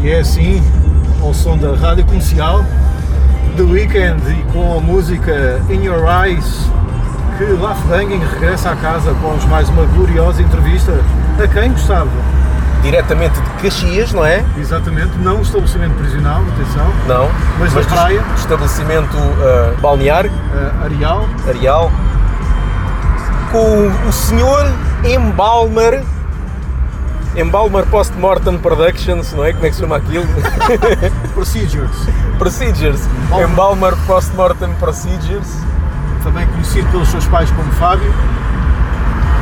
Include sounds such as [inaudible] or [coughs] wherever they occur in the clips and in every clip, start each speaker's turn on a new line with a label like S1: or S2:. S1: que é assim, ao som da rádio comercial, The Weeknd e com a música In Your Eyes, que Laf Dangin regressa à casa após mais uma gloriosa entrevista a quem gostava.
S2: Diretamente de Caxias, não é?
S1: Exatamente, não o estabelecimento prisional, atenção,
S2: Não.
S1: Mas da
S2: do-
S1: praia.
S2: do estabelecimento ah, balnear,
S1: eh, areal,
S2: areal, com o senhor Embalmer. Embalmer Post-Mortem Productions, não é? Como é que se chama aquilo? [laughs]
S1: Procedures,
S2: Procedures.
S1: Embalmer.
S2: Embalmer Post-Mortem Procedures.
S1: também conhecido pelos seus pais como Fábio,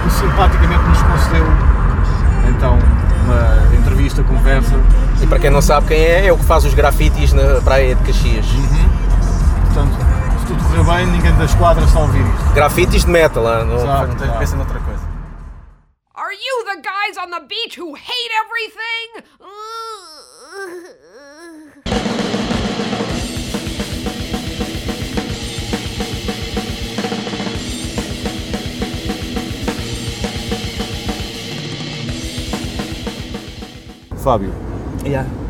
S1: que simpaticamente nos concedeu então uma entrevista, conversa.
S2: E para quem não sabe quem é, é o que faz os grafites na praia de Caxias.
S1: Portanto, se tudo correr bem, ninguém das quadras está a ouvir isto.
S2: Grafites de metal, ah, não
S1: Exato,
S3: tá
S1: exato.
S2: pensa noutra coisa.
S4: Are you the guys on the beach who hate everything?
S5: Fábio,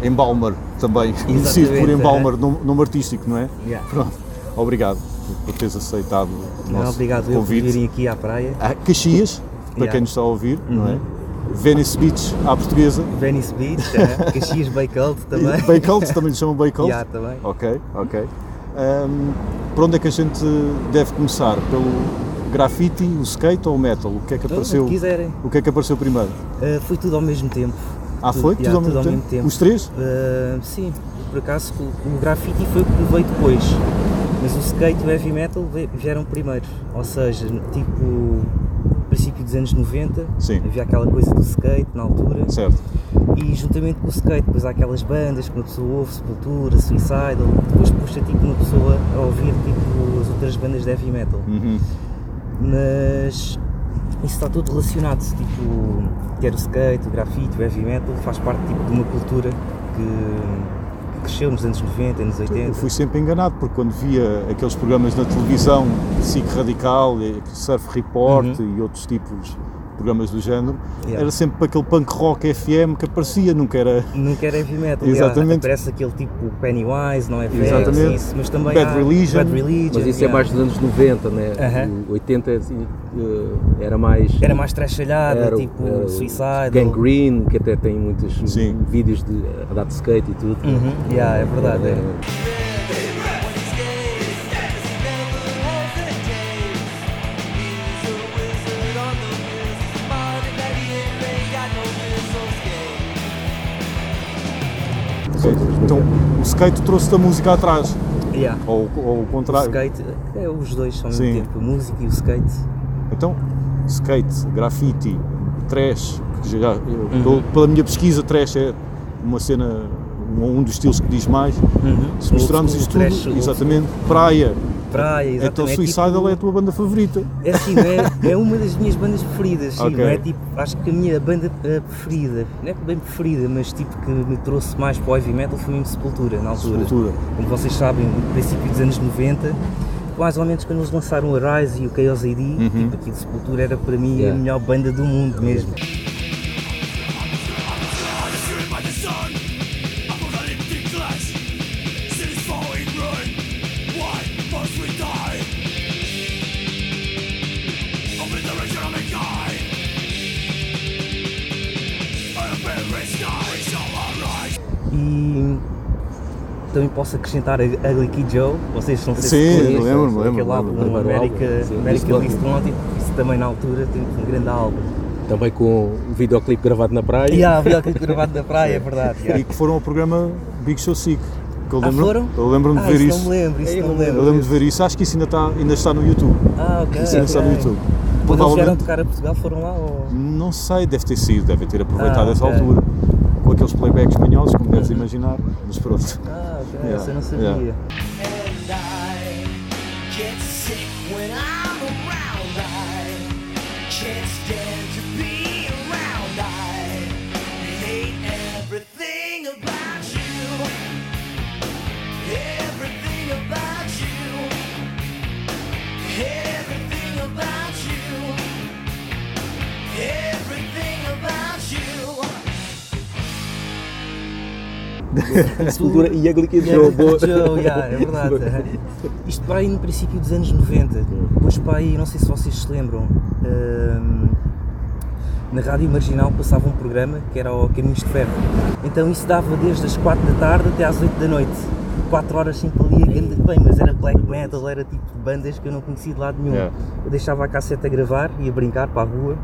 S5: Embalmer também, conhecido
S3: é.
S5: por Embalmer, num- nome artístico, não é?
S3: Yeah.
S5: Pronto, obrigado por- por teres aceitado o
S3: Não,
S5: nosso
S3: obrigado eu por
S5: convite.
S3: virem aqui à praia.
S5: A Caxias, para
S3: Yeah. Uhum.
S5: quem nos está a ouvir, não é? Venice Beach, à portuguesa.
S3: Venice
S1: [laughs]
S3: Beach, é? Caxias Bake Cult também.
S5: E Bacalhau, também lhe chamam Bacalhau.
S3: é? Yeah, também. Então,
S5: Ok, ok. Ahm, por onde é que a gente deve começar? Pelo grafite, o skate ou o metal? O que é que
S3: Tudo, o
S5: apareceu?
S3: que quiserem.
S5: O que é que apareceu primeiro?
S3: Ah, foi tudo ao mesmo tempo.
S5: Ah, foi?
S3: yeah, tudo ao mesmo tempo.
S5: Os três?
S3: Ah, sim, por acaso o, o graffiti foi o que veio depois. Mas o skate e o heavy metal ve- vieram primeiro. Ou seja, tipo princípio dos anos 90,
S5: Sim.
S3: havia aquela coisa do skate na altura.
S5: Certo.
S3: E juntamente com o skate, depois há aquelas bandas que uma pessoa ouve, Sepultura, Suicidal, depois puxa tipo uma pessoa a ouvir tipo as outras bandas de heavy metal.
S5: Uhum.
S3: Mas isso está tudo relacionado, tipo, quer o skate, o grafite, o heavy metal, faz parte tipo de uma cultura que, que cresceu nos anos 90, anos 80.
S5: Eu fui sempre enganado, porque quando via aqueles programas na televisão, SIC Radical, eh, Surf Report e outros tipos de programas do género,
S3: Uhum. Yeah.
S5: era sempre para aquele punk rock FM que aparecia, nunca era
S3: Nunca era heavy metal,
S5: Exatamente.
S3: parece aquele tipo Pennywise, não é
S5: Exatamente.
S3: isso, mas também
S5: Bad
S3: há
S5: Religion.
S3: Bad Religion.
S6: Mas isso é
S3: yeah.
S6: mais dos anos 90, né?
S3: Aham.
S6: O 80 assim, eh, era mais.
S3: Era mais trashalhada,
S6: era o-
S3: tipo
S6: era o
S3: Suicidal.
S6: Gangrene, que até tem muitos
S5: Sim.
S6: vídeos de a dar de skate e tudo.
S3: Uhum, yeah, é verdade. é.
S6: Eh,
S5: Então, o skate trouxe-te a música atrás,
S3: Yeah.
S5: ou, ou o
S3: O
S5: contrário.
S3: skate, é, os dois são ao
S5: Sim.
S3: mesmo tempo, a música e o skate.
S5: Então, skate, grafite, trash, que já, eu-
S3: Uhum.
S5: pelo- pela minha pesquisa, trash é uma cena, um, um dos estilos que diz mais. Se misturarmos
S3: Uhum. O- o
S5: isto
S3: thrash,
S5: tudo,
S3: o-
S5: exatamente, praia.
S3: Praia, exatamente.
S5: Então,
S3: é
S5: Suicidal
S3: tipo-
S5: é a tua banda favorita.
S3: é assim, não é, é uma das minhas bandas preferidas, sim,
S5: Ok.
S3: não é tipo, acho que a minha banda eh, preferida, não é bem preferida, mas tipo que me trouxe mais para o heavy metal foi mesmo Sepultura, na altura.
S5: Sepultura.
S3: Como vocês sabem, no princípio dos anos 90, mais ou menos quando eles lançaram o Arise e o Chaos AD,
S5: Uhum.
S3: tipo aquilo de Sepultura era para mim a
S6: Yeah.
S3: melhor banda do mundo mesmo. E também posso acrescentar a Ugly Kid Joe, vocês não sei
S5: Sim,
S3: se conhecem,
S5: lembro-me,
S3: aquele
S5: lembro-me,
S3: álbum
S6: lembro-me.
S3: América,
S6: Sim,
S3: América
S6: Distorted.
S3: Distorted, isso também na altura tem um grande álbum.
S6: Também com um videoclipe gravado na praia.
S3: E há havia aquele gravado da praia, é verdade.
S5: e que foram ao programa Big Show Sick. Que eu
S3: Ah,
S5: lembro,
S3: foram?
S5: Eu lembro-me de
S3: Ah,
S5: ver
S3: isso
S5: isso.
S3: não me lembro, isso
S6: Eu
S3: não me
S6: não
S5: Eu
S3: lembro.
S5: lembro de ver isso. Acho que isso ainda está, ainda está no YouTube.
S3: Ah, ok.
S5: isso ainda está no
S3: ok.
S5: YouTube.
S3: Quando eles vieram
S5: Provavelmente,
S3: tocar a Portugal foram lá ou...
S5: não sei, deve ter sido, devem ter aproveitado
S3: Ah,
S5: essa
S3: ok.
S5: altura. Com aqueles playbacks manhosos, como deves imaginar, mas pronto.
S3: Ah, ok,
S5: Yeah,
S3: isso eu não sabia.
S5: yeah.
S6: Sepultura e é Ugly Kid
S3: Yeah,
S6: Joe. boa.
S3: Joe, yeah, é verdade. Isto para aí no princípio dos anos 90. Depois para aí, não sei se vocês se lembram, hum, na Rádio Marginal passava um programa que era o Caminhos de Ferro. Então isso dava desde as 4 da tarde até às 8 da noite. 4 horas sempre ali, a grande- bem, mas era black metal, era tipo bandas que eu não conhecia de lado nenhum.
S5: Yeah.
S3: Eu deixava a cassete a gravar, ia brincar para a rua,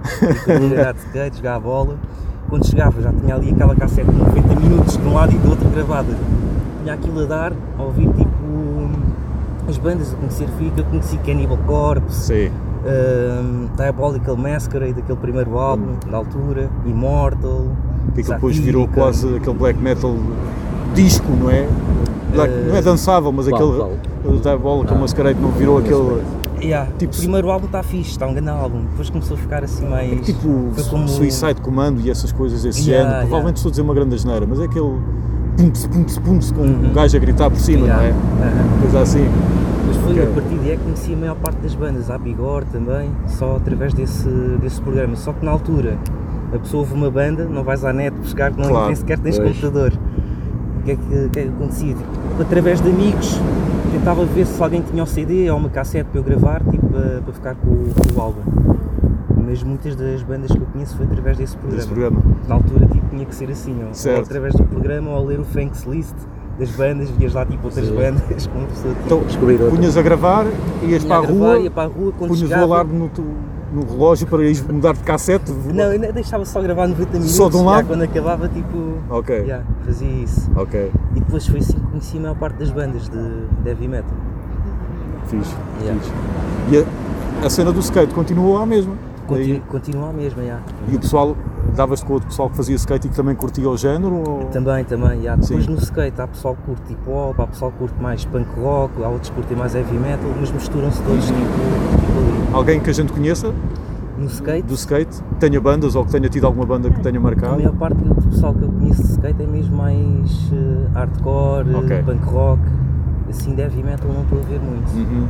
S3: ia jogar de skate, jogar a bola. Quando chegava já tinha ali aquela cassete de 90 minutos de um lado e do outro gravada. Tinha aquilo a dar, a ouvir tipo as bandas, a conhecer Fica, eu conheci Cannibal Corpse,
S5: Sim.
S3: um, Diabolical Masquerade, daquele primeiro álbum, da altura, Immortal.
S5: Hum. Que aquilo depois virou
S3: Satírica.
S5: quase aquele black metal disco, não é? Black-
S3: Eh,
S5: não é dançável, mas
S6: qual,
S5: aquele.
S6: qual?
S5: O Diabolical
S3: Ah,
S5: aquele Masquerade não virou aquele.
S3: Yeah,
S5: Tipo-
S3: o primeiro álbum está fixe, está um grande álbum. Depois começou a ficar assim mais.
S5: Tipo
S3: foi como- um
S5: Suicide Commando e essas coisas desse
S3: Yeah,
S5: género.
S3: yeah.
S5: Provavelmente estou a dizer uma grande asneira, mas é aquele. Pum-ts, pum-ts, pum-ts, com um gajo a gritar por cima,
S3: Uhum. Yeah,
S5: não
S3: aham.
S5: é? Coisa assim.
S3: Mas foi
S5: Ok.
S3: a partir daí que conheci a maior parte das bandas, a Bigor também, só através desse, desse programa. Só que na altura a pessoa ouve uma banda, não vais à net buscar, não
S5: Claro,
S3: nem sequer tens
S6: pois.
S3: computador. O que é que, o que, é que acontecia? Tipo, através de amigos, tentava ver se alguém tinha o CD ou uma cassete para eu gravar, tipo, para, para ficar com, o- com o álbum. Mas muitas das bandas que eu conheço foi através desse programa.
S5: Desse programa.
S3: Na altura tipo, tinha que ser assim, ou,
S5: Certo.
S3: ou através do programa, ou ao ler o Frank's List das bandas, vias lá tipo outras bandas, [laughs] como pessoa tipo,
S5: Então,
S6: Descobrir outra.
S5: punhas a gravar, ias
S3: Vinha
S5: para
S3: a
S5: a
S3: gravar,
S5: rua,
S3: ia para a rua, quando
S5: punhas o
S3: chegava-
S5: alarme no, teu- no relógio para ires mudar de cassete.
S3: Não, eu deixava só gravar 90 minutos.
S5: Só de um
S3: já
S5: lado?
S3: quando acabava, tipo.
S5: Ok.
S3: já, fazia isso.
S5: Ok,
S3: E depois foi assim que conheci a maior parte das bandas de, de heavy metal.
S5: fixe.
S3: Yeah.
S5: fixe. E a, a cena do skate continua a mesma.
S3: Continu, continua a mesma, já.
S5: E, e o pessoal, davas-te com outro pessoal que fazia skate e que também curtia o género? Ou...
S3: Também, também, já. Depois
S5: Sim.
S3: no skate há pessoal que curte hip hop, há pessoal que curte mais punk rock, há outros que curtem mais heavy metal, mas misturam-se todos tipo, tipo ali.
S5: Alguém que a gente conheça
S3: No skate,
S5: do skate, que tenha bandas ou que tenha tido alguma banda
S3: É,
S5: que tenha
S3: a
S5: marcado?
S3: maior parte do pessoal que eu conheço de skate é mesmo mais eh, hardcore, eh,
S5: Ok.
S3: punk rock. Assim, de heavy metal não estou a ver muito.
S5: Uhum.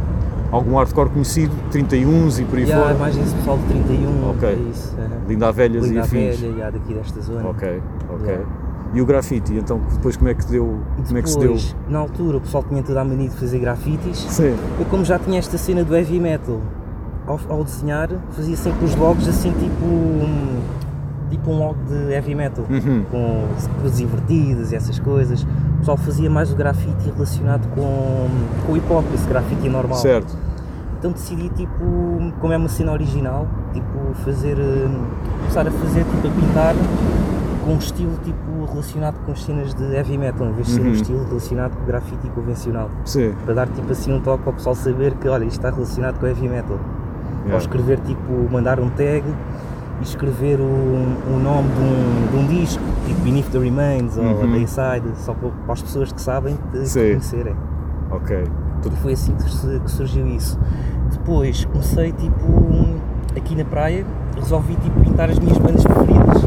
S5: Algum hardcore conhecido, 31s e por aí
S3: Já,
S5: fora?
S3: mais esse pessoal de 31,
S5: Ok.
S3: é isso. aham.
S5: Linda a velhas e
S3: Linda a
S5: afins.
S3: velha, já, daqui desta zona.
S5: Ok, ok.
S3: Yeah.
S5: E o grafite, então depois como é que deu? como é que se deu?
S3: Depois, na altura, o pessoal tinha toda a mania de fazer grafites.
S5: Sim.
S3: Eu, como já tinha esta cena do heavy metal, ao, ao desenhar, fazia sempre os logos assim, tipo um, tipo um logo de heavy metal,
S5: Uhum.
S3: com coisas invertidas e essas coisas. O pessoal fazia mais o grafite relacionado com, com o hip hop, esse grafite normal.
S5: Certo.
S3: Então decidi, tipo, como é uma cena original, tipo, fazer. hum, começar a fazer, tipo, a pintar com um estilo, tipo, relacionado com as cenas de heavy metal, em vez de ser
S5: Uhum.
S3: um estilo relacionado com o grafite convencional.
S5: Sim.
S3: Para dar, tipo, assim um toque ao pessoal saber que, olha, isto está relacionado com heavy metal.
S5: Yeah.
S3: Ou escrever, tipo, mandar um tag e escrever o, o nome de um, de um disco, tipo Beneath the Remains ou
S5: Uhum.
S3: The Inside, só para, para as pessoas que sabem que que
S5: Sim.
S3: conhecerem.
S5: Ok.
S3: E foi assim que, su- que surgiu isso. Depois comecei tipo aqui na praia, resolvi tipo pintar as minhas bandas preferidas.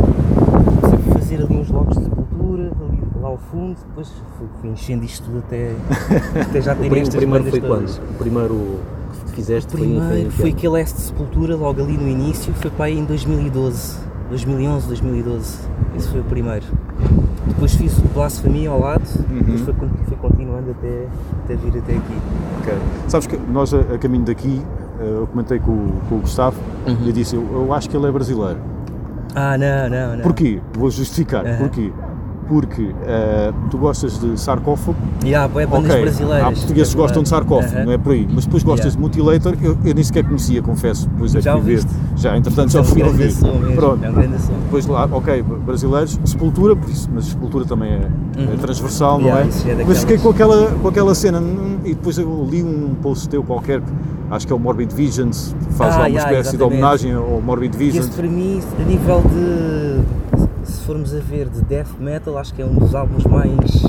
S3: Comecei a fazer ali uns logos de cultura, ali lá ao fundo, depois fui, fui enchendo isto tudo
S6: [laughs]
S3: até, até já
S6: O
S3: ter
S6: prim- o
S3: estas
S6: primeiro
S3: bandas
S6: foi
S3: todas.
S6: quando? O primeiro que fizeste foi em- foi em
S3: Primeiro
S6: que
S3: foi
S6: ano?
S3: aquele S de Sepultura, logo ali no início, foi para aí em 2012, 2011, 2012, esse foi o primeiro. Depois fiz o Blasfemia ao lado,
S6: Uhum.
S3: depois foi, con- foi continuando até, até vir até aqui.
S5: Ok. Sabes que nós, a, a caminho daqui, eh, eu comentei com, o- com o Gustavo
S3: Uhum.
S5: e eu disse: eu, eu acho que ele é brasileiro.
S3: Ah, não, não, não.
S5: Porquê? Vou justificar.
S3: Aham.
S5: Porquê? Porque eh, tu gostas de sarcófago,
S3: E há bué bandas
S5: ok.
S3: brasileiras.
S5: Há portugueses que
S3: É verdade.
S5: gostam de sarcófago,
S3: Aham.
S5: não é por aí. Mas depois gostas
S3: Yeah.
S5: de mutilator, eu, eu nem sequer conhecia, confesso. Depois é que
S3: Já
S5: fui ver.
S3: ouviste?
S5: Já, entretanto,
S3: Isso
S5: já
S3: É um
S5: fui
S3: grande
S5: ouvir.
S3: som mesmo.
S5: Pronto.
S3: É um grande som.
S5: Depois lá, ok, brasileiros, sepultura, por isso, mas sepultura também é, é transversal,
S3: Uhum. Yeah,
S5: não
S3: isso já é
S5: é? Mas fiquei
S3: daquelas-
S5: com aquela, com aquela cena hum, e depois eu li um post teu qualquer, que acho que é o Morbid Visions, que faz
S3: Ah,
S5: lá uma
S3: yeah,
S5: espécie de
S3: exatamente.
S5: homenagem ao Morbid
S3: E esse
S5: Visions.
S3: para mim, a nível de. Se formos a ver de death metal, acho que é um dos álbuns mais.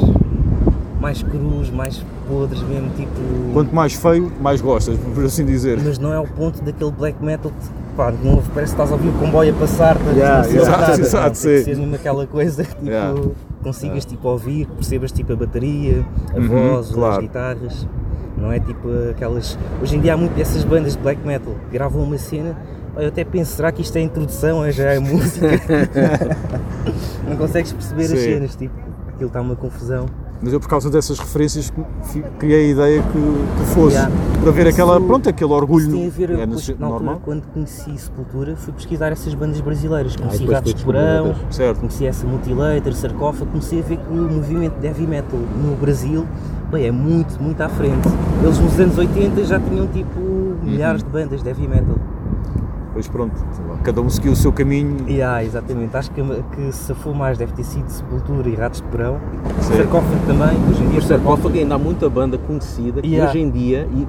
S3: mais crus, mais podres mesmo, tipo.
S5: Quanto mais feio, mais gostas, por assim dizer.
S3: Mas não é o ponto daquele black metal que. Pá, não ouve- parece que estás a ouvir o comboio a passar, tá,
S6: Yeah,
S3: não sei
S5: exato,
S3: nada,
S5: exato,
S3: não, tem que
S5: sim.
S3: ser mesmo aquela coisa [laughs] que tipo,
S5: Yeah. Uhum,
S3: consigas tipo, ouvir, percebas tipo, a bateria, a voz,
S5: claro.
S3: as guitarras, não é tipo aquelas. Hoje em dia há muito dessas bandas de black metal que gravam uma cena, pá, eu até penso, será que isto é
S5: [laughs]
S3: a introdução, ou já é música? [laughs] não consegues perceber as
S5: Sim.
S3: cenas, tipo. Aquilo está uma confusão.
S5: Mas eu por causa dessas referências fi- criei a ideia que, que fosse
S3: Yeah.
S5: para ver aquela,
S3: Isso-
S5: pronto, aquele
S3: Isso
S5: orgulho
S3: tem a ver,
S5: é
S3: depois,
S5: nesse-
S3: na altura,
S5: normal,
S3: quando conheci Sepultura, fui pesquisar essas bandas brasileiras. Conheci
S6: depois
S3: Gatos
S6: foi
S3: de Porão,
S6: descobrir
S5: certo?
S3: conheci essa Mutilator, Sarcófago, comecei a ver que o movimento de heavy metal no Brasil bem, é muito, muito à frente. Eles nos anos 80 já tinham tipo milhares de bandas de heavy metal.
S5: Pois pronto, sei lá, cada um seguiu o seu caminho.
S3: E há, exatamente, acho que, que safou mais deve ter sido Sepultura e Ratos de Porão.
S5: Sim.
S3: Sarcófago também, hoje em dia
S6: O sarcófago ainda há muita banda conhecida que
S3: Yeah.
S6: hoje em dia, e,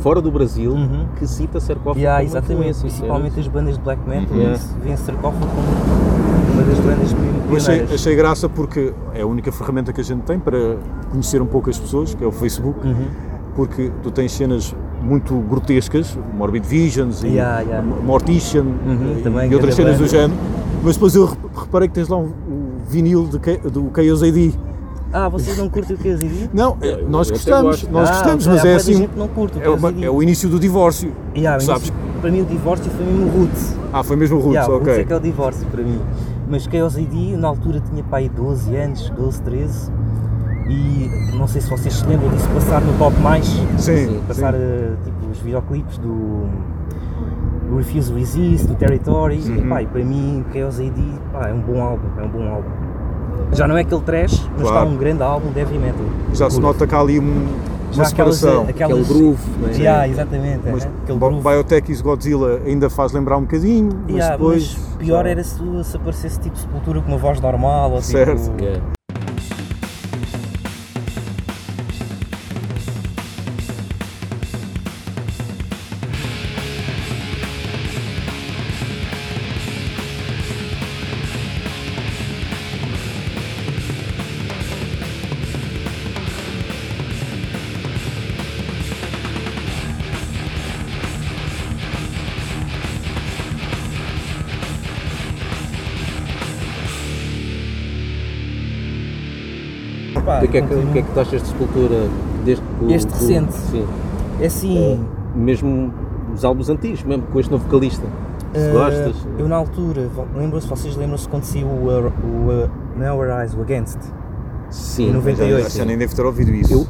S6: fora do Brasil,
S3: Uhum.
S6: que cita sarcófago
S3: Yeah,
S6: como
S3: ah, exatamente,
S6: influência. é
S3: principalmente as bandas de black metal,
S6: Yeah.
S3: isso vem sarcófago como uma das bandas
S5: Eu achei,
S3: pioneiras.
S5: achei graça porque é a única ferramenta que a gente tem para conhecer um pouco as pessoas, que é o Facebook,
S3: Uhum.
S5: porque tu tens cenas muito grotescas, Morbid Visions e
S3: Yeah, yeah.
S5: Mortician
S3: Uhum,
S5: e,
S3: também,
S5: e outras
S3: grande
S5: cenas do
S3: banda.
S5: género, mas depois eu re- reparei que tens lá um, um vinil de, Ca- do Chaos AD.
S3: Ah, vocês não curtem o que eu digo?
S5: Não, é, nós
S6: eu até
S5: gostamos,
S6: gosto.
S5: nós
S3: Ah,
S5: gostamos,
S3: ok,
S5: mas
S3: há bué
S5: é
S3: de
S5: assim,
S3: gente que não curte então o
S5: é, uma-
S3: KZD.
S5: é o início do divórcio,
S3: Yeah, mas
S5: sabes?
S3: isso, para mim o divórcio foi mesmo o root.
S5: Ah, foi mesmo o Roots,
S3: Yeah, o Roots
S5: ok.
S3: é que é o divórcio para mim. Mas Chaos ID, na altura tinha para aí 12 anos, 12, 13. E não sei se vocês se lembram disso passar no Top Mais.
S5: Sim,
S3: Passar
S5: sim.
S3: eh, tipo, os videoclipes do, do Refuse Resist, do Territory.
S5: Uhum.
S3: E, pá, e para mim Chaos ID pá, é um bom álbum, é um bom álbum. Já não é aquele trash, mas
S5: Claro.
S3: está um grande álbum de heavy metal.
S5: Já se
S3: Curto.
S5: nota que há ali um-
S3: Já
S5: uma separação.
S3: aquelas,
S6: Aquele groove, né?
S3: Yeah, exatamente.
S5: Mas
S3: é, aquele
S5: Bo-
S3: groove.
S5: Biotech e Godzilla ainda faz lembrar um bocadinho, mas
S3: Yeah,
S5: depois.
S3: mas pior é
S5: já-
S3: era se, se aparecesse tipo sepultura com uma voz normal ou
S5: Certo.
S3: tipo.
S6: Yeah.
S3: Pá,
S6: O que, é que,
S3: continua.
S6: o que é que tu achas de escultura desde que o-
S3: Este
S6: do-
S3: recente.
S6: Sim.
S3: É assim,
S6: Mesmo os álbuns antigos, mesmo com este novo vocalista. Se
S5: É.
S3: eh,
S6: gostas.
S3: eu na altura, vo- lembro-se, vocês lembram-se quando saiu o, Ar- o, Ar- não é Our Eyes, o Against?
S6: Sim.
S3: em 98.
S5: Já nem deve ter ouvido isso.
S6: Eu,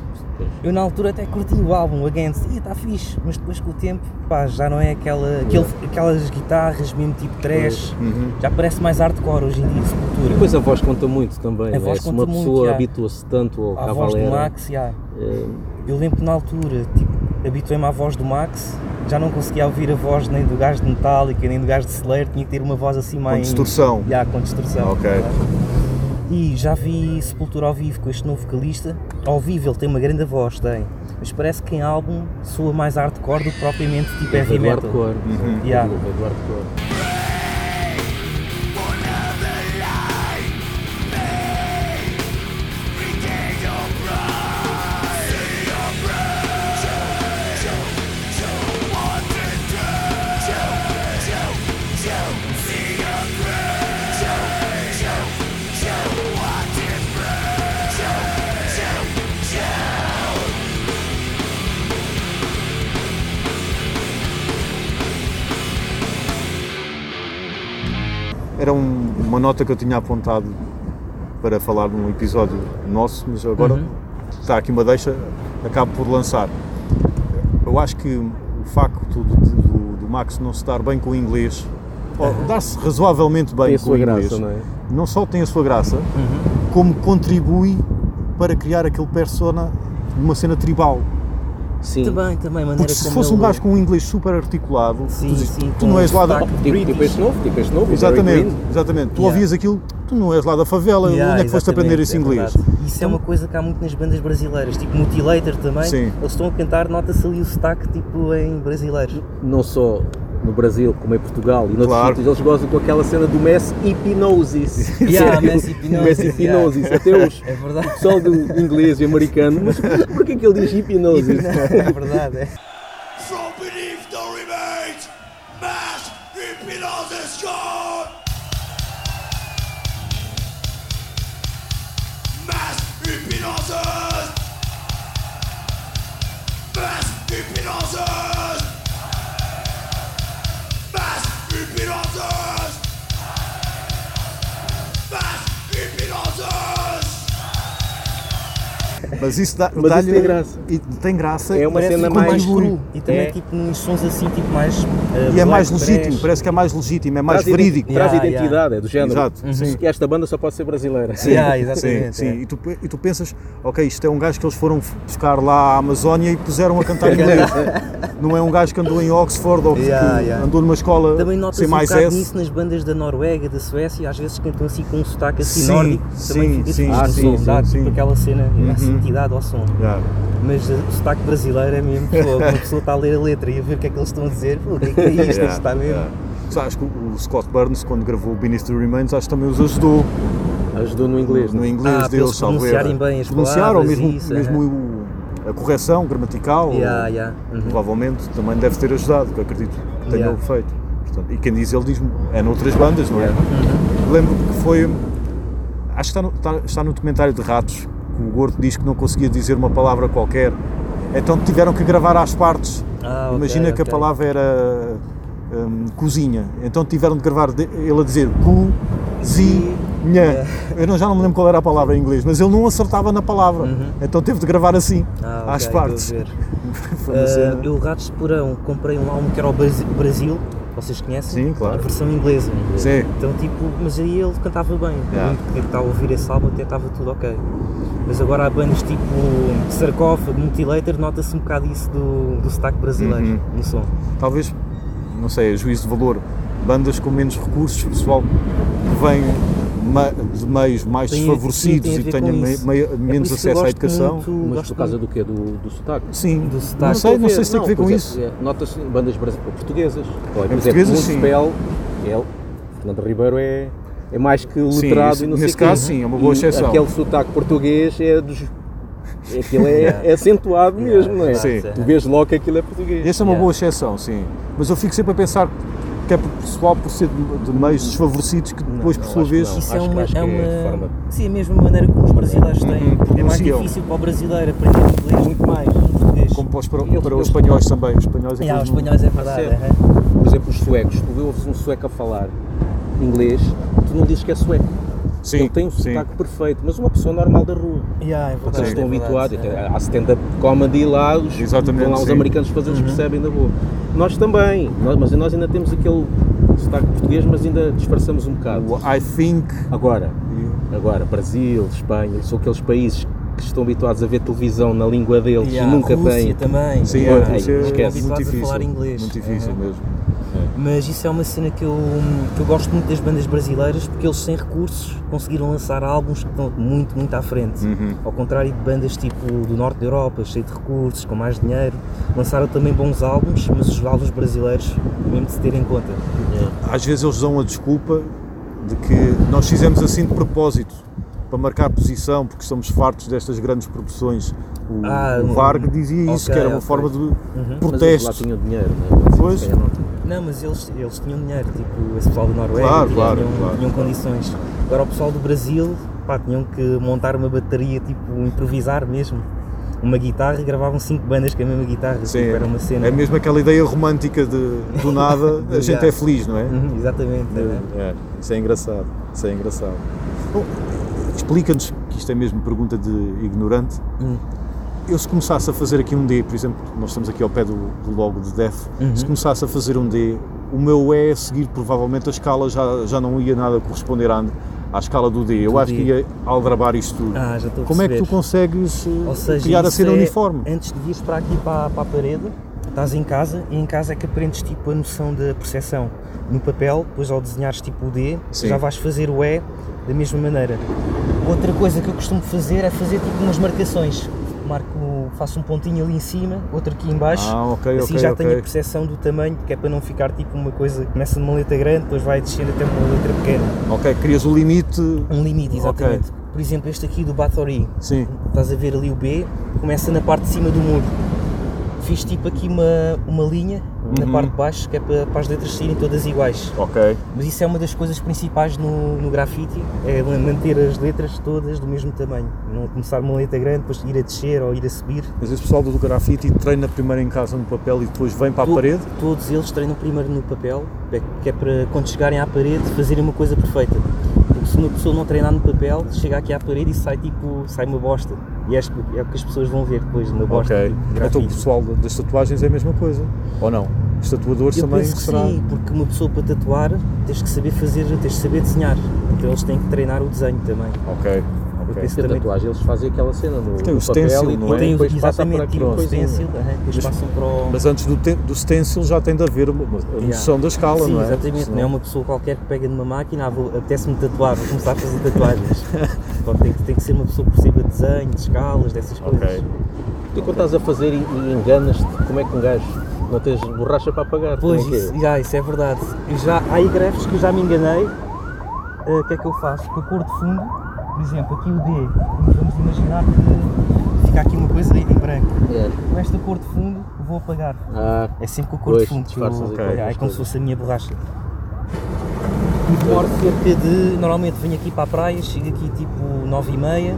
S3: Eu na altura até curti o álbum, o Against, e está fixe, mas depois com o tempo, pá, já não é aquela, aquele, aquelas guitarras mesmo tipo trash,
S5: Uhum.
S3: já parece mais hardcore hoje em dia, sepultura.
S6: depois a voz conta muito também.
S3: A
S6: né?
S3: voz
S6: Se
S3: conta
S6: uma
S3: muito,
S6: pessoa
S3: já.
S6: habitua-se tanto ao
S3: a voz do
S6: Cavalera,
S3: Max, yeah.
S6: eh,
S3: Eu lembro que na altura, tipo, habituei-me à voz do Max, já não conseguia ouvir a voz nem do gajo de Metallica, nem do gajo de Slayer, tinha que ter uma voz assim mais...
S5: distorção.
S3: Já, com distorção.
S5: Ok.
S3: E já vi Sepultura ao vivo com este novo vocalista. Ao vivo ele tem uma grande voz, tem. Mas parece que em álbum soa mais hardcore do que propriamente
S5: é
S3: tipo heavy
S6: Eduardo
S3: metal. Uhum.
S6: Cor. Uhum.
S3: Yeah.
S6: Eduardo Cor.
S5: Era um- uma nota que eu tinha apontado para falar num episódio nosso, mas agora está aqui uma deixa, acabo por lançar. Eu acho que o facto do, do- do Max não se dar bem com o inglês, ou dar-se razoavelmente bem
S6: Tem a
S5: com o
S6: sua
S5: inglês,
S6: graça, não é?
S5: não só tem a sua graça, como contribui para criar aquele persona de uma cena tribal.
S6: Sim.
S3: Também, também, a maneira
S5: Porque se
S3: como
S5: fosse um
S3: ele-
S5: gajo com um inglês super articulado,
S3: Sim,
S5: tu, dizes,
S3: sim,
S5: tu
S3: com
S5: não és lá da.
S3: sotaque.
S6: Tipo, tipo este novo, tipo este novo. o Barry
S5: Exatamente,
S6: Green.
S5: exatamente. Tu
S3: Yeah.
S5: ouvias aquilo, tu não és lá da favela, onde é que foste
S3: exatamente,
S5: aprender esse
S3: é
S5: inglês?
S3: verdade. Isso é uma coisa que há muito nas bandas brasileiras, tipo Mutilator também.
S5: Sim.
S3: Eles estão a cantar, nota-se ali o sotaque tipo em brasileiros.
S6: Não só no Brasil, como em Portugal e noutros
S5: Claro.
S6: sítios, eles gozam com aquela cena do Messi
S3: [laughs]
S6: hipnosis.
S3: Yeah,
S6: Sério,
S3: Messi hipnosis,
S6: Messi
S3: yeah.
S6: hipnosis. Até os
S3: É verdade.
S6: pessoal do inglês e americano, mas porquê que ele diz hipnosis?
S3: é verdade, é.
S7: From beneath the remains, mass hypnosis gone! Mass hypnosis! Mass hypnosis! Mass hypnosis! Mass hypnosis!
S5: Mas isso dá-
S6: Mas isso
S5: dá-lhe-
S6: tem graça.
S5: E tem graça.
S6: É uma
S5: e
S3: Parece
S6: cena
S3: que ficou
S6: mais
S3: cru. [laughs] E também,
S6: É.
S3: tipo, nos sons assim, tipo, mais. uh,
S5: E é
S3: black
S5: mais
S3: trash.
S5: legítimo, parece que é mais legítimo, é mais
S6: Traz iden-
S5: verídico.
S6: Traz
S3: Yeah,
S6: identidade, é do género.
S5: Exato,
S6: Diz
S5: sim.
S6: que esta banda só pode ser brasileira.
S3: Yeah,
S5: Sim,
S3: exatamente.
S5: sim.
S3: é.
S5: E, tu, e tu pensas, ok, isto é um gajo que eles foram buscar lá à Amazónia e puseram a cantar inglês.
S3: [laughs]
S5: Não é um gajo que andou em Oxford ou que
S3: Yeah, yeah.
S5: andou numa escola
S3: Também nota-se
S5: sem
S3: um
S5: mais
S3: bocado
S5: S.
S3: nisso nas bandas da Noruega, da Suécia, às vezes cantam assim com um sotaque assim
S5: Sim,
S3: nórdico,
S5: sim,
S3: também fica
S5: sim,
S3: fixe no
S5: sim,
S3: som,
S5: sim,
S3: dá
S5: sim. Uhum.
S3: tipo aquela cena, essa entidade ao som.
S5: Yeah.
S3: Mas uh, o sotaque brasileiro é mesmo, pô, uma pessoa está a ler a letra e a ver o que é que eles estão a dizer, pô, o que é que é isto,
S5: Yeah,
S3: isto está mesmo.
S5: yeah. Sabes que o o Scott Burns, quando gravou Beneath the Remains, acho que também os ajudou
S6: Ajudou no inglês.
S5: no
S6: né?
S5: inglês
S3: Ah, para
S5: deles,
S3: eles
S5: salvo
S3: pronunciarem
S5: erro.
S3: bem as
S5: Pronunciaram,
S3: palavras,
S5: mesmo,
S3: isso, é.
S5: mesmo o- a correção gramatical,
S3: Yeah,
S5: ou-
S3: yeah, uhum.
S5: provavelmente também deve ter ajudado, que eu acredito que tenha
S3: Yeah.
S5: feito. Portanto, e quem diz ele diz é noutras bandas, não é?
S3: Uhum.
S5: Lembro que foi. Acho que está no, está, está no documentário de Ratos que o Gordo diz que não conseguia dizer uma palavra qualquer, então tiveram que gravar às partes.
S3: Ah, ok,
S5: Imagina que a
S3: ok.
S5: palavra era hum, cozinha, então tiveram de gravar de- ele a dizer cozinha. Eu não, já não me lembro qual era a palavra em inglês, mas ele não acertava na palavra, então teve de gravar assim,
S3: Uhum. Ah,
S5: às
S3: ok,
S5: partes.
S3: estou a ver.
S5: [laughs] Foi uma
S3: Ah,
S5: cena.
S3: eu, Ratos de Porão, comprei um álbum que era o Brasi- Brasil, vocês conhecem?
S5: Sim, claro.
S3: A versão inglesa.
S5: Sim.
S3: Então, tipo, mas aí ele cantava bem.
S5: Yeah.
S3: Eu que estava a ouvir esse álbum até estava tudo ok. Mas agora há bandas tipo Sarcófago, Mutilator, nota-se um bocado isso do, do sotaque brasileiro no som. É
S5: talvez, não sei, a juízo de valor, bandas com menos recursos, pessoal que vem ma- de meios mais
S3: Tem-
S5: desfavorecidos
S3: sim, tem a
S5: e
S3: ver
S5: tenha
S3: com
S5: me-
S3: isso.
S5: meia-
S3: É por
S5: menos
S3: isso que eu
S5: acesso à
S3: gosto
S5: educação.
S3: muito-
S6: Mas
S3: gosto
S6: por causa
S3: muito-
S6: do quê? Do, do sotaque?
S5: Sim,
S3: do sotaque.
S5: não sei, não sei se
S6: Estou
S5: tem a
S6: a
S5: ver com
S6: pois é,
S5: isso. É
S6: é, Nota-se em bandas brasi- portuguesas. Olha, por exemplo,
S5: portuguesas, sim.
S6: Municipal, ele, é Fernando Ribeiro é, é mais que
S5: Sim,
S6: letrado
S5: esse-
S6: e não sei
S5: nesse
S6: quê.
S5: caso, sim, é uma
S6: E
S5: boa exceção.
S6: Aquele sotaque português é dos. é Aquilo é, é acentuado mesmo, não é?
S5: Sim.
S6: Tu vês logo que aquilo é português.
S5: Essa é uma boa exceção, sim. Mas eu fico sempre a pensar que é por pessoal por ser de, de meios desfavorecidos que depois, por sua
S6: acho que
S5: vez,
S6: não.
S3: Isso é
S6: Acho que-
S3: uma.
S6: acho que
S3: É
S6: é
S3: uma
S6: de forma-
S3: Sim, a mesma maneira como os brasileiros têm. É mais
S5: Pronunciam.
S3: difícil para o brasileiro aprender inglês muito mais do que português.
S5: como para os, para,
S6: Eles-
S5: para os
S6: eles-
S5: espanhóis também. Os espanhóis é que
S3: Ah, os
S5: eles não-
S3: espanhóis é verdade.
S6: Certo.
S3: aham.
S6: Por exemplo, os suecos, tu ouves um sueco a falar inglês, tu não dizes que é sueco.
S5: Sim,
S6: Ele tem um
S5: sim.
S6: sotaque perfeito, mas uma pessoa normal da rua.
S3: Yeah, é
S6: Porque
S3: verdade,
S6: eles estão
S3: é verdade,
S6: habituados.
S3: é.
S6: até Há stand-up comedy lá, os,
S5: Exatamente,
S6: vão lá os
S5: sim.
S6: americanos fazer, eles percebem da boa. Nós também, nós- mas nós ainda temos aquele sotaque português, mas ainda disfarçamos um bocado.
S5: O I think.
S6: Agora, agora, Brasil, Espanha, são aqueles países que estão habituados a ver televisão na língua deles
S3: Yeah,
S6: e nunca
S3: Rússia
S6: têm.
S3: também.
S6: Olha,
S5: Sim, é, por
S6: aí,
S5: ser
S6: esquece.
S5: muito
S3: Habituados a
S5: difícil.
S3: falar inglês.
S5: Muito difícil
S3: Uhum.
S5: mesmo.
S3: Mas isso é uma cena que eu, que eu gosto muito das bandas brasileiras porque eles sem recursos conseguiram lançar álbuns que estão muito, muito à frente.
S6: Uhum.
S3: Ao contrário de bandas tipo do norte da Europa, cheio de recursos, com mais dinheiro, lançaram também bons álbuns, mas os álbuns brasileiros mesmo de se ter em conta.
S5: às vezes eles dão a desculpa de que nós fizemos assim de propósito para marcar posição porque estamos fartos destas grandes produções. O,
S3: Ah,
S5: o
S3: um-
S5: Varg dizia isso,
S3: ok,
S5: que era
S3: ok.
S5: uma
S3: Uhum.
S5: forma de
S6: Mas eles lá
S5: protesto.
S6: tinham dinheiro, não
S3: né?
S6: é?
S5: Pois.
S6: Se
S3: Tipo,
S6: calhar não-
S3: Não, mas eles, eles tinham dinheiro, tipo esse pessoal da Noruega
S5: Claro,
S3: tinham,
S5: claro, claro.
S3: tinham condições. Agora o pessoal do Brasil, pá, tinham que montar uma bateria, tipo improvisar mesmo. Uma guitarra e gravavam cinco bandas com a mesma guitarra,
S5: Sim,
S3: tipo, era uma cena.
S5: é mesmo aquela ideia romântica de do nada
S3: [laughs]
S5: a gente é feliz, não é?
S3: Uhum, Exatamente. é.
S5: É, isso é engraçado. Isso é engraçado. Bom, explica-nos, que isto é mesmo pergunta de ignorante. Eu se começasse a fazer aqui um D, por exemplo, nós estamos aqui ao pé do, do logo de Def, se começasse a fazer um D, o meu E a seguir provavelmente a escala já, já não ia nada corresponder à, à escala do D. Eu acho
S3: D.
S5: que ia aldrabar isto tudo.
S3: Ah, já estou a
S5: Como é que tu
S3: perceber.
S5: consegues eh,
S3: Ou seja,
S5: criar a
S3: isso
S5: cena
S3: é-
S5: uniforme?
S3: Antes de vires para aqui para, para a parede, estás em casa e em casa é que aprendes tipo a noção da percepção. No papel, depois ao desenhares tipo o D,
S5: Sim.
S3: já vais fazer o E da mesma maneira. Outra coisa que eu costumo fazer é fazer tipo umas marcações. Marco, faço um pontinho ali em cima, outro aqui em baixo.
S5: Ah, ok,
S3: assim
S5: ok,
S3: já
S5: ok.
S3: tenho a percepção do tamanho, que é para não ficar tipo uma coisa, começa numa letra grande, depois vai descer até uma letra pequena.
S5: Ok, crias o limite.
S3: Um limite,
S5: Ok.
S3: exatamente. Por exemplo, este aqui do Bathory,
S5: Sim.
S3: estás a ver ali o B, começa na parte de cima do muro. Fiz tipo aqui uma, uma linha
S5: Uhum.
S3: na parte de baixo que é para, para as letras serem todas iguais.
S5: Ok.
S3: Mas isso é uma das coisas principais no, no grafite, é manter as letras todas do mesmo tamanho. Não começar uma letra grande, depois ir a descer ou ir a subir.
S5: Mas esse pessoal do grafite treina primeiro em casa no papel e depois vem para a
S3: To-
S5: parede?
S3: Todos eles treinam primeiro no papel, é- que é para quando chegarem à parede fazerem uma coisa perfeita. Porque se uma pessoa não treinar no papel, chega aqui à parede e sai tipo, sai uma bosta. E acho que é o que as pessoas vão ver depois, uma bosta.
S5: Ok.
S3: tipo,
S5: Então o
S3: grafite.
S5: pessoal das tatuagens é a mesma coisa. Ou não? Os tatuadores
S3: Eu
S5: também
S3: penso que
S5: será.
S3: sim, porque uma pessoa para tatuar tens que saber fazer, tens que saber desenhar. Então eles têm que treinar o desenho também.
S5: Ok.
S3: Eu
S5: ok.
S3: penso
S6: Porque a
S3: também.
S6: tatuagem eles fazem aquela cena no,
S5: Tem o
S6: no papel
S5: stencil,
S6: e
S5: não
S3: E
S5: é?
S6: depois,
S3: tem
S6: depois passa para
S3: exatamente tipo
S6: aquilo.
S3: o stencil, aham, depois
S5: Mas-
S3: passam para o.
S5: Mas antes do, te- do stencil já tem de haver uma, uma a noção da escala,
S3: Sim,
S5: não é?
S3: exatamente. Não é
S5: Senão-
S3: uma pessoa qualquer que pega numa máquina, ah, vou- apetece-me tatuar, vou começar a fazer
S5: [laughs]
S3: tatuagens. Então, tem, que- tem que ser uma pessoa que perceba de desenho, de escalas, dessas
S5: Ok.
S3: coisas.
S6: E quando estás a fazer e, e enganas-te, como é que um gajo não tens borracha para apagar? Como
S3: Pois,
S6: é que é?
S3: isso, já, isso é verdade. Eu já, há aí grafes que eu já me enganei. Ah, O que é que eu faço? Com a cor de fundo, por exemplo, aqui o D, vamos imaginar que fica aqui uma coisa em branco.
S6: É.
S3: Com esta cor de fundo, vou apagar.
S6: Ah,
S3: É sempre com a cor
S6: Pois,
S3: de fundo que eu
S6: disfarças
S3: vou
S6: aqui
S3: apagar. É
S6: algumas
S3: como se fosse a minha borracha. E demoro cerca de. Normalmente venho aqui para a praia, chego aqui tipo 9h30.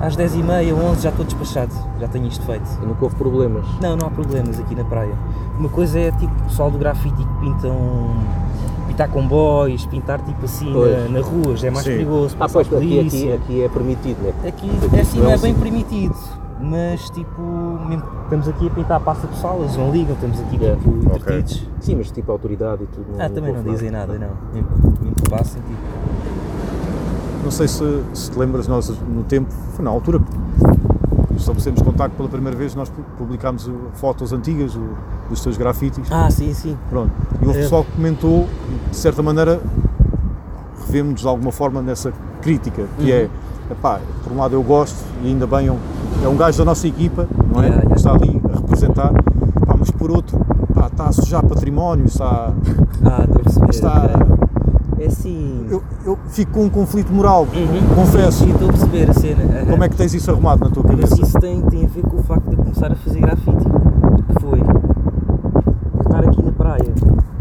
S3: Às 10h30, 11 já estou despachado. Já tenho isto feito.
S6: e nunca houve problemas.
S3: Não, não há problemas aqui na praia. Uma coisa é tipo o pessoal do grafite que pintam. pintar comboios, pintar tipo assim
S6: Pois.
S3: na, na ruas, é mais
S5: Sim.
S3: perigoso,
S6: Ah,
S3: passa a
S6: pois, aqui, aqui,
S3: polícia.
S6: aqui é permitido, né?
S3: Aqui,
S6: Aqui
S3: é assim,
S6: não
S3: não
S6: é
S3: é bem permitido, mas tipo, mesmo que estamos aqui a pintar passa pessoal, eles não ligam, estamos aqui
S6: Yeah.
S3: tipo
S5: Ok.
S3: entretidos.
S6: Sim, mas tipo a autoridade e tudo.
S3: Ah, também não
S6: houve
S3: dizem nada, não. Mesmo mesmo que passem, tipo.
S5: Não sei se, se te lembras, nós no tempo, foi na altura que estabelecemos contacto pela primeira vez, nós pu- publicámos uh, fotos antigas uh, dos teus grafites.
S3: Ah, sim, sim.
S5: Pronto. E houve
S3: É.
S5: pessoal que comentou, e, de certa maneira, revemos-nos de alguma forma nessa crítica, que é,
S3: Uhum.
S5: epá, por um lado eu gosto, e ainda bem, é um, é um gajo da nossa equipa, não é?
S3: Yeah, yeah.
S5: Está ali a representar, pá, mas por outro, pá, está a sujar património, está...
S3: Ah, estou a perceber.
S5: está
S3: É assim.
S5: eu, eu fico com um conflito moral,
S3: Uhum.
S5: confesso.
S3: Sim, estou a perceber a cena. aham.
S5: Como é que tens isso arrumado na tua
S3: Mas
S5: cabeça?
S3: isso tem, tem a ver com o facto de eu começar a fazer grafite. Que foi eu estar aqui na praia,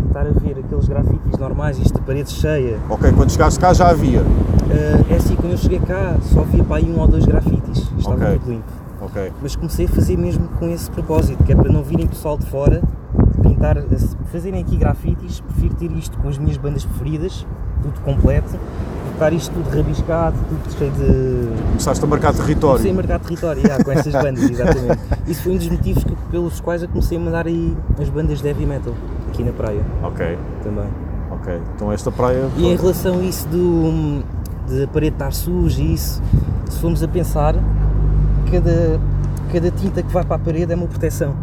S3: estar a ver aqueles grafites normais, isto de parede cheia.
S5: Ok, quando chegaste cá já havia.
S3: Ah, é assim, quando eu cheguei cá só via para aí um ou dois grafites. Estava
S5: Ok.
S3: muito limpo.
S5: Ok.
S3: mas comecei a fazer mesmo com esse propósito, que é para não virem pessoal de fora pintar, se fazerem aqui grafites, prefiro ter isto com as minhas bandas preferidas, tudo completo, e estar isto tudo rabiscado, tudo cheio de.
S5: Começaste a marcar
S3: Comecei a
S5: território.
S3: marcar território já, com essas bandas, exatamente. Isso foi um dos motivos que- pelos quais eu comecei a mandar aí as bandas de heavy metal, aqui na praia
S5: Ok,
S3: também.
S5: ok. Então esta praia.
S3: E em relação a isso do, de a parede estar suja e isso, se formos a pensar, cada, cada tinta que vai para a parede é uma proteção.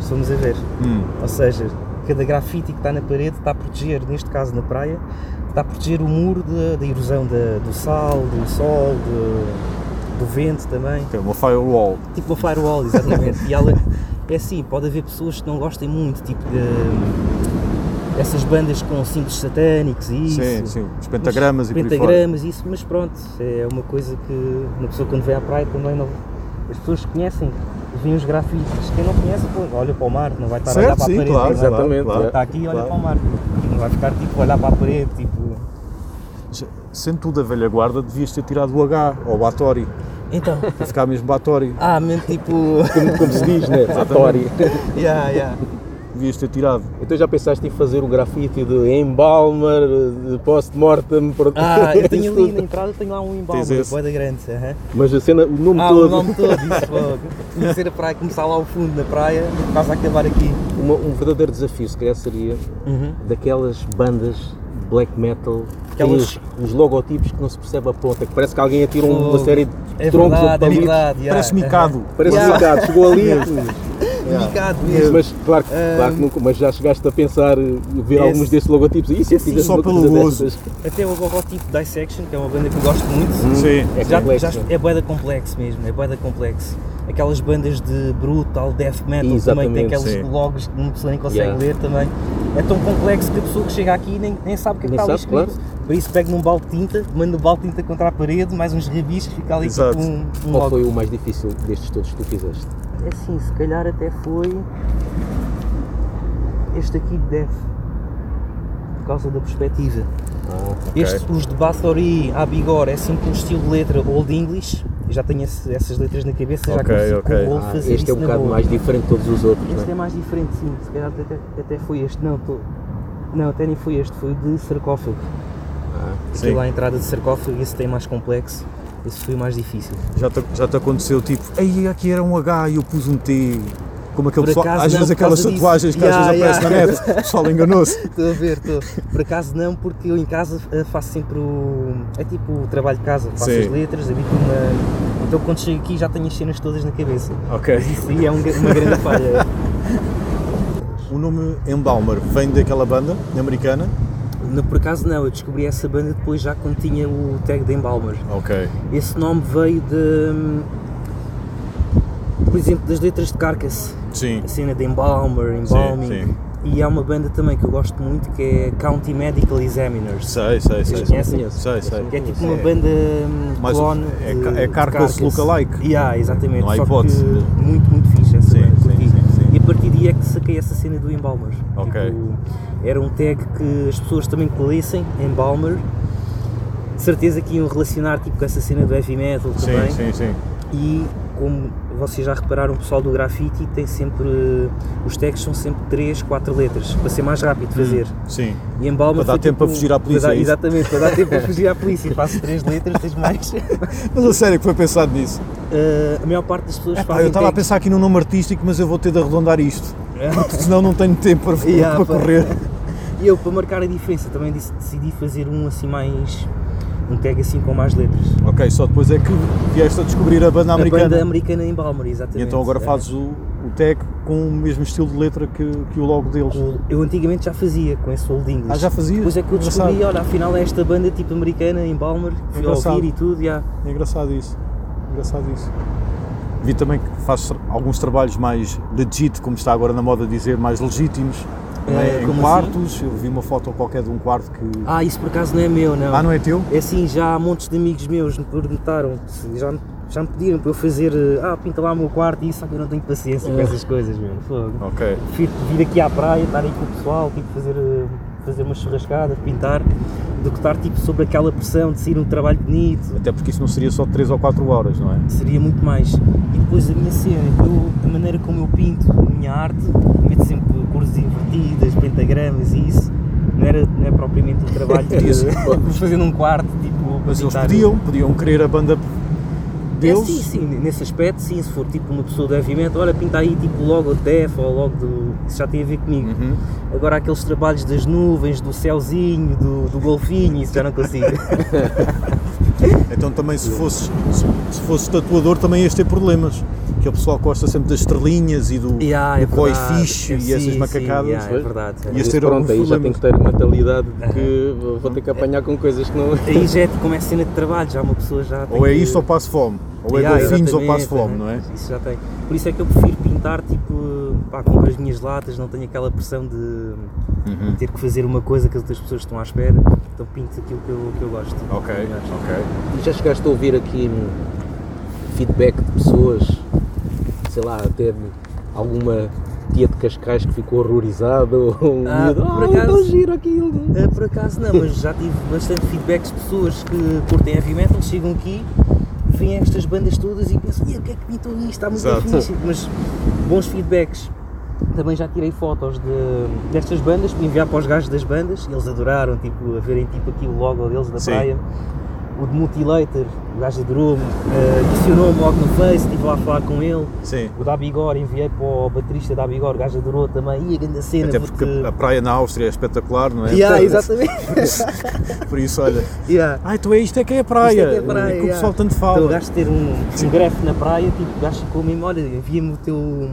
S3: Se formos a ver.
S5: Hum,
S3: Ou seja, cada grafite que está na parede está a proteger, neste caso na praia, está a proteger o muro da- da erosão da- do sal, do sol, do, do vento também.
S5: ok, uma firewall.
S3: Tipo uma firewall, exatamente. e ela, é assim, pode haver pessoas que não gostem muito, tipo de essas bandas com símbolos satânicos e isso.
S5: Sim, sim. Os pentagramas e por aí fora.
S3: Pentagramas, isso, mas pronto, é uma coisa que uma pessoa quando vem à praia também não. As pessoas conhecem, veem os grafites. Quem não conhece, pô, olha para o mar, não vai estar a olhar
S5: Certo,
S3: para a
S5: sim,
S3: parede.
S5: claro.
S3: exato.
S6: Exatamente,
S5: claro,
S6: é.
S3: Está aqui e olha
S5: claro.
S3: para o mar. Não vai ficar tipo a olhar para a parede, tipo.
S5: Já- Sendo tu da velha guarda, devias ter tirado o H ou o Batori.
S3: Então.
S5: Para ficar
S3: [laughs]
S5: mesmo Batori.
S3: Ah, mesmo tipo.
S6: Como, como se diz,
S5: É.
S6: né? Atori.
S3: yeah, yeah.
S5: Devias ter tirado.
S6: Então já pensaste em fazer o grafite de Embalmer, de post-mortem, por-
S3: Ah, [laughs] eu tenho
S6: [laughs] isso
S3: ali
S6: tudo.
S3: na entrada tenho lá um
S5: Tens
S3: embalme,
S5: esse?
S3: boa da grande. aham.
S6: Mas a cena, o nome
S3: Ah, o
S6: todo,
S3: nome todo, isso logo. Conhecer a praia, começar lá ao fundo da praia, quase a acabar aqui.
S6: uma- um verdadeiro desafio, se calhar, seria daquelas bandas de black metal, que têm
S3: Uhum. Aquelas-
S6: os, os logotipos que não se percebe a ponta, que parece que alguém atira um- uma
S3: Fogo.
S6: série de
S3: É
S6: troncos ou de
S3: verdade, é
S6: palitos.
S3: verdade. yeah.
S5: Parece micado.
S6: Parece
S3: Yeah.
S6: um bocado, chegou
S3: [laughs]
S6: ali.
S3: Aham. Micado
S6: Mas,
S3: mesmo.
S6: mas claro, que- claro que nunca, mas já chegaste a pensar eh, ver
S3: Esse-
S6: alguns desses logotipos e é se eu
S3: Esse
S6: tivesse
S5: só
S6: uma
S5: pelo
S6: coisa
S5: gozo.
S6: dessas?
S3: Até o logotipo Dissection, que é uma banda que eu gosto muito.
S5: Sim.
S6: É
S3: já,
S6: complexo.
S3: já- é boeda complexo mesmo, é boeda complexo. Aquelas bandas de brutal, death metal também, que
S6: Exatamente,
S3: tem aqueles
S5: sim.
S3: logos que uma pessoa nem consegue
S6: Yeah.
S3: ler também. É tão complexo que a pessoa que chega aqui nem, nem sabe o que é que
S6: Nem
S3: está ali
S6: sabe, claro.
S3: escrito. Para isso pego num balde de tinta, mando o balde de tinta contra a parede, mais uns rabiscos, fica ali
S5: Exato.
S3: tipo um, um
S6: Qual
S3: logo.
S6: foi o mais difícil destes todos que tu fizeste?
S3: É assim, se calhar até foi este aqui de Death. Por causa da perspectiva.
S6: Ah,
S3: Estes, os de Bathory à Bigor, é sempre um estilo de letra Old English. Eu já tenho esse- essas letras na cabeça, já
S5: Ok,
S3: consigo
S5: ok.
S3: com o rolo
S6: Ah,
S3: fazer
S6: este é
S3: isso
S6: um
S3: na
S6: bocado
S3: boa.
S6: mais diferente de todos os outros, não
S3: Este
S6: é?
S3: é mais diferente, sim. Se calhar até, até foi este. Não, tô- não até nem foi este, foi o de sarcófago. Aquilo
S6: Ah,
S5: Sim.
S3: lá à entrada de sarcófago, esse tem mais complexo, esse foi o mais difícil.
S5: Já te, já te aconteceu tipo, ei, aqui era um H e eu pus um T. Como aquele
S3: Por
S5: pessoal,
S3: acaso
S5: às
S3: não,
S5: vezes
S3: por causa
S5: aquelas
S3: disso.
S5: tatuagens que às
S3: Ya,
S5: vezes aparecem
S3: ya.
S5: na net, o pessoal enganou-se.
S3: Estou a ver, estou. Por acaso não, porque eu em casa eh, faço sempre o. É tipo o trabalho de casa, faço
S5: Sim.
S3: as letras, habito-me a- Então quando chego aqui já tenho as cenas todas na cabeça.
S5: Ok.
S3: Isso aí é um gra- uma grande falha.
S5: O nome Embaumer vem daquela banda americana.
S3: Não, por acaso não, eu descobri essa banda depois já quando tinha o tag de Embalmer.
S5: Ok.
S3: Esse nome veio de. hum, Por exemplo, das letras de Carcass,
S5: Sim.
S3: a cena de Embalmer, Embalming.
S5: sim.
S3: E há uma banda também que eu gosto muito que é County Medical Examiners.
S5: Sei, sei, sei.
S3: conhecem?
S5: Sei, sei.
S3: Que é tipo uma banda hum,
S5: Mais um-
S3: clone.
S5: é
S3: de-
S5: ca- é
S3: de
S5: Carcass lookalike.
S3: Yeah, exatamente.
S5: Não há
S3: Só
S5: hipótese.
S3: que muito, muito fixe essa
S5: Sim,
S3: banda.
S5: sim,
S3: curti.
S5: sim, sim.
S3: E a partir daí é que saquei essa cena do Embalmer.
S5: Ok.
S3: Tipo, era um tag que as pessoas também que lessem, Embalmer. De certeza que iam relacionar tipo, com essa cena do heavy metal também.
S5: sim, sim.
S3: E como vocês já repararam, o pessoal do graffiti tem sempre. eh, Os tags são sempre 3, 4 letras, para ser mais rápido de
S5: Hum.
S3: fazer.
S5: Sim.
S3: E em Balma
S5: Para dar
S3: foi
S5: tempo
S3: tipo-
S5: a fugir à polícia,
S3: para dar-
S5: é isso?
S3: exatamente, para dar tempo a fugir à polícia. Faço três letras, tens [laughs] mais.
S5: Mas a sério que foi pensado nisso?
S3: Uh, a maior parte das pessoas
S5: Epá,
S3: fazem.
S5: Ah, eu estava a
S3: tags.
S5: pensar aqui num nome artístico, mas eu vou ter de arredondar isto. Porque senão não tenho
S3: [laughs]
S5: tempo para,
S3: É? Yeah,
S5: para
S3: pá.
S5: correr.
S3: E eu, para marcar a diferença, também disse- decidi fazer um assim mais. um tag assim com mais letras.
S5: Ok, só depois é que vieste a descobrir a banda
S3: A banda é
S5: americana.
S3: americana em Balmer,
S5: E
S3: exatamente.
S5: então agora fazes o, o tag com o mesmo estilo de letra que, que o logo deles.
S3: O- Eu antigamente já fazia com esse old English.
S5: Ah, já fazias?
S3: Depois é que eu descobri,
S5: Engraçado.
S3: olha, afinal é esta banda tipo americana em Balmer, fui
S5: Engraçado.
S3: ouvir e tudo, já.
S5: É engraçado isso. Engraçado isso. Vi também que faz tra- alguns trabalhos mais legit, como está agora na moda dizer, mais legítimos.
S3: É,
S5: não é? em
S3: como
S5: quartos, eu vi uma foto qualquer de um quarto que.
S3: Ah, isso por acaso não é meu, não.
S5: Ah, não é teu?
S3: É assim, já há montes de amigos meus me perguntaram, já, me- já me pediram para eu fazer, eh, ah, pinta lá o meu quarto e isso, só que eu não tenho paciência
S5: É.
S3: com essas coisas, meu. Fogo.
S5: Ok.
S3: Prefiro vir aqui à praia, estar aí com o pessoal, tipo, fazer, eh, fazer uma churrascada, pintar, do que estar tipo, sobre aquela pressão de sair um trabalho bonito.
S5: Até porque isso não seria só 3 ou 4 horas, não é?
S3: Seria muito mais. E depois a minha cena, eu, a maneira como eu pinto a minha arte, meto sempre cores invertidas, pentagramas e isso. Não era, não é propriamente um
S5: [laughs]
S3: trabalho [laughs] de fazer num quarto, tipo, para
S5: Mas eles
S3: pintar.
S5: podiam, podiam querer a banda deles.
S3: É, sim, sim, nesse aspecto, sim, se for tipo uma pessoa do heavy metal, olha, pinta aí tipo logo o Def ou logo do. Isso já tem a ver comigo.
S5: Uhum.
S3: Agora há aqueles trabalhos das nuvens, do céuzinho, do, do golfinho, isso já não
S5: [laughs]
S3: consigo. [laughs]
S5: Então também se fosses, se- se fosses tatuador também ias ter problemas. Que é o pessoal gosta sempre das estrelinhas e do,
S3: yeah, é
S5: do koi
S3: verdade.
S5: fish e
S3: Sim,
S5: essas
S3: sim,
S5: macacadas.
S3: yeah, é verdade. é
S5: E
S3: verdade.
S5: esse
S6: Mas
S5: ter
S6: pronto,
S5: algum
S6: aí já
S5: problema.
S6: tenho que ter uma mentalidade de que vou ter que apanhar com coisas que não.
S3: Aí já é como é cena de trabalho, já uma pessoa já. tem
S5: então Ou é
S3: que-
S5: isto ou passo fome. Ou é
S3: Yeah,
S5: golfinhos ou
S3: exatamente, né?
S5: passo fome, não é?
S3: Isso já tem. Por isso é que eu prefiro pintar, tipo, pá, compro as minhas latas, não tenho aquela pressão de
S5: Uhum.
S3: de ter que fazer uma coisa que as outras pessoas estão à espera, então pinto aquilo que eu, que eu gosto.
S5: Ok, ok.
S6: E Já chegaste a ouvir aqui hum, feedback de pessoas, sei lá, até de alguma tia de Cascais que ficou horrorizada ou um
S3: Ah,
S6: miúdo,
S3: por
S6: "Ah,
S3: acaso-
S6: tão giro aquilo.
S3: Ah, por acaso não, mas já tive bastante feedbacks de pessoas que curtem heavy metal, chegam aqui, veem estas bandas todas e pensam, "Ih, o que é que pintou isto? Está muito
S5: Exato.
S3: difícil, mas bons feedbacks. Também já tirei fotos de- destas bandas para enviar para os gajos das bandas, eles adoraram, tipo, a verem tipo aqui o logo deles da
S5: Sim.
S3: praia. O de Mutilator, o gajo adorou-me, ah, adicionou-me logo no Face, estive lá a falar com ele.
S5: Sim.
S3: O da Bigor, enviei para o baterista da Bigor, o gajo adorou também, e a grande cena. [laughs]
S5: Até porque
S3: vou-te-
S5: a praia na Áustria é espetacular, não é?
S3: Yeah,
S5: Por-
S3: exatamente. [laughs]
S5: Por isso, olha.
S3: Yeah.
S5: Ah, então é isto é que é a praia.
S3: Isto é que é praia,
S5: que o
S3: já.
S5: pessoal tanto
S3: Então, o
S5: fala. é
S3: gajo ter um, um grefe na praia, tipo, o gajo ficou mesmo, olha, envia-me o teu,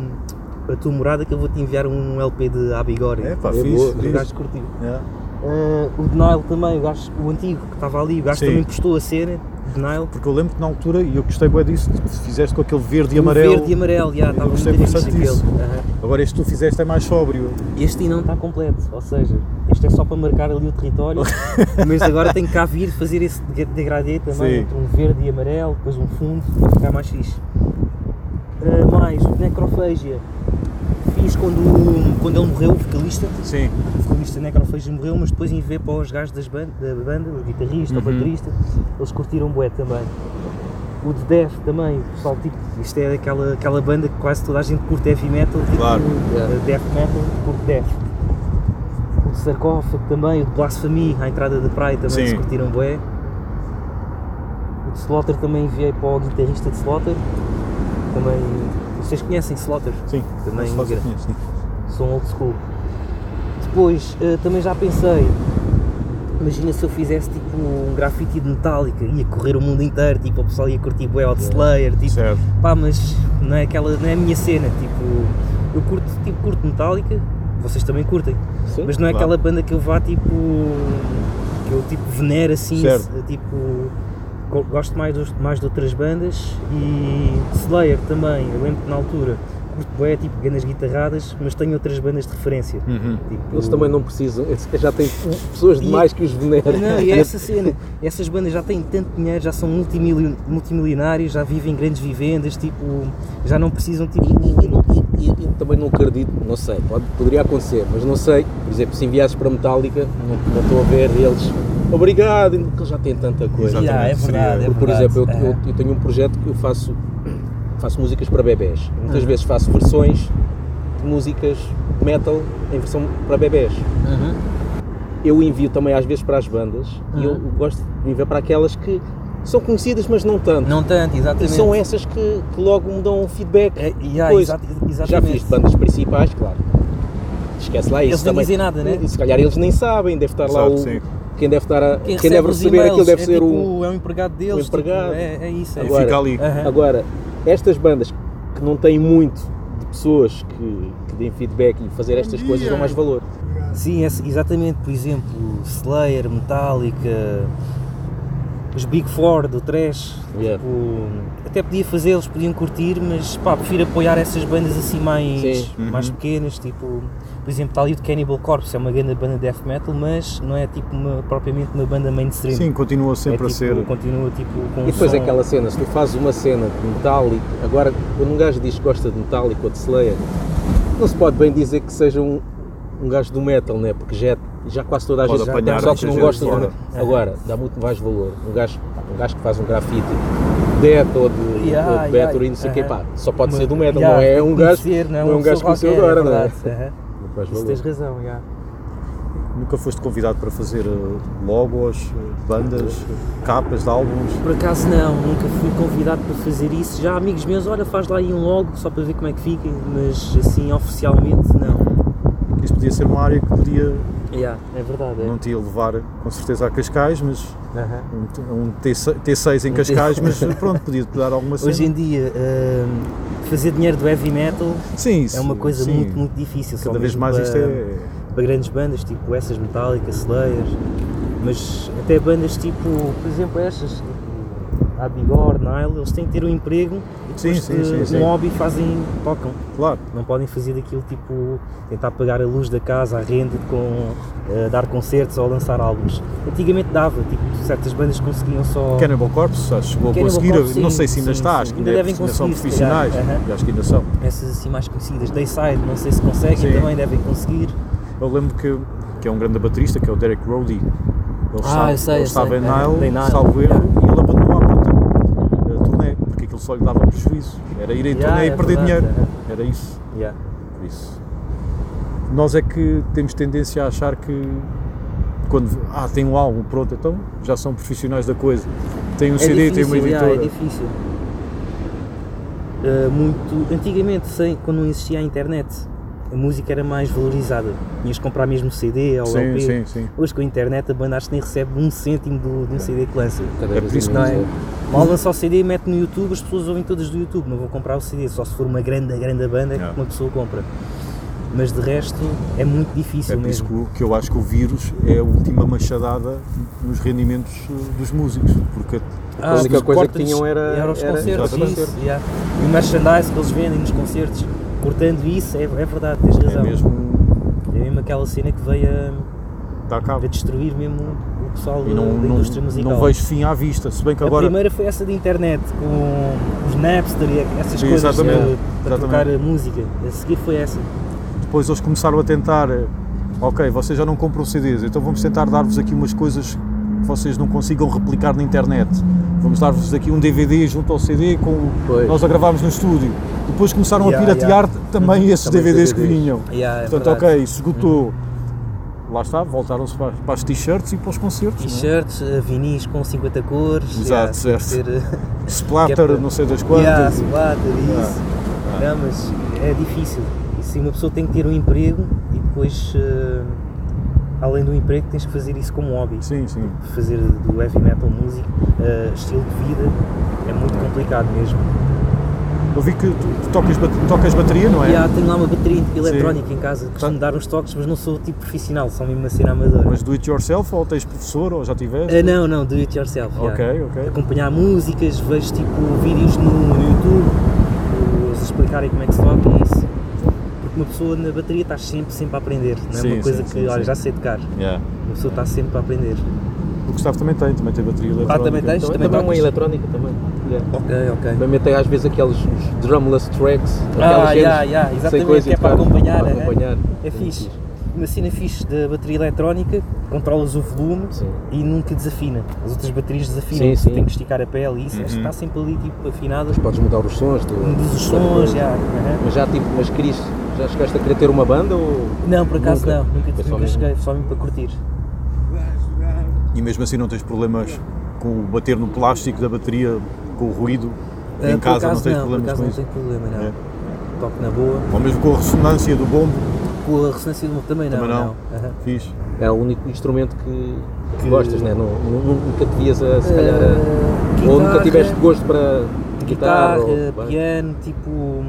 S3: a tua morada que eu vou-te enviar um LP de Abigori.
S5: É pá,
S6: É
S5: fixe.
S6: boa.
S3: o
S5: fixe. É.
S3: gajo curtiu.
S5: Yeah.
S3: Ah, o de Nile também, o, gajo, o antigo que estava ali, o gajo
S5: Sim.
S3: também postou a cena, de Nile.
S5: Porque eu lembro que na altura, e eu gostei bem disso, que fizeste com aquele verde e
S3: O
S5: amarelo.
S3: Um Verde e amarelo, já, estava muito
S5: gostei
S3: fixe
S5: bastante
S3: aquele.
S5: disso.
S3: Aham.
S5: Agora este que tu fizeste é mais sóbrio.
S3: Este não está completo, ou seja, este é só para marcar ali o território, mas agora tem que cá vir fazer esse de- degradê também,
S5: Sim.
S3: entre um verde e amarelo, depois um fundo, para ficar mais fixe. Ah, mais, o de necrofagia. Fiz quando, quando ele morreu, o vocalista,
S5: Sim.
S3: o vocalista de necrofagia morreu, mas depois enviei para os gajos das ban- da banda, o guitarrista, o baterista, eles curtiram bué também. O de Death também, o pessoal, tipo, isto é aquela, aquela banda que quase toda a gente curte heavy metal, tipo
S5: Claro.
S3: eh, death metal, curte Death. O de sarcófago também, o de Blasphemy, à entrada da praia também
S5: Sim.
S3: se curtiram bué. O de Slaughter também enviei para o guitarrista de Slaughter. Também. Vocês conhecem Slaughter?
S5: Sim,
S3: Também
S5: Mas faz o
S3: gra-
S5: que tinha, sim.
S3: são old school. Depois eh, também já pensei, imagina se eu fizesse tipo um grafite de Metallica, ia correr o mundo inteiro, tipo, o pessoal ia curtir bué de Slayer, tipo,
S5: Certo.
S3: pá, mas não é aquela, não é a minha cena, tipo, eu curto, tipo, curto Metallica, vocês também curtem,
S6: Sim,
S3: mas não é
S5: claro.
S3: aquela banda que eu vá tipo, que eu tipo venero assim,
S5: Certo.
S3: se- tipo, go- gosto mais, dos, mais de outras bandas e Slayer também, eu lembro que na altura curto bué, tipo, grandes guitarradas, mas tenho outras bandas de referência,
S5: Uhum.
S3: tipo,
S6: Eles também não precisam, eles já têm pessoas demais que os veneram.
S3: não, e é essa cena, essas bandas já têm tanto dinheiro, já são multimilion- multimilionários, já vivem em grandes vivendas, tipo, já não precisam, tipo,
S6: E, e- e também não acredito, não sei, pode- poderia acontecer, mas não sei. Por exemplo, se enviasses para Metallica, não, não estou a ver eles. Obrigado, porque eles já têm tanta coisa.
S5: Exatamente,
S3: Yeah, é
S5: seria-
S3: verdade, é
S6: Porque, por
S3: verdade.
S6: exemplo, eu, eu-
S3: Aham.
S6: eu tenho um projeto que eu faço, faço músicas para bebés. Muitas
S3: Uhum.
S6: vezes faço versões de músicas metal em versão para bebés.
S3: Uhum.
S6: Eu envio também às vezes para as bandas e eu
S3: Uhum.
S6: gosto de enviar para aquelas que são conhecidas, mas não tanto.
S3: não tanto,
S6: E
S3: exatamente.
S6: são essas que, que logo me dão um feedback.
S3: É, yeah,
S6: Pois,
S3: exa- exatamente.
S6: já fiz de bandas principais, claro. Esquece lá isso.
S3: Eles nem
S6: também.
S3: dizem nada, né?
S6: E se calhar eles nem sabem, deve estar lá
S5: Exato,
S6: o.
S5: sim.
S6: Quem deve estar a. Quem,
S3: recebe
S6: deve
S3: os
S6: receber
S3: e-mails,
S6: aquilo deve
S3: é
S6: ser o.
S3: tipo, É o empregado deles, tipo,
S6: empregado.
S3: é, é isso. É
S6: Agora-
S5: Fica ali.
S3: Aham.
S6: Agora, estas bandas que não têm muito de pessoas que, que deem feedback e fazer estas coisas dão mais valor.
S3: Sim, esse- exatamente. Por exemplo, Slayer, Metallica, os Big Four do trash.
S6: Yeah.
S3: Tipo, até podia fazê-los, podiam curtir, mas pá, prefiro apoiar essas bandas assim mais,
S6: Sim.
S3: mais
S5: Uhum.
S3: pequenas. Tipo, por exemplo, está ali o Cannibal Corpse, é uma grande banda de death metal, mas não é tipo uma- propriamente uma banda mainstream.
S5: Sim, continua
S3: é,
S5: sempre a
S3: tipo,
S5: ser.
S3: Continua tipo com um
S6: E depois
S3: som-
S6: é aquela cena, se tu fazes uma cena de Metallica, agora quando um gajo diz que gosta de Metallica ou de Slayer, não se pode bem dizer que seja um, um gajo do metal, né? porque já, é- já quase toda a
S5: Pode
S6: gente
S5: apanhar
S6: só que não
S5: muita
S6: gosta
S5: gente
S6: do
S5: fora.
S6: metal. Agora, dá muito mais valor. Um gajo, um gajo que faz um grafite de death ou de,
S3: Yeah,
S6: ou de
S3: yeah,
S6: Bathory, não sei o quê,
S3: aham.
S6: pá, só pode
S3: uma-
S6: ser do metal,
S3: Yeah,
S6: não é
S3: tem
S6: um
S3: que
S6: gajo,
S3: conhecer,
S6: não é um
S3: Uma
S6: gajo que
S3: pessoa
S6: conheceu
S3: qualquer,
S6: agora, não é?
S3: verdade, aham.
S6: Muito mais
S3: Isso
S6: valor.
S3: tens razão, yeah.
S5: Nunca foste convidado para fazer eh, logos, eh, bandas, eh, capas de álbuns.
S3: Por acaso não, nunca fui convidado para fazer isso. Já amigos meus, olha, faz lá aí um logo só para ver como é que fica, mas assim oficialmente não.
S5: Isso podia ser uma área que podia,
S3: Yeah, é verdade, é.
S5: não te ia levar com certeza a Cascais, mas
S3: Aham.
S5: um, T- um T6, T6 em Cascais, mas eh, pronto, podia-te dar
S3: [laughs]
S5: alguma cena.
S3: Hoje em dia, hum, fazer dinheiro do heavy metal
S5: sim, isso,
S3: é uma coisa
S5: sim.
S3: muito, muito difícil. só
S5: Cada vez
S3: mesmo
S5: mais
S3: para,
S5: isto é.
S3: para grandes bandas, tipo essas Metallica, Slayer, mas até bandas tipo, por exemplo, estas, tipo, Abigor, Nile, eles têm que ter um emprego e
S5: Sim,
S3: depois
S5: sim,
S3: de
S5: sim,
S3: um
S5: sim.
S3: hobby fazem, tocam.
S5: Claro,
S3: Não podem fazer daquilo tipo tentar pagar a luz da casa, a renda, com eh, dar concertos ou lançar álbuns. Antigamente dava, tipo, certas bandas conseguiam só.
S5: Cannibal Corpse, acho que chegou a
S3: Cannibal
S5: conseguir,
S3: Corpse,
S5: não
S3: sim,
S5: sei se ainda
S3: sim,
S5: está,
S3: sim.
S5: acho que
S3: Ainda
S5: ainda, é-
S3: devem
S5: ainda são
S3: conseguir, se calhar.
S5: profissionais, acho que ainda são.
S3: Essas assim mais conhecidas, Dayside, não sei se conseguem,
S5: Sim.
S3: também devem conseguir.
S5: Eu lembro que, que é um grande baterista, que é o Derek Rowdy. Ele,
S3: eu sei, eu
S5: ele estava
S3: sei.
S5: em
S3: Ah,
S5: Nile,
S3: em Nile,
S5: salvo erro,
S3: yeah.
S5: e ele abandonou a puta, a turnê, porque aquilo só lhe dava prejuízo. Era ir em
S3: Yeah,
S5: turnê
S3: é
S5: e perder
S3: verdade,
S5: dinheiro. Era isso.
S3: Yeah.
S5: Por isso. Nós é que temos tendência a achar que quando ah, tem um álbum pronto, então já são profissionais da coisa. Tem um CD, tem uma
S3: É difícil, já,
S5: editora.
S3: é difícil. Uh, muito antigamente, sem, quando não existia a internet, a música era mais valorizada. Tinhas que comprar mesmo CD ou
S5: Sim,
S3: LP.
S5: sim, sim.
S3: Hoje com a internet a banda acho que nem recebe um cêntimo do, de um CD que lança.
S6: Cada
S5: É
S6: vez
S5: por isso que
S3: Não
S6: menos,
S3: é?
S6: é.
S3: Mal lança o CD, mete no YouTube, as pessoas ouvem todas do YouTube, não vão comprar o CD, só se for uma grande, grande banda é que
S5: Yeah.
S3: uma pessoa compra. Mas de resto é muito
S5: É
S3: difícil
S5: por isso
S3: mesmo.
S5: que, o- que eu acho que o vírus é a última machadada nos rendimentos eh, dos músicos, porque é
S3: Ah,
S6: A única
S3: mas
S6: coisa que
S3: corta-lhes-
S6: tinham era,
S3: Era os concertos,
S5: exatamente.
S3: isso, yeah. E o merchandise que eles vendem nos concertos. Portanto, isso é, é verdade, tens
S5: é
S3: razão.
S5: mesmo
S3: É mesmo aquela cena que veio a,
S5: dá
S3: a
S5: cabo.
S3: destruir mesmo o pessoal
S5: E não,
S3: da
S5: não,
S3: indústria musical.
S5: não vejo fim à vista, se bem que agora
S3: A primeira foi essa da internet, com os Napster e essas
S5: Sim,
S3: coisas eh,
S5: exatamente,
S3: para
S5: exatamente.
S3: tocar a música. A seguir foi essa.
S5: depois eles começaram a tentar, eh, ok, vocês já não compram CDs, então vamos tentar dar-vos aqui umas coisas que vocês não consigam replicar na internet. Vamos dar-vos aqui um DVD junto ao CD com o-
S6: Pois.
S5: nós a gravámos no estúdio. Depois começaram
S3: Yeah, Uhum.
S5: a piratear também esses
S6: Também
S5: DVDs, que
S6: DVDs.
S5: vinham.
S3: Yeah, é
S5: Portanto,
S3: verdade.
S5: ok, isso esgotou. lá está, voltaram-se para, para as t-shirts e para os concertos. não é?
S3: T-shirts, eh, vinis com 50 cores.
S5: Exato,
S3: yeah,
S5: certo.
S3: Ser, eh,
S5: Splatter,
S3: Que é para-
S5: não sei das quantas. Ah.
S3: Yeah, splatter, isso. Não, mas é difícil. E se uma pessoa tem que ter um emprego e depois, eh, além do emprego, tens que fazer isso como hobby.
S5: Sim, sim.
S3: Fazer do heavy metal música, eh, estilo de vida, é muito complicado mesmo.
S5: Eu vi que tu, tu tocas, bate- tocas bateria, não é?
S3: Yeah, tenho lá uma bateria eletrónica em casa, costumo dar uns toques, mas não sou tipo profissional, sou mesmo uma cena amadora.
S5: Tá. Mas do it yourself ou tens professor ou já tiveste?
S3: Ah, não, não, do it yourself. já.
S5: Ok, ok.
S3: Acompanhar músicas, vejo tipo vídeos no, no YouTube, eles explicarem como é que se toca e isso. Porque uma pessoa na bateria está sempre, sempre a aprender, não é
S5: Sim,
S3: uma coisa
S5: sim,
S3: que,
S5: sim,
S3: olha,
S5: sim.
S3: já sei tocar.
S5: Yeah.
S3: Uma pessoa está sempre a aprender.
S5: O Gustavo também tem, também tem bateria eletrónica.
S3: Ah, também tens?
S5: Então,
S6: Também,
S3: tocas?
S6: uma eletrónica também. Yeah.
S3: Ok, ok.
S6: Também tem às vezes aqueles os drumless tracks, aquelas cenas
S3: Ah, yeah, yeah,
S6: sem
S3: exatamente,
S6: coisa
S3: que é
S6: e
S3: para
S6: tocar,
S3: acompanhar,
S6: para
S3: é?
S6: acompanhar.
S3: É fixe. Uma cena fixe da bateria eletrónica, controlas o volume
S6: Sim.
S3: e nunca desafina. As outras baterias desafinam,
S6: Sim,
S3: você
S6: sim.
S3: tem que esticar a pele e isso, esta está sempre ali tipo afinada,
S6: Mas podes mudar os sons, do-
S3: diz os sons, já. é? aham.
S6: Mas já tipo, mas querias, já chegaste a querer ter uma banda ou.
S3: Não, por acaso
S6: Nunca.
S3: não, nunca,
S6: Foi só
S3: nunca
S6: mesmo.
S3: cheguei, só mesmo para curtir.
S5: E mesmo assim não tens problemas com o bater no plástico da bateria, com o ruído.
S3: Ah,
S5: em
S3: por
S5: casa não
S3: acaso
S5: tens
S3: não, por
S5: problemas
S3: acaso
S5: com
S3: não
S5: isso.
S3: tenho problema, não.
S5: É.
S3: Toco na boa,
S5: Ou mesmo com a ressonância do bombo,
S3: com a ressonância do mundo também não.
S5: Também não.
S3: aham.
S5: fixe.
S6: É o único instrumento que, que
S3: Que-
S6: gostas, né? Não, nu- nunca te vias a, se calhar, a-
S3: Ah,
S6: ou nunca
S3: guitarra,
S6: tiveste gosto para guitarra,
S3: guitarra,
S6: ou,
S3: piano, tipo.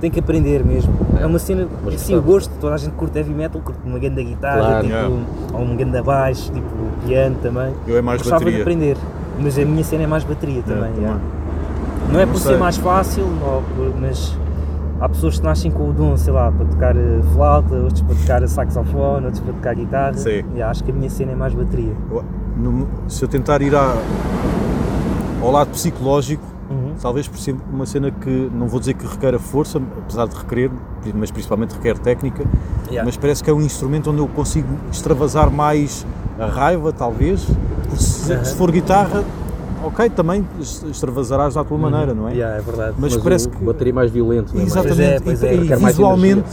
S3: Tem que aprender mesmo. É uma cena,
S6: Mas
S3: assim, o
S6: gostava.
S3: gosto, toda a gente curte heavy metal, curte uma grande guitarra,
S6: Claro,
S3: tipo, ou um grande baixo, tipo piano também.
S5: Eu é mais
S3: Gostava de
S5: bateria.
S3: aprender, mas a minha cena é mais bateria também.
S5: também.
S3: yeah. Não é por
S5: sei.
S3: ser mais fácil, ou por- mas há pessoas que nascem com o dom, sei lá, para tocar eh, flauta, outros para tocar saxofone, outros para tocar guitarra.
S5: Sim.
S3: E acho que a minha cena é mais bateria.
S5: Eu- no- se eu tentar ir à- ao lado psicológico,
S3: Uhum.
S5: talvez por ser uma cena que não vou dizer que requer a força, apesar de requerer, mas principalmente requer técnica,
S3: Yeah.
S5: mas parece que é um instrumento onde eu consigo extravasar mais a raiva, talvez. Porque se,
S3: Aham.
S5: se for guitarra, ok, também es- extravasarás da tua maneira, não é?
S3: Yeah, é verdade.
S5: Mas,
S6: mas
S5: parece
S6: o
S5: que.
S6: bateria mais violento, né? Mais-
S5: Exatamente,
S3: é, Pois é,
S5: e-
S3: pois é.
S5: e,
S3: Requer
S6: mais
S5: visualmente,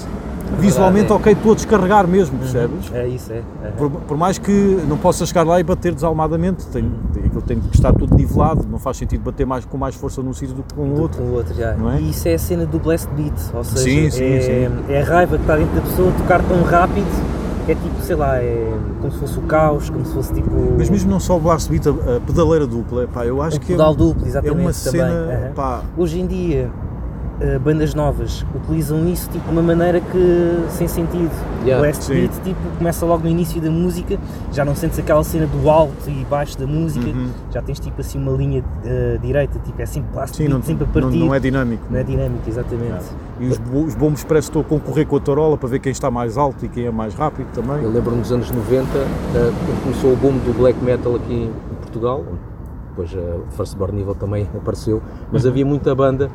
S5: visualmente
S3: É
S5: ok, estou a descarregar mesmo, percebes?
S3: É isso, é. Aham.
S5: Por, por mais que não possa chegar lá e bater desalmadamente, tem, tem- aquilo tem que estar tudo nivelado, não faz sentido bater mais, com mais força num sítio do que com o Um outro.
S3: Com o Um outro, já.
S5: Não é?
S3: E isso é a cena do blast beat, ou seja,
S5: Sim, sim,
S3: é,
S5: sim.
S3: é a raiva que está dentro da pessoa tocar tão rápido, é tipo, sei lá, é como se fosse o caos, como se fosse tipo
S5: Mas mesmo não só o blast beat, a, a pedaleira dupla, pá, eu acho
S3: um
S5: que é,
S3: pedal duplo,
S5: é
S3: exatamente, também.
S5: uma cena,
S3: Aham.
S5: pá,
S3: Hoje em dia, eh, bandas novas utilizam isso tipo, de uma maneira que sem sentido.
S6: Yeah,
S3: o blast
S5: sim.
S3: beat tipo, começa logo no início da música, já não sentes aquela cena do alto e baixo da música,
S5: Uhum.
S3: já tens tipo assim uma linha eh, direita, tipo, é sempre blast
S5: sim,
S3: beat,
S5: não,
S3: sempre a
S5: não,
S3: partir.
S5: não é dinâmico.
S3: Não é dinâmico, exatamente.
S5: E os, bo- os bombos parece que estou a concorrer com a tarola para ver quem está mais alto e quem é mais rápido também.
S6: Eu lembro-me dos anos 90, eh, quando começou o boom do black metal aqui em Portugal, depois eh, a Firstborn Evil também [laughs] apareceu, mas havia muita banda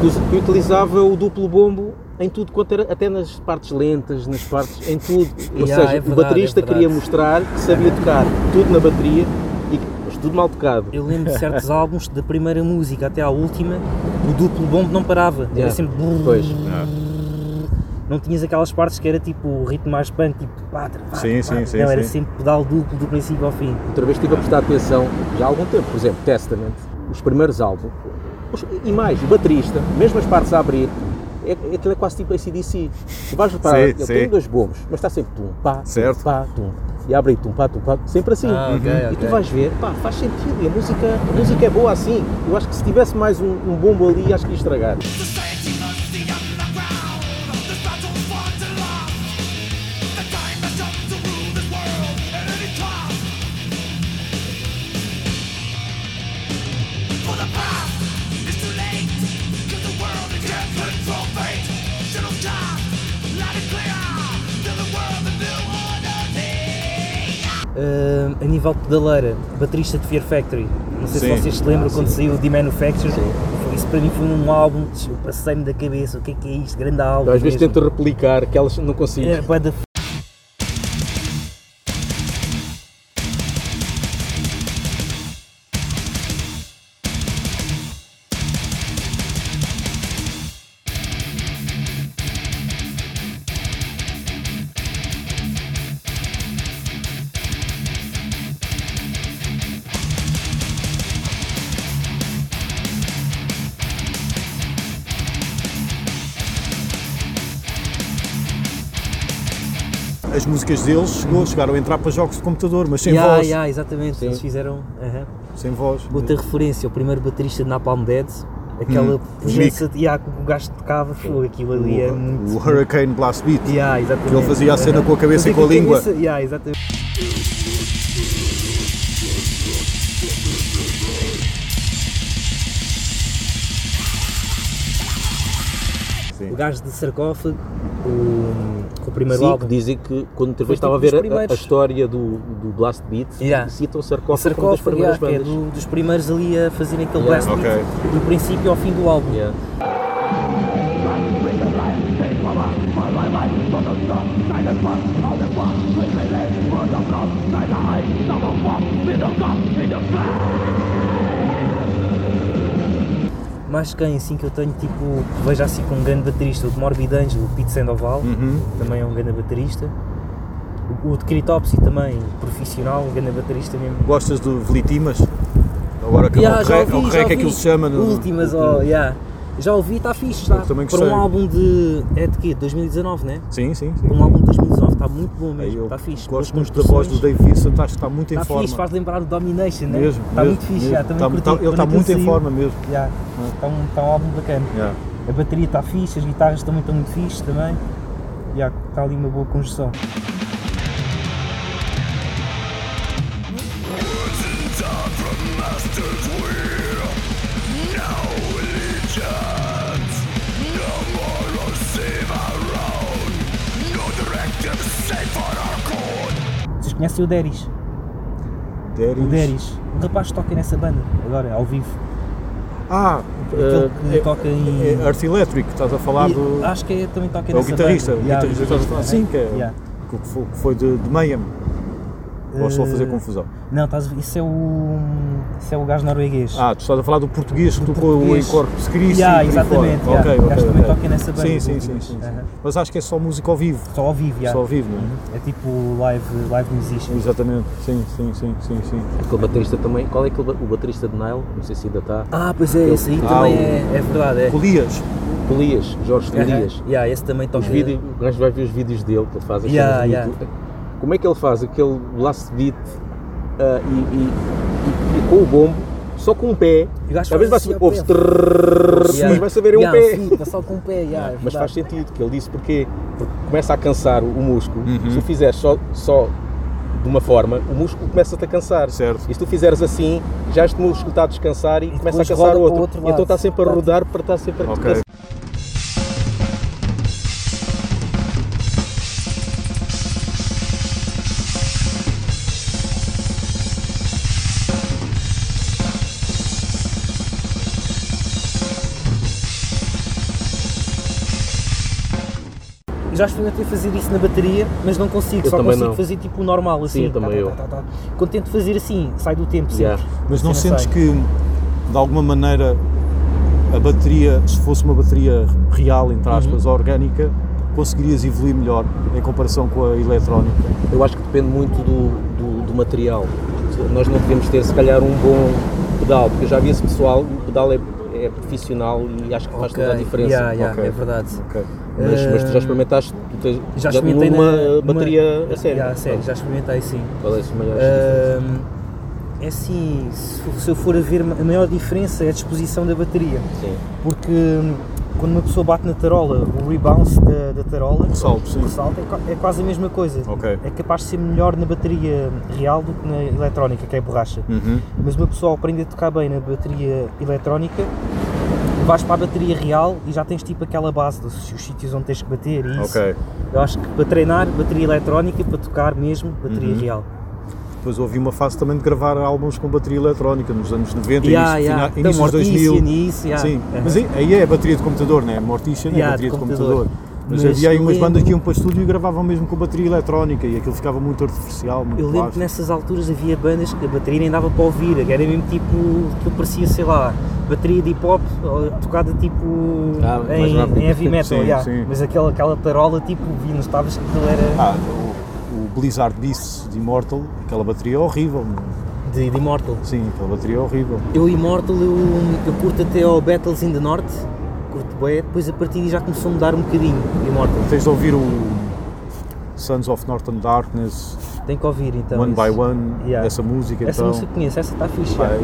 S6: que us- que utilizava o duplo bombo em tudo quanto era, até nas partes lentas, nas partes, em tudo. Ou
S3: Yeah,
S6: seja,
S3: é
S6: o
S3: verdade,
S6: baterista
S3: é verdade.
S6: queria mostrar que sabia tocar tudo na bateria, e, que- mas tudo mal tocado.
S3: Eu lembro de
S5: [laughs]
S3: certos álbuns, da primeira música até à última, o duplo bombo não parava. Era
S6: Yeah.
S3: sempre.
S6: Pois.
S3: Não tinhas aquelas partes que era tipo o ritmo mais punk, tipo patra, patra,
S5: Sim, sim,
S3: patra.
S5: sim,
S3: Não, era
S5: sim.
S3: sempre pedal duplo do princípio ao fim.
S6: Outra vez estive a prestar atenção, já há algum tempo, por exemplo, Testament, os primeiros álbuns, os- e mais, o baterista, mesmo as partes a abrir, é, é, aquilo é quase tipo ACDC. Tu vais reparar,
S5: Sim,
S6: ele
S5: sim.
S6: tem dois bombos, mas está sempre tum, pá, tum,
S5: Certo.
S6: pá, tum, e abre tum, pá, tum, pá, sempre assim.
S3: Ah, ok,
S6: E
S3: ok.
S6: tu vais ver, pá, faz sentido, e a música, a música é boa assim. Eu acho que se tivesse mais um, um bombo ali, acho que ia estragar.
S3: Ah, a nível de pedaleira, baterista de Fear Factory, não sei
S5: Sim.
S3: se vocês se lembram quando saiu o The Manufacture, isso para mim foi um álbum, eu passei-me da cabeça, o que é que é isto? Grande álbum.
S6: Eu às vezes
S3: mesmo.
S6: tento replicar, que elas não consigo.
S3: É, bué da f-
S5: as músicas deles chegou, chegaram a entrar para jogos de computador, mas sem
S3: yeah,
S5: voz.
S3: yeah, exatamente, eles fizeram. aham.
S5: Sem voz.
S3: Outra referência, o primeiro baterista de Napalm Dead, aquela presença de yeah, que o gajo tocava, fogo, aquilo ali é muito.
S5: O Hurricane Blast Beat.
S3: Yeah, exatamente.
S5: Que ele fazia a cena com a cabeça
S3: Fazia
S5: e com a língua.
S3: cabeça- yeah, exatamente.
S5: Sim.
S3: O gajo de sarcófago, o, com o primeiro
S6: Sim, que
S3: álbum.
S6: dizem que quando entrevista
S3: Foi
S6: estava a ver
S3: tipo dos
S6: a- a,
S3: primeiros.
S6: história do, do Blast Beat,
S3: Yeah.
S6: citam o
S3: O
S6: sarcófago como das
S3: sarcófago, yeah,
S6: primeiras
S3: que é
S6: bandas.
S3: do- dos primeiros ali a fazerem aquele
S6: Yeah.
S3: blast beat,
S5: Ok.
S3: do princípio ao fim do álbum.
S6: Yeah.
S3: Mais quem assim que eu tenho, tipo, que vejo assim como um grande baterista, o de Morbid Angel, o Pete Sandoval,
S6: Uhum.
S3: também é um grande baterista. O, o de Critopsy também, profissional, um grande baterista mesmo.
S5: Gostas do Velitimas? Agora que
S3: Yeah,
S5: o
S3: já
S5: rec,
S3: ouvi,
S5: o
S3: já
S5: rec é que
S3: ouvi.
S5: ele se chama. no-
S3: Últimas, oh, yeah. Já ouvi, está fixe, está.
S5: Eu também
S3: Para
S5: gostei.
S3: um álbum de. É de quê? 2019, né?
S5: Sim, sim.
S3: Para
S5: sim.
S3: um álbum de 2019, está muito bom
S5: Aí
S3: mesmo,
S5: eu
S3: está Tá fixe. Boas
S5: gosto muito da voz do
S3: construções.
S5: Dave Vincent, acho que está muito em
S3: Está
S5: forma.
S3: Tá fixe, faz lembrar o Domination, né?
S5: mesmo,
S3: Está
S5: mesmo,
S3: muito fixe,
S5: mesmo.
S3: já, também
S5: Tá-
S3: curti.
S5: tá- Ele
S3: Quando
S5: está
S3: aquilo
S5: muito em
S3: saiu,
S5: forma mesmo.
S3: já, Está um, está um álbum bacana.
S5: Yeah.
S3: A bateria está fixe, as guitarras também estão muito fixe também. E há- está ali uma boa conjunção. Vocês conhecem o Deris? O Deris. O rapaz que toca nessa banda, agora, ao vivo.
S5: Ah,
S3: Aquele que
S5: eh,
S3: toca em.
S5: é Art Electric, estás a falar
S3: E
S5: do.
S3: Acho que é, também toca
S5: É o
S3: nessa
S5: guitarrista, o
S3: banda. Yeah,
S5: guitarrista que estás a falar. Sim, que é- que foi- que foi de, de Mayhem. Ou estou a fazer
S3: Eh,
S5: confusão.
S3: Não, estás, isso é o. Isso é o gajo norueguês.
S5: Ah, tu estás a falar do português que tocou o
S3: português.
S5: Incorpus Christi.
S3: Yeah,
S5: e por aí fora.
S3: exatamente, yeah.
S5: Ok,
S3: O gajo
S5: ok,
S3: também
S5: ok.
S3: toca nessa banda,
S5: Sim,
S3: os
S5: sim, sim.
S3: últimos.
S5: sim, sim.
S3: Aham.
S5: Mas acho que é só música ao vivo.
S3: Só ao vivo, yeah.
S5: Só ao vivo, não é?
S3: É tipo live, live musician.
S5: Exatamente. Sim, sim, sim, sim, sim.
S6: Aquele baterista também, qual é aquele, ba- o baterista de Nile? Não sei se ainda tá. está.
S3: Ah, pois é, esse aí
S5: Ah,
S3: também
S5: o-
S3: é, é verdade. É.
S5: Colias.
S6: Colias, Jorge
S3: Aham.
S6: Colias.
S3: Yeah, esse também toca.
S6: Os vídeos, o gajo vai ver os vídeos dele, que ele faz as
S3: Yeah,
S6: cenas no
S3: yeah.
S6: YouTube. Como é que ele faz aquele blast beat ah, e, e- e- e com o bombo, só com um pé?
S3: O gajo
S6: Às vezes
S3: faz
S6: vai
S3: assim
S6: saber,
S3: ao
S6: ouve-se
S3: pé.
S6: trrrrrrrrrrrr,
S3: Yeah.
S6: mas vai saber é um
S3: Yeah,
S6: pé.
S3: Sim, passar com o pé, yeah, é
S6: Mas faz
S3: verdade.
S6: sentido, que ele disse porquê? Porque começa a cansar o músculo. Se o fizeres só, só de uma forma, o músculo começa-te a cansar.
S5: Certo.
S6: E se tu fizeres assim, já este músculo está a descansar e, começa a
S3: depois
S6: cansar
S3: roda
S6: o outro.
S3: para o outro lado.
S6: então está sempre a rodar para estar sempre a
S5: Ok.
S3: Já experimentei fazer isso na bateria, mas não consigo,
S6: Eu
S3: só
S6: também
S3: consigo
S6: não.
S3: fazer tipo o normal assim.
S6: Sim, também eu.
S3: Quando tento fazer assim, sai do tempo sempre.
S6: Yeah.
S5: Mas não
S3: Sim,
S5: sentes
S3: sei.
S5: que, de alguma maneira, a bateria, se fosse uma bateria real, entre
S3: Uhum.
S5: aspas, orgânica, conseguirias evoluir melhor em comparação com a eletrónica?
S6: Eu acho que depende muito do, do, do material. Nós não devemos ter, se calhar, um bom pedal, porque eu já vi esse pessoal, o pedal é, é profissional e acho que faz
S3: Ok,
S6: toda a diferença.
S3: yeah, yeah,
S5: Ok.
S3: É verdade.
S5: Ok.
S6: Mas, mas tu já
S3: Eh,
S6: experimentaste, tu tens,
S3: Já experimentei
S6: experimentei uma
S3: na-
S6: bateria a sério.
S3: Yeah, a sério, já Eh, experimentei sim.
S6: Qual é a maior
S3: Ahm, é assim, se, se eu for a ver, a maior diferença é a disposição da bateria.
S6: Sim.
S3: Porque hum, quando uma pessoa bate na tarola, o rebounce da, da tarola,
S5: Ressalto, sim.
S3: o ressalto é, qua- é quase a mesma coisa.
S5: Ok.
S3: É capaz de ser melhor na bateria real do que na eletrónica, que é borracha.
S5: Uhum.
S3: Mas uma pessoa aprende a tocar bem na bateria eletrónica, vais para a bateria real e já tens tipo aquela base dos os sítios onde tens que bater e isso.
S5: Ok.
S3: Eu acho que para treinar, bateria eletrónica, para tocar mesmo, bateria
S5: Uhum.
S3: real.
S5: Depois houve uma fase também de gravar álbuns com bateria eletrónica nos anos 90
S3: Yeah,
S5: início,
S3: yeah.
S5: fina- início dos
S3: Da
S5: 2000.
S3: Mortícia, nisso, yeah.
S5: Sim,
S3: Aham.
S5: mas aí- aí é a bateria de computador, não é? Morticia é
S3: Yeah,
S5: a bateria
S3: de
S5: de computador.
S3: computador.
S5: Mas,
S3: Mas
S5: havia aí
S3: eu
S5: umas bandas
S3: lembro-
S5: que iam para o estúdio e gravavam mesmo com bateria eletrónica e aquilo ficava muito artificial, muito
S3: Eu lembro que
S5: plástico.
S3: nessas alturas havia bandas que a bateria nem dava para ouvir, que era mesmo tipo, que parecia, sei lá, bateria de hip hop ou tocada tipo
S6: Ah, mais
S3: em,
S6: rápido.
S3: em heavy metal,
S5: Sim,
S3: yeah.
S5: sim.
S3: mas aquela, aquela tarola tipo, vi, não estavas que aquilo era
S5: Ah, o, o Blizzard Beasts de Immortal, aquela bateria é horrível. meu.
S3: de, de Immortal.
S5: Sim, aquela bateria é horrível.
S3: Eu Immortal, eu, eu curto até ao Battles in the North, curto bem, depois a partir daí já começou a mudar um bocadinho, Immortal.
S5: Tens de ouvir o, Sons of Northern Darkness,
S3: Tem que ouvir então.
S5: One
S3: isso.
S5: by One,
S3: Yeah.
S5: essa música
S3: Essa
S5: então.
S3: música eu conheço, essa está fixe.
S5: Vai.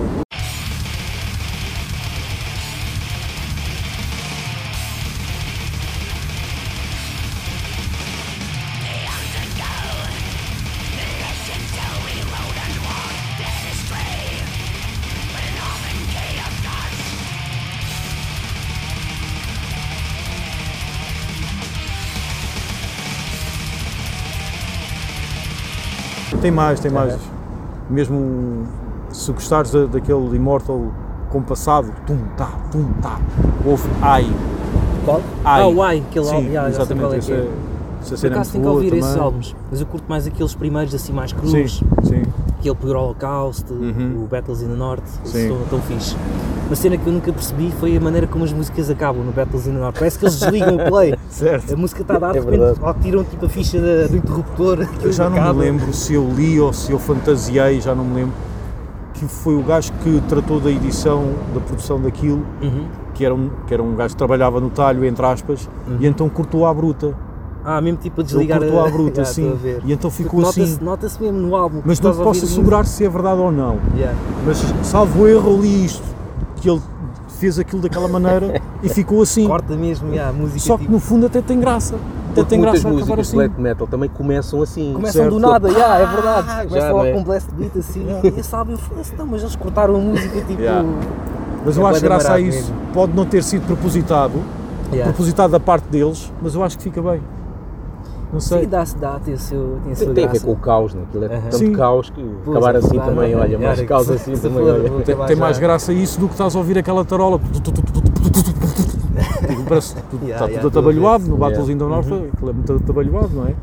S5: Tem mais, tem mais. Mesmo um- se gostares da, daquele Immortal compassado, tum tá, tum tá, houve ai,
S3: Qual?
S5: ai.
S3: Ah, o Ai, aquele
S5: Sim,
S3: álbum. Yeah, já sei qual
S5: exatamente,
S3: é
S5: essa,
S3: que é.
S5: essa
S3: Por
S5: cena é
S3: acaso tenho
S5: muito
S3: que
S5: boa
S3: ouvir
S5: também.
S3: esses álbuns, mas eu curto mais aqueles primeiros assim mais
S5: Sim,
S3: crus,
S5: sim.
S3: aquele Pure Holocaust,
S5: Uhum.
S3: o Battles in the North, isso
S5: Sim.
S3: estão tão fixe. Uma cena que eu nunca percebi foi a maneira como as músicas acabam no Battles in the North. Parece que eles desligam o
S5: [laughs]
S3: play.
S5: Certo.
S3: A música está a dar, de
S6: É
S3: repente,
S6: verdade.
S3: ou tiram tipo a ficha da- do interruptor.
S5: Eu já não me lembro se eu li ou se eu fantasiei, já não me lembro, que foi o gajo que tratou da edição, da produção daquilo,
S3: Uhum.
S5: que, era um, que era um gajo que trabalhava no talho, entre aspas, e então cortou à bruta.
S3: Ah, mesmo tipo a
S5: Ele
S3: Uhum. desligar
S5: cortou
S3: a [laughs]
S5: à bruta,
S3: Já, estou
S5: sim.
S3: a ver.
S5: E então
S3: Porque
S5: ficou assim.
S3: nota-se- Nota-se mesmo no álbum.
S5: Mas não te posso assegurar se é verdade ou não. Mas salvo erro, eu li isto, que ele fez aquilo daquela maneira e ficou assim.
S3: Corta mesmo yeah, a música.
S5: Só que
S3: tipo,
S5: no fundo até tem graça. Até
S6: Porque
S5: tem
S6: muitas
S5: graça
S6: músicas
S5: acabar
S6: de
S5: assim.
S6: black metal também começam assim.
S3: Começam
S5: certo.
S3: do nada, yeah, é verdade.
S6: Ah,
S3: Começam
S6: já,
S3: logo
S6: não é?
S3: com um blast beat assim. e esse álbum eu falei assim, não, mas eles cortaram a música tipo.
S5: Yeah. Mas eu
S3: É
S5: acho
S3: bué
S5: graça a
S3: demorado
S5: isso. Pode não ter sido propositado,
S3: Yeah.
S5: propositado da parte deles, mas eu acho que fica bem. Não sei.
S3: Sim, dá-se, dá, tem a seu- tem a
S6: Tem,
S3: sua
S6: tem a ver
S3: graça.
S6: com o caos, né? Aquilo é
S3: Aham.
S6: tanto
S5: Sim.
S6: caos que
S3: Pois,
S6: acabar
S3: é
S6: assim
S3: verdade,
S6: também,
S3: é
S6: olha,
S3: verdade.
S6: mais
S3: Olha,
S6: caos
S3: se-
S6: assim
S3: [laughs] se
S6: também,
S3: for-
S6: olha.
S3: vou
S5: tem,
S3: acabar
S5: tem
S3: já.
S5: mais graça isso do que estás a ouvir
S3: [laughs]
S5: aquela tarola. Digo, parece que tudo-
S3: Yeah, yeah,
S5: está
S3: Uhum. tudo a
S5: tudo
S3: ver.
S5: atabalhoado no Battles in the North, aquilo é muito atabalhoado, não é?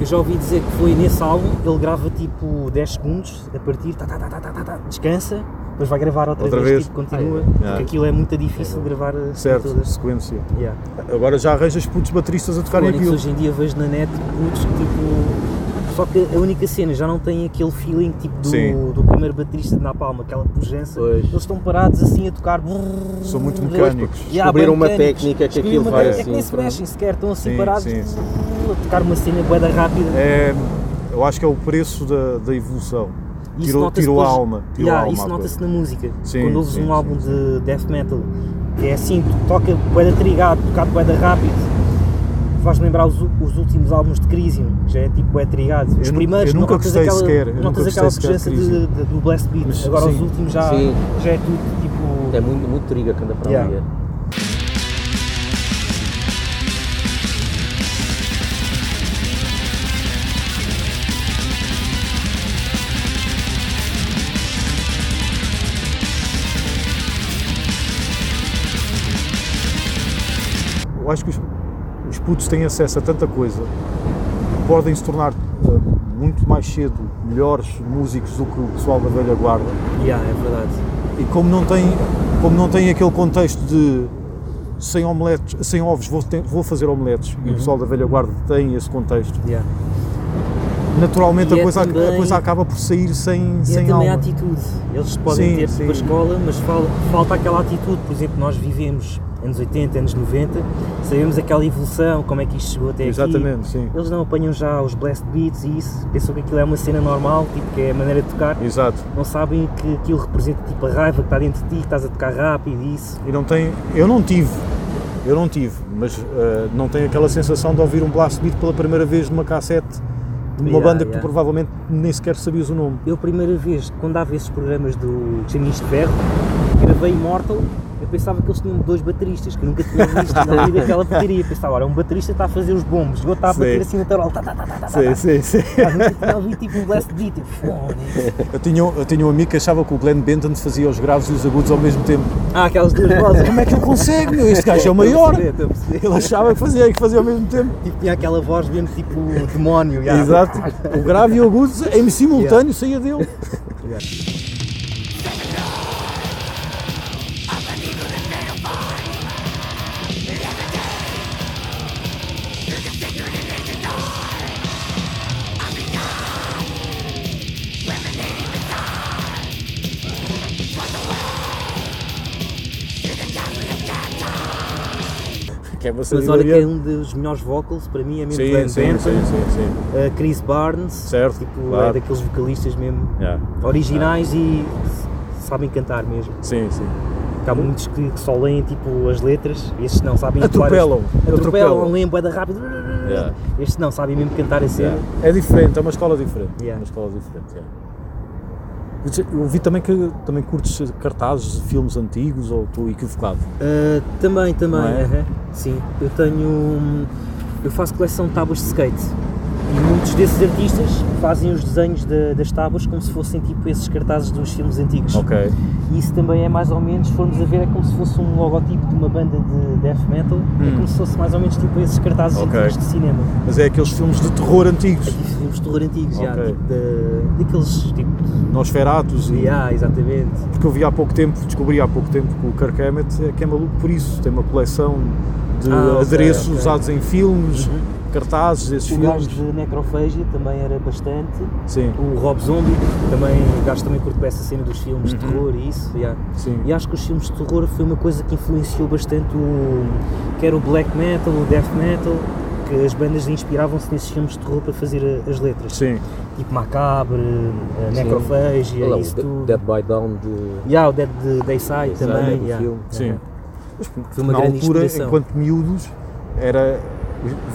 S3: Eu já ouvi dizer que foi nesse álbum, ele grava tipo 10 segundos a partir, tá, tá, tá, tá, tá, tá, descansa, depois vai gravar outra,
S5: Outra
S3: vez,
S5: vez.
S3: tipo, continua.
S5: Yeah.
S3: Porque aquilo é muito difícil de gravar assim
S5: Certo,
S3: todas.
S5: sequência.
S3: Yeah.
S5: Agora já arranjas putos bateristas a tocarem
S3: Fónix,
S5: aquilo.
S3: hoje em dia vejo na net muitos que tipo. Só que a única cena já não tem aquele feeling tipo
S5: Sim.
S3: do, do primeiro baterista de Napalm, aquela pujança.
S6: Pois.
S3: Eles estão parados assim a tocar.
S5: São muito mecânicos.
S3: E há
S6: Descobriram uma
S3: bué mecânicos.
S6: técnica que
S3: Descobriram
S6: aquilo
S3: uma
S6: vai
S3: técnica que nem
S6: assim,
S3: se mexem sequer, estão assim
S5: Sim,
S3: parados
S5: sim, sim.
S3: a tocar uma cena boeda rápida.
S5: É, eu acho que é o preço da, da evolução.
S3: Isso
S5: Tirou,
S3: nota-se
S5: tirou a
S3: depois-
S5: alma. Tirou
S3: Yeah,
S5: a alma à
S3: isso nota-se
S5: coisa.
S3: na música.
S5: Sim,
S3: Quando ouves
S5: sim,
S3: um
S5: sim,
S3: álbum de death metal, que é assim, tu toca boeda trigado, tocado boeda rápido, faz lembrar os, u- os últimos álbuns de Crisium, que já é tipo boeda trigado. Os
S5: Eu nu-
S3: primeiros,
S5: eu
S3: tu
S5: nunca
S3: notas
S5: gostei
S3: aquela,
S5: sequer, eu
S3: tu
S5: nunca
S3: notas
S5: gostei
S3: aquela
S5: sequer de
S3: pujança de-
S5: Crisium.
S3: de- do blast beat.
S5: Mas,
S3: Agora os
S5: sim,
S3: últimos já,
S6: sim.
S3: já é tudo tipo.
S6: É muito, muito triga que anda para
S3: Yeah.
S6: ali. é.
S5: Eu acho que os, os putos têm acesso a tanta coisa, podem se tornar eh, muito mais cedo melhores músicos do que o pessoal da velha guarda.
S3: Yeah, é verdade.
S5: E como não tem, como não tem aquele contexto de sem omeletes, sem ovos vou, te- vou fazer omeletes, e o pessoal da velha guarda tem esse contexto,
S3: Yeah.
S5: naturalmente
S3: E
S5: a
S3: é
S5: coisa, ac- a
S3: também-
S5: coisa acaba por sair sem,
S3: E é
S5: sem
S3: também a
S5: alma.
S3: atitude. Eles podem
S5: Sim,
S3: ter tipo, a
S5: sim.
S3: escola, mas fal- falta aquela atitude. Por exemplo, nós vivemos anos 80, anos 90, sabemos aquela evolução, como é que isto chegou até aqui.
S5: Exatamente, sim.
S3: Eles não apanham já os blast beats e isso, pensam que aquilo é uma cena normal, tipo que é a maneira de tocar.
S5: Exato.
S3: Não sabem que aquilo representa tipo a raiva que está dentro de ti, que estás a tocar rápido e isso.
S5: E não tem. Eu não tive. Eu não tive, mas eh, não tenho aquela sensação de ouvir um blast beat pela primeira vez numa cassete de uma
S3: Yeah,
S5: banda que tu
S3: yeah.
S5: provavelmente nem sequer sabias o nome.
S3: Eu, a primeira vez, quando dava esses programas do Caminhos de Ferro, gravei Immortal, eu pensava que eles tinham dois bateristas, que eu nunca tinha visto na vida aquela bateria. Pensava, olha, um baterista está a fazer os bombos, o outro está a bater
S5: Sim.
S3: assim na tarola. Tá, tá, tá, tá, tá, tá.
S5: Sim, sim, sim.
S3: Pá, Nunca tinha ouvido tipo um blast beat, tipo, fone.
S5: Eu tinha, eu tinha um amigo que achava que o Glenn Benton fazia os graves e os agudos ao mesmo tempo.
S3: Ah, aquelas duas
S5: [laughs]
S3: vozes.
S5: Como é que ele consegue, meu? Este gajo é o maior!
S3: Estou a perceber.
S5: Ele achava que fazia, que fazia ao mesmo tempo.
S3: Tipo, tinha aquela voz mesmo tipo demónio. já.
S5: Exato. O grave e o agudo em simultâneo saía dele.
S6: que é uma
S3: Mas olha que
S6: sabedoria.
S3: é um dos melhores vocals para mim, é mesmo
S6: Sim,
S3: Glenn
S6: sim, sim,
S3: Danzig.
S6: sim, sim.
S3: Uh, Chris Barnes,
S6: Certo,
S3: tipo,
S6: claro.
S3: é daqueles vocalistas mesmo
S6: Yeah.
S3: originais e s- sabem cantar mesmo.
S6: Sim, sim.
S3: Porque há muitos que, que só leem tipo, as letras, estes não sabem atuar as-
S6: Atropelam,
S3: atropelam,
S6: atropelam.
S3: leem boeda rápido,
S6: Yeah.
S3: estes não sabem mesmo cantar a cena.
S6: Yeah. É diferente, é uma escola diferente.
S3: Yeah.
S6: Uma escola diferente, yeah. Eu te- Eu vi também que também curtes cartazes de filmes antigos ou estou equivocado?
S3: Uh, também, também,
S6: Não é?
S3: aham, sim. Eu tenho. hum, Eu faço coleção de tábuas de skate e muitos desses artistas fazem os desenhos da- das tábuas como se fossem tipo esses cartazes dos filmes antigos.
S6: Ok.
S3: E isso também é mais ou menos, se formos a ver, é como se fosse um logotipo de uma banda de death metal, é como se fosse mais ou menos tipo esses cartazes
S6: Ok.
S3: antigos de cinema.
S6: Mas é aqueles filmes de terror antigos.
S3: Aqui filmes terror antigos, já,
S6: Ok.
S3: tipo da- daqueles tipo.
S6: Nosferatus e...
S3: Yeah, exatamente.
S6: Porque eu vi há pouco tempo, descobri há pouco tempo que o Kirk Hammett é que é maluco por isso. Tem uma coleção de
S3: Ah, ok,
S6: adereços
S3: ok. Uhum.
S6: usados em filmes, cartazes desses
S3: O
S6: filmes.
S3: gajo de necrofagia também era bastante.
S6: Sim,
S3: O Rob Zombie, também, o gajo também curte bem essa cena dos filmes de terror e isso. yeah.
S6: sim.
S3: E acho que os filmes de terror foi uma coisa que influenciou bastante o. quer o black metal, o death metal, que as bandas inspiravam-se nesses filmes de terror para fazer a- as letras.
S6: Sim,
S3: Tipo Macabre, a
S6: Sim.
S3: Necrophagia,
S6: Olha lá, o
S3: isso
S6: Dead-
S3: tudo.
S6: Dead by Down de
S3: Yeah, o Dead de Dayside
S6: Dead
S3: também.
S6: Side, do
S3: yeah.
S6: filme. Sim.
S3: Aham. Foi uma
S5: Na
S3: grande
S5: altura,
S3: inspiração.
S5: enquanto miúdos, era,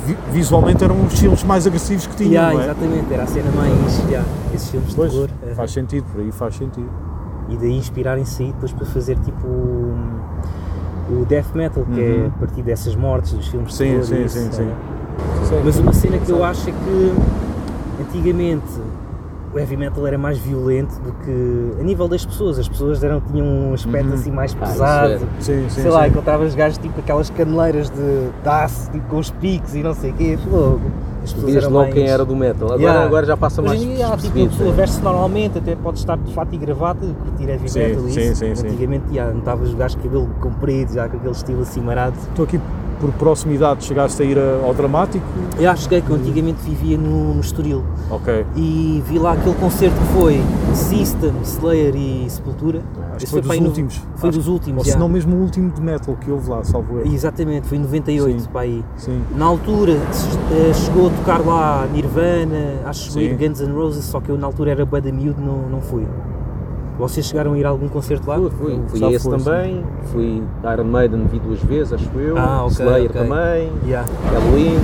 S5: vi- visualmente eram os filmes mais agressivos que tinham,
S3: Yeah,
S5: não é?
S3: exatamente, era a cena mais. Yeah, esses filmes de
S6: Pois,
S3: terror. aham.
S6: faz sentido, por aí faz sentido.
S3: e daí inspirarem-se aí depois para fazer tipo um, o death metal, que é a partir dessas mortes, dos filmes de
S6: Uhum. Sim,
S3: terror e
S6: sim,
S3: isso,
S6: sim, sim.
S3: né? Mas uma cena que eu acho é que antigamente o heavy metal era mais violento do que a nível das pessoas, as pessoas eram, tinham um aspecto assim mais pesado.
S6: isso é- Uhum. sim, sim,
S3: Sei lá,
S6: sim.
S3: encontravas gajos tipo aquelas caneleiras de, de aço tipo, com os picos e não sei o quê. Logo. As pessoas
S6: Vias
S3: eram
S6: logo
S3: mais-
S6: quem era do metal. Agora,
S3: Yeah.
S6: agora já passa mais
S3: Hoje em dia, há, tipo, a
S6: despercebido.
S3: pessoa veste normalmente, até pode estar de fato e gravata, curtir heavy
S6: Sim,
S3: metal e
S6: sim,
S3: isso.
S6: sim, sim.
S3: Antigamente, já, notavas os gajos com cabelo comprido, já com aquele estilo assim marado.
S6: Estou aqui por proximidade, chegaste a ir a- ao dramático.
S3: Eu acho que é que eu antigamente vivia no, no Estoril
S6: Ok.
S3: e vi lá aquele concerto que foi System, Slayer e Sepultura.
S6: Acho
S3: Esse
S6: que foi
S3: para
S6: dos
S3: aí no-
S6: últimos.
S3: Foi
S6: Acho-
S3: dos últimos,
S6: Ou
S3: já.
S6: se não mesmo o último de metal que houve lá, salvo eu.
S3: Exatamente, foi em 98
S6: Sim.
S3: para aí.
S6: Sim.
S3: Na altura se- eh, chegou a tocar lá Nirvana, acho que chegou a ir
S6: Sim.
S3: Guns N' Roses, só que eu na altura era bué da miúdo, não, não fui. Vocês chegaram a ir a algum concerto lá?
S6: fui.
S3: Eu-
S6: Já
S8: Fui esse
S6: foi, sim.
S8: também, fui Iron Maiden, vi duas vezes, acho eu.
S3: Ah, ok,
S8: Slayer
S3: ok. Uhum.
S8: também,
S3: Yeah.
S8: Halloween.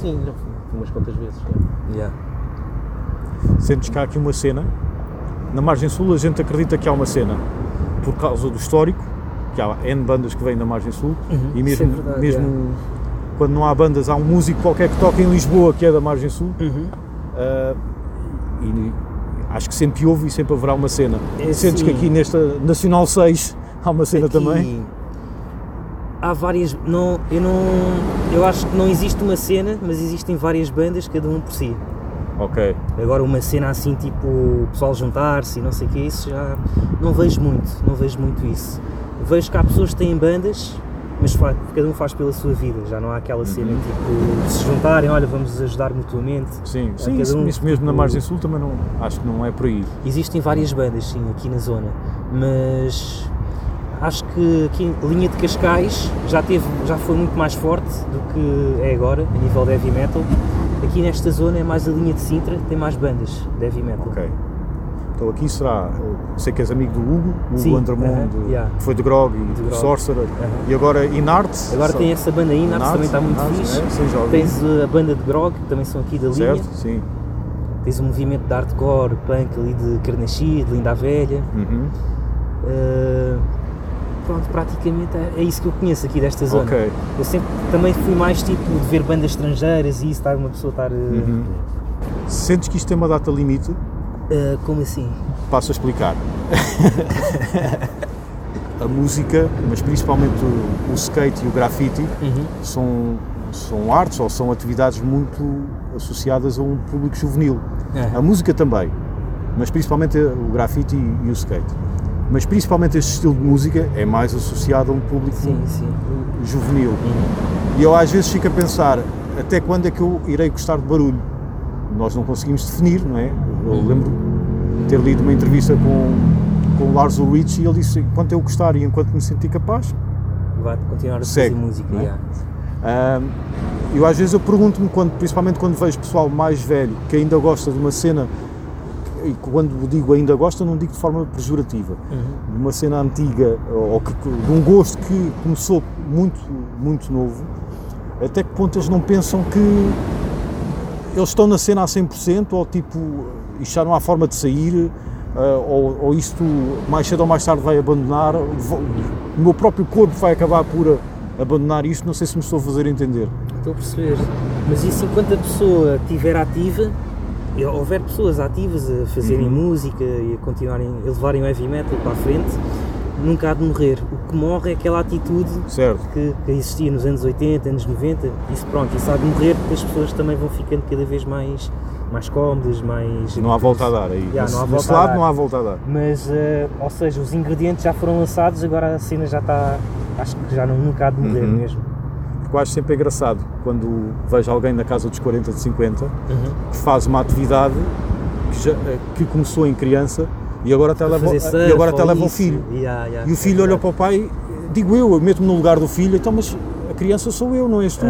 S8: Sim, já fui fui umas quantas vezes. já.
S5: Sentes que há aqui uma cena. Na margem sul a gente acredita que há uma cena por causa do histórico, que há N bandas que vêm da margem sul e mesmo,
S3: isso é verdade, é.
S5: mesmo quando não há bandas há um músico qualquer que toca em Lisboa que é da margem sul
S3: Uhum.
S5: Ah, e acho que sempre houve e sempre haverá uma cena.
S3: É,
S5: Sentes que
S3: sim.
S5: aqui nesta Nacional 6 há uma cena
S3: Aqui
S5: também?
S3: Há várias. Não, eu não. Eu acho que não existe uma cena, mas existem várias bandas, cada um por si.
S5: Ok.
S3: Agora uma cena assim tipo o pessoal juntar-se e não sei o que isso já não vejo muito, não vejo muito isso. Vejo que há pessoas que têm bandas, mas fa- cada um faz pela sua vida, já não há aquela cena tipo se juntarem, olha, vamos ajudar mutuamente.
S5: Sim,
S3: É,
S5: sim
S3: cada
S5: isso,
S3: um,
S5: isso mesmo na
S3: tipo,
S5: margem sul também não, acho que não é por aí.
S3: Existem várias bandas sim aqui na zona, mas acho que aqui a linha de Cascais já teve, já foi muito mais forte do que é agora a nível de heavy metal. Aqui nesta zona é mais a linha de Sintra, tem mais bandas de heavy metal.
S5: Ok. Então aqui será, eu sei que és amigo do Hugo, o
S3: Sim,
S5: Hugo Andramundo,
S3: aham, yeah.
S5: que foi de Grog e
S3: De Grog.
S5: Sorcerer,
S3: Aham.
S5: e agora Inarte.
S3: Agora tem essa banda aí, Naps, também está muito fixe.
S5: é? Sim, já ouvi.
S3: Tens uh, a banda de Grog, que também são aqui da linha.
S5: Certo? Sim.
S3: Tens o movimento de hardcore, punk ali de Carnaxi, de Linda a Velha.
S5: Uhum.
S3: Uh, pronto, praticamente é- é isso que eu conheço aqui desta zona.
S5: Ok.
S3: Eu sempre também fui mais tipo de ver bandas estrangeiras e isso, estar uma pessoa estar. uh,
S5: Uhum. Sentes que isto tem uma data limite?
S3: uh, como assim? [laughs]
S5: Passo a explicar. a música, mas principalmente o, o skate e o grafite,
S3: Uhum.
S5: são, são artes ou são atividades muito associadas a um público juvenil.
S3: É.
S5: A música também, mas principalmente o grafite e, e o skate. Mas principalmente este estilo de música é mais associado a um público
S3: Sim, sim.
S5: juvenil. E eu às vezes fico a pensar até quando é que eu irei gostar de barulho. Nós não conseguimos definir, não é? Eu lembro de ter lido uma entrevista com, com o Lars Ulrich e ele disse: enquanto eu gostar e enquanto me sentir capaz,
S3: vai continuar a fazer
S5: Segue,
S3: música.
S5: não é?
S3: yeah.
S5: Ahm, eu às vezes eu pergunto-me, quando, principalmente quando vejo pessoal mais velho que ainda gosta de uma cena, e quando digo ainda gosta, não digo de forma pejorativa, de uma cena antiga, ou que- que- de um gosto que começou muito, muito novo, até que ponto eles não pensam que eles estão na cena a 100% ou tipo, isto já não há forma de sair, ah, ou, ou isto mais cedo ou mais tarde vai abandonar, vo- o meu próprio corpo vai acabar por eh, a- abandonar isto, não sei se me estou a fazer entender.
S3: Estou a perceber. Mas isso enquanto a pessoa estiver ativa, e houver pessoas ativas a fazerem
S5: Uhum.
S3: música e a continuarem, a levarem o heavy metal para a frente, nunca há de morrer. O que morre é aquela atitude
S5: Certo.
S3: que, que existia nos anos 80, anos 90. Isso pronto, isso há de morrer porque as pessoas também vão ficando cada vez mais, mais cómodas, mais.
S5: Não há volta a dar é aí.
S3: Yeah,
S5: nesse
S3: não há
S5: nesse
S3: volta a
S5: lado
S3: dar.
S5: não há volta a dar.
S3: Mas, eh, ou seja, os ingredientes já foram lançados, agora a cena já está. Acho que já não, nunca há de morrer
S5: Uhum.
S3: mesmo.
S5: Porque eu acho sempre engraçado quando vejo alguém na casa dos 40, de 50
S3: Uhum.
S5: que faz uma atividade que, já- eh, que começou em criança e agora até leva, eh,
S3: Fazer surf
S5: e agora até
S3: ou
S5: leva o
S3: isso.
S5: filho.
S3: Yeah, yeah,
S5: E o
S3: é
S5: filho olha
S3: verdade.
S5: para o pai, digo eu, eu meto-me no lugar do filho, então, mas a criança sou eu, não és tu.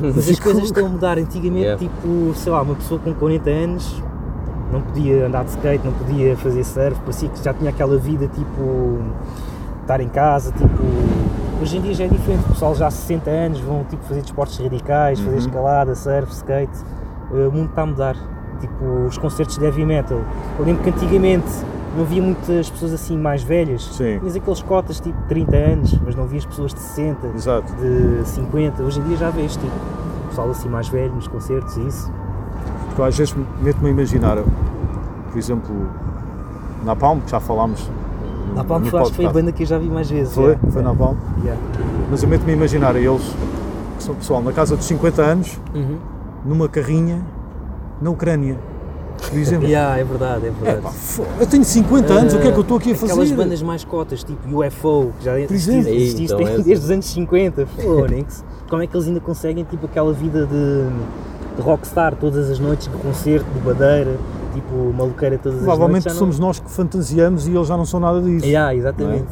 S3: Mas as coisas estão a mudar. Antigamente,
S6: Yeah.
S3: tipo, sei lá, uma pessoa com 40 anos não podia andar de skate, não podia fazer surf, parecia que já tinha aquela vida, tipo, estar em casa, tipo... Hoje em dia já é diferente, o pessoal já há 60 anos vão, tipo, fazer desportos radicais, fazer escalada, surf, skate, Uh, o mundo está a mudar. Tipo, os concertos de heavy metal. Eu lembro que antigamente não havia muitas pessoas assim mais velhas.
S5: Sim.
S3: Tinhas aqueles cotas, tipo, 30 anos, mas não havia as pessoas de 60
S5: Exato.
S3: de 50, hoje em dia já vês, tipo, pessoal assim mais velho nos concertos e isso.
S5: Hum, Porque eu às vezes meto-me a imaginar, por exemplo, na Palm, que já falámos. no-
S3: Na Palma
S5: no
S3: acho que foi a
S5: podcast.
S3: banda que eu já vi mais vezes.
S5: Foi,
S3: já.
S5: foi na Palm.
S3: Yeah.
S5: Mas eu meto-me a imaginar a eles, que são pessoal na casa dos 50 anos,
S3: Uhum.
S5: numa carrinha na Ucrânia, por exemplo.
S3: Yeah, é verdade, é verdade.
S5: Epá, fo- eu tenho 50 anos, o que é que eu estou aqui a fazer?
S3: Aquelas bandas mais cotas, tipo UFO, que já exististe,
S5: exemplo.
S3: exististe [laughs]
S6: Então, é-
S3: desde os anos 50, Phoenix. Como é que eles ainda conseguem tipo, aquela vida de, de rockstar todas as noites, de concerto, de badeira, tipo maluqueira todas
S5: Provavelmente
S3: as noites? já
S5: somos nós que fantasiamos e eles já não são nada
S3: Não...
S5: disso.
S3: Yeah, exatamente.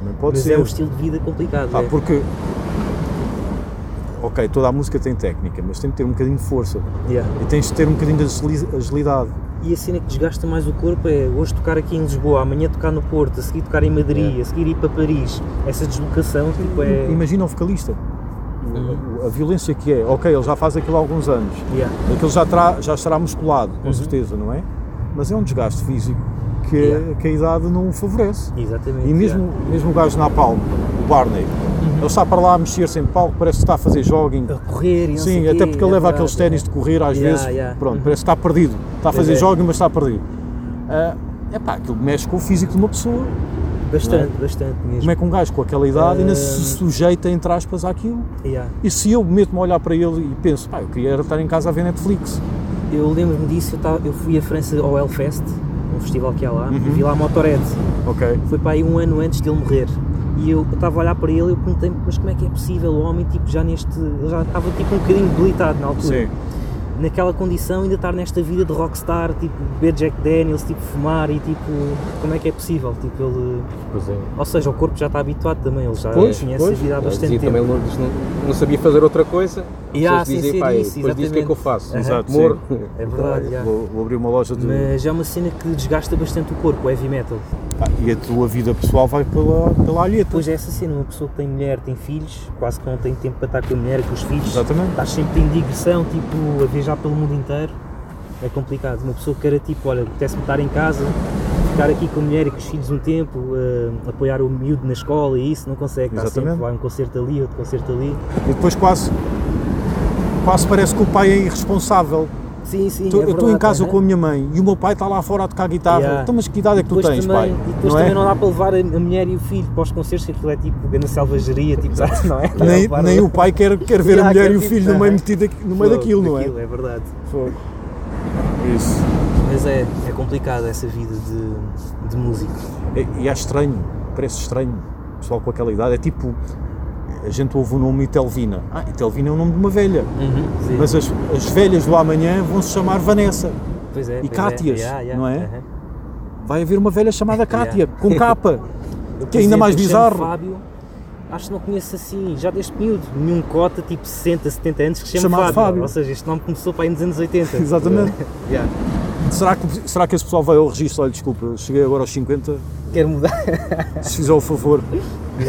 S5: Também Pode
S3: Mas
S5: ser.
S3: é um estilo de vida complicado.
S5: Pá,
S3: é.
S5: porque. Ok, toda a música tem técnica, mas tem de ter um bocadinho de força
S3: Yeah.
S5: e tens de ter um bocadinho de agili- agilidade.
S3: E a cena que desgasta mais o corpo é hoje tocar aqui em Lisboa, amanhã tocar no Porto, a seguir tocar em Madrid,
S5: É.
S3: a seguir ir para Paris. Essa deslocação tipo, é.
S5: Imagina o vocalista, O- a violência que é. Ok, ele já faz aquilo há alguns anos,
S3: Yeah.
S5: aquilo já, terá- já estará musculado,
S3: Uhum.
S5: com certeza, não é? Mas é um desgaste físico que,
S3: Yeah.
S5: que a idade não favorece.
S3: Exatamente.
S5: E mesmo, mesmo o gajo na palma, o Barney, ele está para lá a mexer-se em palco, parece que está a fazer jogging.
S3: yeah. Uhum. a correr e não
S5: Sim,
S3: sei
S5: até
S3: quê,
S5: porque
S3: é
S5: ele leva
S3: verdade,
S5: aqueles ténis de correr às
S3: Yeah,
S5: vezes,
S3: yeah. Uhum.
S5: pronto, parece que está perdido. Está a fazer
S3: é.
S5: jogging, mas está perdido. É epá, aquilo mexe com o físico de uma pessoa. tipo,
S3: é. Bastante, bastante mesmo.
S5: Como é que um gajo com aquela idade ainda se
S3: Ah.
S5: sujeita, entre aspas, àquilo?
S3: Yeah.
S5: E se eu meto-me a olhar para ele e penso, pá, eu queria era estar em casa a ver Netflix.
S3: Eu lembro-me disso, eu, tava- eu fui à França ao Hellfest, um festival que há lá,
S5: Uhum.
S3: e vi lá a Motorhead.
S5: Ok.
S3: foi para aí um ano antes dele morrer. E eu eu estava a olhar para ele e eu perguntei-me, mas como é que é possível o homem, tipo, já neste. Ele já estava tipo um bocadinho debilitado na altura.
S5: Sim.
S3: Naquela condição, ainda estar nesta vida de rockstar, tipo, beber Jack Daniels, tipo, fumar e tipo. Como é que é possível? Tipo, ele.
S6: Pois é.
S3: Ou seja, o corpo já está habituado também, ele já
S6: Pois,
S3: conhece
S6: pois.
S3: a vida há
S6: Ele
S3: bastante
S6: dizia
S3: tempo.
S6: também, ele não, diz- não- não sabia fazer outra coisa.
S3: E
S6: As
S3: ah, há,
S6: pessoas
S3: sem
S6: dizem,
S3: ser
S6: pá,
S3: isso,
S6: depois disso o que é que eu
S3: exatamente.
S6: faço?
S5: Exato,
S6: Morro.
S3: É verdade, já.
S5: Vou, vou abrir uma loja de.
S3: Mas é uma cena que desgasta bastante o corpo, o heavy metal.
S5: Pá, e a tua vida pessoal vai pela, pela alheta.
S3: Depois é essa cena, uma pessoa que tem mulher, tem filhos, quase que não tem tempo para estar com a mulher, com os filhos.
S5: Exatamente.
S3: Estás sempre em digressão, tipo, a viajar pelo mundo inteiro. É complicado. Uma pessoa que era tipo, olha, apetece-me estar em casa, ficar aqui com a mulher e com os filhos um tempo, eh, apoiar o miúdo na escola e isso, não consegue. Está sempre,
S5: Exatamente.
S3: vai um concerto ali, outro concerto ali.
S5: E depois quase, quase parece que o pai é irresponsável.
S3: Sim, sim. é né?
S5: Tô- eu estou em casa com a minha mãe e o meu pai está lá fora a tocar guitarra.
S3: Yeah.
S5: Então, mas que idade é que tu
S3: depois
S5: tens,
S3: também,
S5: pai?
S3: E depois
S5: não
S3: também
S5: é?
S3: não dá para levar a, a mulher e o filho para os concertos, que aquilo é tipo grande selvageria, tipo, [laughs] não é?
S5: Nem,
S3: Levar
S5: nem o pai quer, quer ver
S3: Yeah,
S5: a mulher
S3: quer
S5: e o
S3: tipo-
S5: filho no meio,
S3: Aham.
S5: metido aqui- no meio
S3: Fogo,
S5: daquilo, não é?
S3: É verdade.
S5: Fogo. Isso.
S3: Mas é, é complicado essa vida de, de músico.
S5: E, e é estranho, parece estranho, o pessoal com aquela idade. É tipo, a gente ouve o nome Itelvina. Ah, Itelvina é o nome de uma velha.
S3: Sim.
S5: Mas as, as velhas do amanhã vão se chamar Vanessa.
S3: Pois é,
S5: e
S3: pois é.
S5: Cátias,
S3: Yeah, yeah.
S5: não é?
S3: Aham.
S5: Vai haver uma velha chamada Cátia,
S3: Yeah. [laughs]
S5: com capa.
S3: Eu, por
S5: Que é ainda
S3: exemplo,
S5: mais
S3: eu chamo
S5: bizarro.
S3: Fábio Acho que não conheço assim, já deste miúdo, nenhum cota tipo 60, 70 anos que se chama
S9: Chamado
S3: Fábio.
S9: Fábio.
S3: Ou seja, este nome começou para aí nos anos 80.
S5: [laughs]
S9: Exatamente.
S3: [laughs] Yeah.
S5: Será que, será que esse pessoal vai ao registro? Olha, desculpa, eu cheguei agora aos 50,
S3: Quero mudar.
S5: se fizer o favor.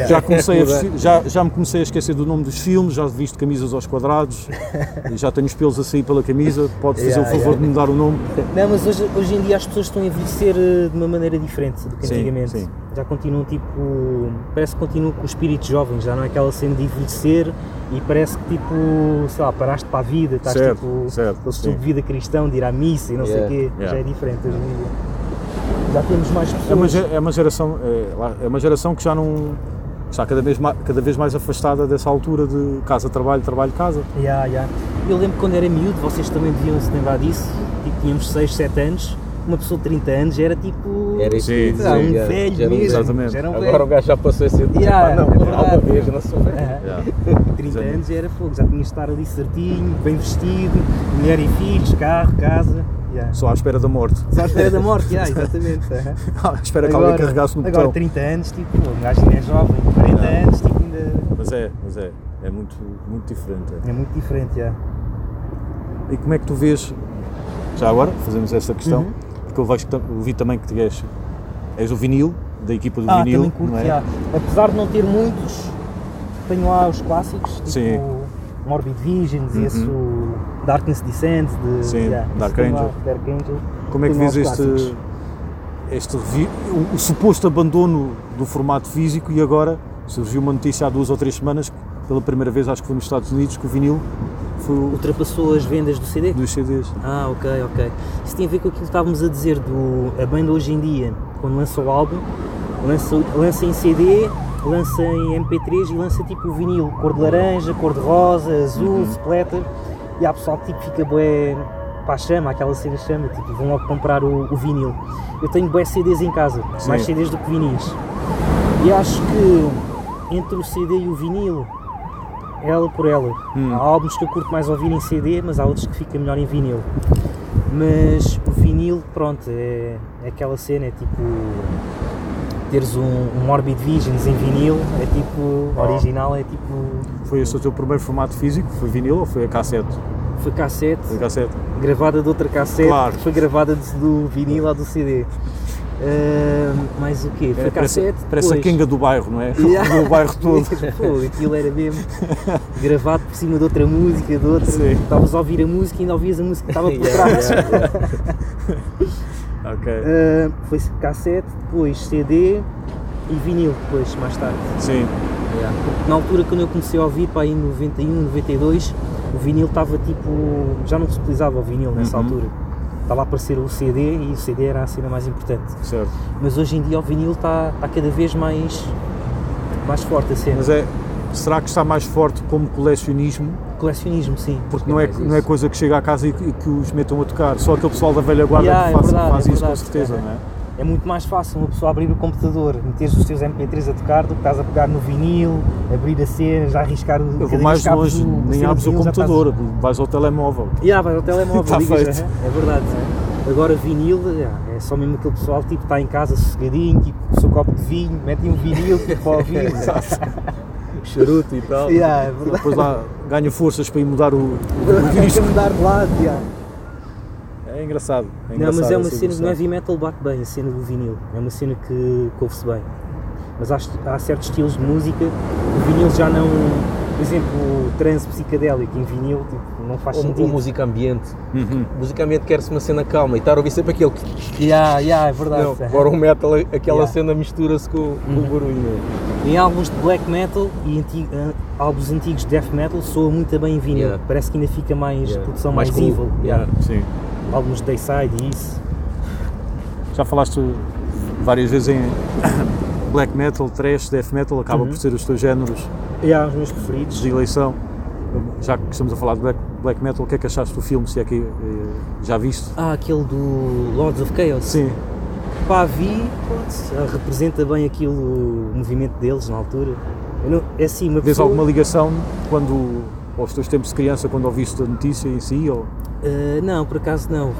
S5: Já, comecei a vestir- já, já me comecei a esquecer do nome dos filmes, já visto camisas
S3: [laughs]
S5: aos quadrados, já tenho os pelos a sair pela camisa, pode fazer
S3: Yeah,
S5: o favor de me dar o nome.
S3: Não, mas hoje, hoje em dia as pessoas estão a envelhecer eh, de uma maneira diferente do que
S5: Sim,
S3: antigamente.
S5: sim.
S3: Já continuam tipo. Parece que continuam com o espírito jovem, já não é aquela cena de envelhecer e parece que tipo, sei lá, paraste para a vida, estás
S5: Certo,
S3: tipo.
S5: certo,
S3: aquele
S5: sim.
S3: estilo de vida cristão, de ir à missa e não
S6: Yeah,
S3: sei o quê.
S5: yeah.
S3: Já é diferente hoje em dia. Já temos mais pessoas.
S5: É uma, ge- é uma geração, é, lá- é uma geração que já não que está cada vez, ma- cada vez mais afastada dessa altura de casa, trabalho, trabalho, casa.
S3: Ya, ya. Eu lembro quando era miúdo, vocês também deviam se lembrar disso, tipo, tínhamos 6, 7 anos, uma pessoa de 30 anos era tipo.
S6: [laughs] Era isso.
S5: Sim,
S3: sei lá, um
S6: sim, já-
S3: velho
S6: já era um
S3: mesmo.
S5: Exatamente.
S3: Já era um
S6: Agora o
S3: velho.
S6: gajo já passou a ser.
S3: Yeah,
S6: Epá, não,
S3: é verdade. É.
S6: alguma vez, eu não sou velho.
S3: Aham.
S5: Yeah.
S3: 30 anos era fogo, já tinha de estar ali certinho, bem vestido, mulher e filhos, carro, casa. Yeah.
S5: Só à espera da morte.
S3: Só à espera da morte,
S6: [laughs]
S3: yeah, exatamente. aham.
S5: à [laughs] espera que alguém carregasse no
S3: agora
S5: botão.
S3: 30 anos, tipo, um gajo ainda é jovem, 40 anos, tipo, ainda
S5: Mas é, mas é. É muito, muito diferente. é.
S3: é muito diferente. Yeah.
S5: E como é que tu vês, já agora, fazemos esta questão,
S3: Uhum.
S5: porque eu vejo que tam- eu vi também que tu és, és o vinil, da equipa do
S3: Ah,
S5: vinil,
S3: também curto,
S5: não é?
S3: já. Apesar de não ter muitos, tenho lá os clássicos, tipo
S5: Sim. Uhum.
S3: Morbid Visions e esse o Darkness Descent, de,
S5: Sim,
S3: já, esse
S5: Dark
S3: tem lá,
S5: Angel.
S3: Dark Angel.
S5: Como é que
S3: Tenho lá
S5: vês
S3: os
S5: este,
S3: clássicos.
S5: este revi- o, o suposto abandono do formato físico e agora surgiu uma notícia há duas ou três semanas, que pela primeira vez acho que foi nos Estados Unidos, que o vinil foi o
S3: Ultrapassou as vendas do CD?
S5: dos CDs.
S3: Ah, ok, ok. Isso tem a ver com aquilo que estávamos a dizer do a banda hoje em dia, quando lança o álbum, lança, lança em CD, lança em MP3 e lança tipo o vinil, cor de laranja, cor de rosa, azul, splatter. E há pessoal que tipo, fica bué para a chama, aquela cena chama, tipo, vão logo comprar o, o vinil. Eu tenho bué CDs em casa, mais
S5: Sim.
S3: CDs do que vinis. E acho que entre o CD e o vinil, ela por ela.
S5: Hum.
S3: Há álbuns que eu curto mais ouvir em CD, mas há outros que fica melhor em vinil. Mas o vinil, pronto, é, é aquela cena, é tipo. Teres um, um Morbid Visions em vinil, é tipo. Original, é tipo.
S5: Foi este o teu primeiro formato físico? Foi vinil ou foi a cassete?
S3: Foi cassete,
S5: Foi a cassete.
S3: gravada de outra cassete,
S5: Claro.
S3: que foi gravada de- do vinil ou do CD. Ahm, mais o quê? Foi
S5: É, parece
S3: cassete.
S5: parece a
S3: depois-
S5: quenga do bairro, não é?
S3: [laughs] Yeah.
S5: O bairro
S3: [laughs]
S5: todo.
S3: Pô, aquilo era mesmo gravado por cima de outra música, de outra.
S5: Sim.
S3: Estavas a ouvir a música e ainda ouvias a música que estava por trás.
S5: ok.
S3: Ah, foi cassete, depois CD e vinil, depois, mais tarde.
S5: Sim.
S3: Na altura, quando eu comecei a ouvir, para aí em 91, 92, o vinil estava tipo. Já não se utilizava o vinil nessa altura. Estava a aparecer o CD e o CD era a cena mais importante.
S5: Certo.
S3: Mas hoje em dia o vinil está, está cada vez mais, mais forte a cena.
S5: Mas é, será que está mais forte como colecionismo?
S3: Colecionismo, sim.
S5: Porque não é,
S6: mais
S5: não é
S6: isso.
S5: coisa que chega à casa e que, e que os metam a tocar. Só aquele pessoal da velha guarda
S3: Yeah,
S5: que
S3: é
S5: faz,
S3: verdade,
S5: faz
S3: é
S5: isso com
S3: verdade.
S5: certeza,
S3: Uhum.
S5: não é?
S3: É muito mais fácil uma pessoa abrir o computador, meteres os teus MP3 a tocar do que estás a pegar no vinil, abrir a cena, já arriscar o
S5: Eu vou
S3: cada
S5: mais
S3: vez que
S5: longe,
S3: o- a
S5: nem
S3: cena do
S5: abres o
S3: vinil, já assim. estás-
S5: computador, vais ao telemóvel.
S3: Yeah, vais ao telemóvel,
S5: [laughs] Tá
S3: ligas,
S5: feito.
S3: aham, é verdade. Agora vinil, é, é só mesmo aquele pessoal tipo está em casa sossegadinho, tipo com o seu copo de vinho, metem um vinil tipo, para
S5: [laughs]
S3: ouvir.
S6: Charuto e tal.
S3: [laughs] yeah, é verdade.
S5: Depois lá ganha forças para ir mudar o,
S3: [laughs]
S5: o
S3: Tem que
S5: disco.
S3: mudar de lado, yeah.
S5: É engraçado. é
S3: Não, mas
S5: engraçado
S3: é uma
S5: essa
S3: cena que no
S5: evolução.
S3: heavy metal bate bem, a cena do vinil. É uma cena que que ouve-se bem. Mas há, est- há certos estilos de música que o vinil já não. Por exemplo, o trance psicadélico em vinil tipo, não faz
S6: Ou, ou
S3: sentido.
S6: música ambiente. Música ambiente quer-se uma cena calma e estar a ouvir sempre aquele.
S3: Yeah, yeah, é verdade.
S6: Não, agora o metal, aquela
S3: Yeah. Uhum.
S6: cena mistura-se com, com o barulho.
S3: Em álbuns de black metal e anti- ah, álbuns antigos de death metal soa muito bem em vinil.
S6: Yeah.
S3: Parece que ainda fica mais
S6: Yeah.
S3: produção mais,
S6: Mais cru.
S3: evil.
S6: Yeah.
S5: Sim.
S3: Álbuns de Dayside e isso.
S5: Já falaste várias vezes em [coughs] black metal, thrash, death metal, acaba
S3: Uhum.
S5: por ser os teus géneros
S3: Yeah, os meus preferidos.
S5: de eleição. Já que estamos a falar de black, black metal, o que é que achaste do filme? Se é que eh, já viste?
S3: Ah, aquele do Lords of Chaos.
S5: Sim.
S3: Pá, vi, pronto, eh, representa bem aquilo, o movimento deles na altura. Eu não- é assim, uma
S5: Vês
S3: pessoa,
S5: alguma ligação quando aos teus tempos de criança, quando ouviste a notícia em si? Ou...
S3: Ah, não, por acaso
S5: Uhum.
S3: não.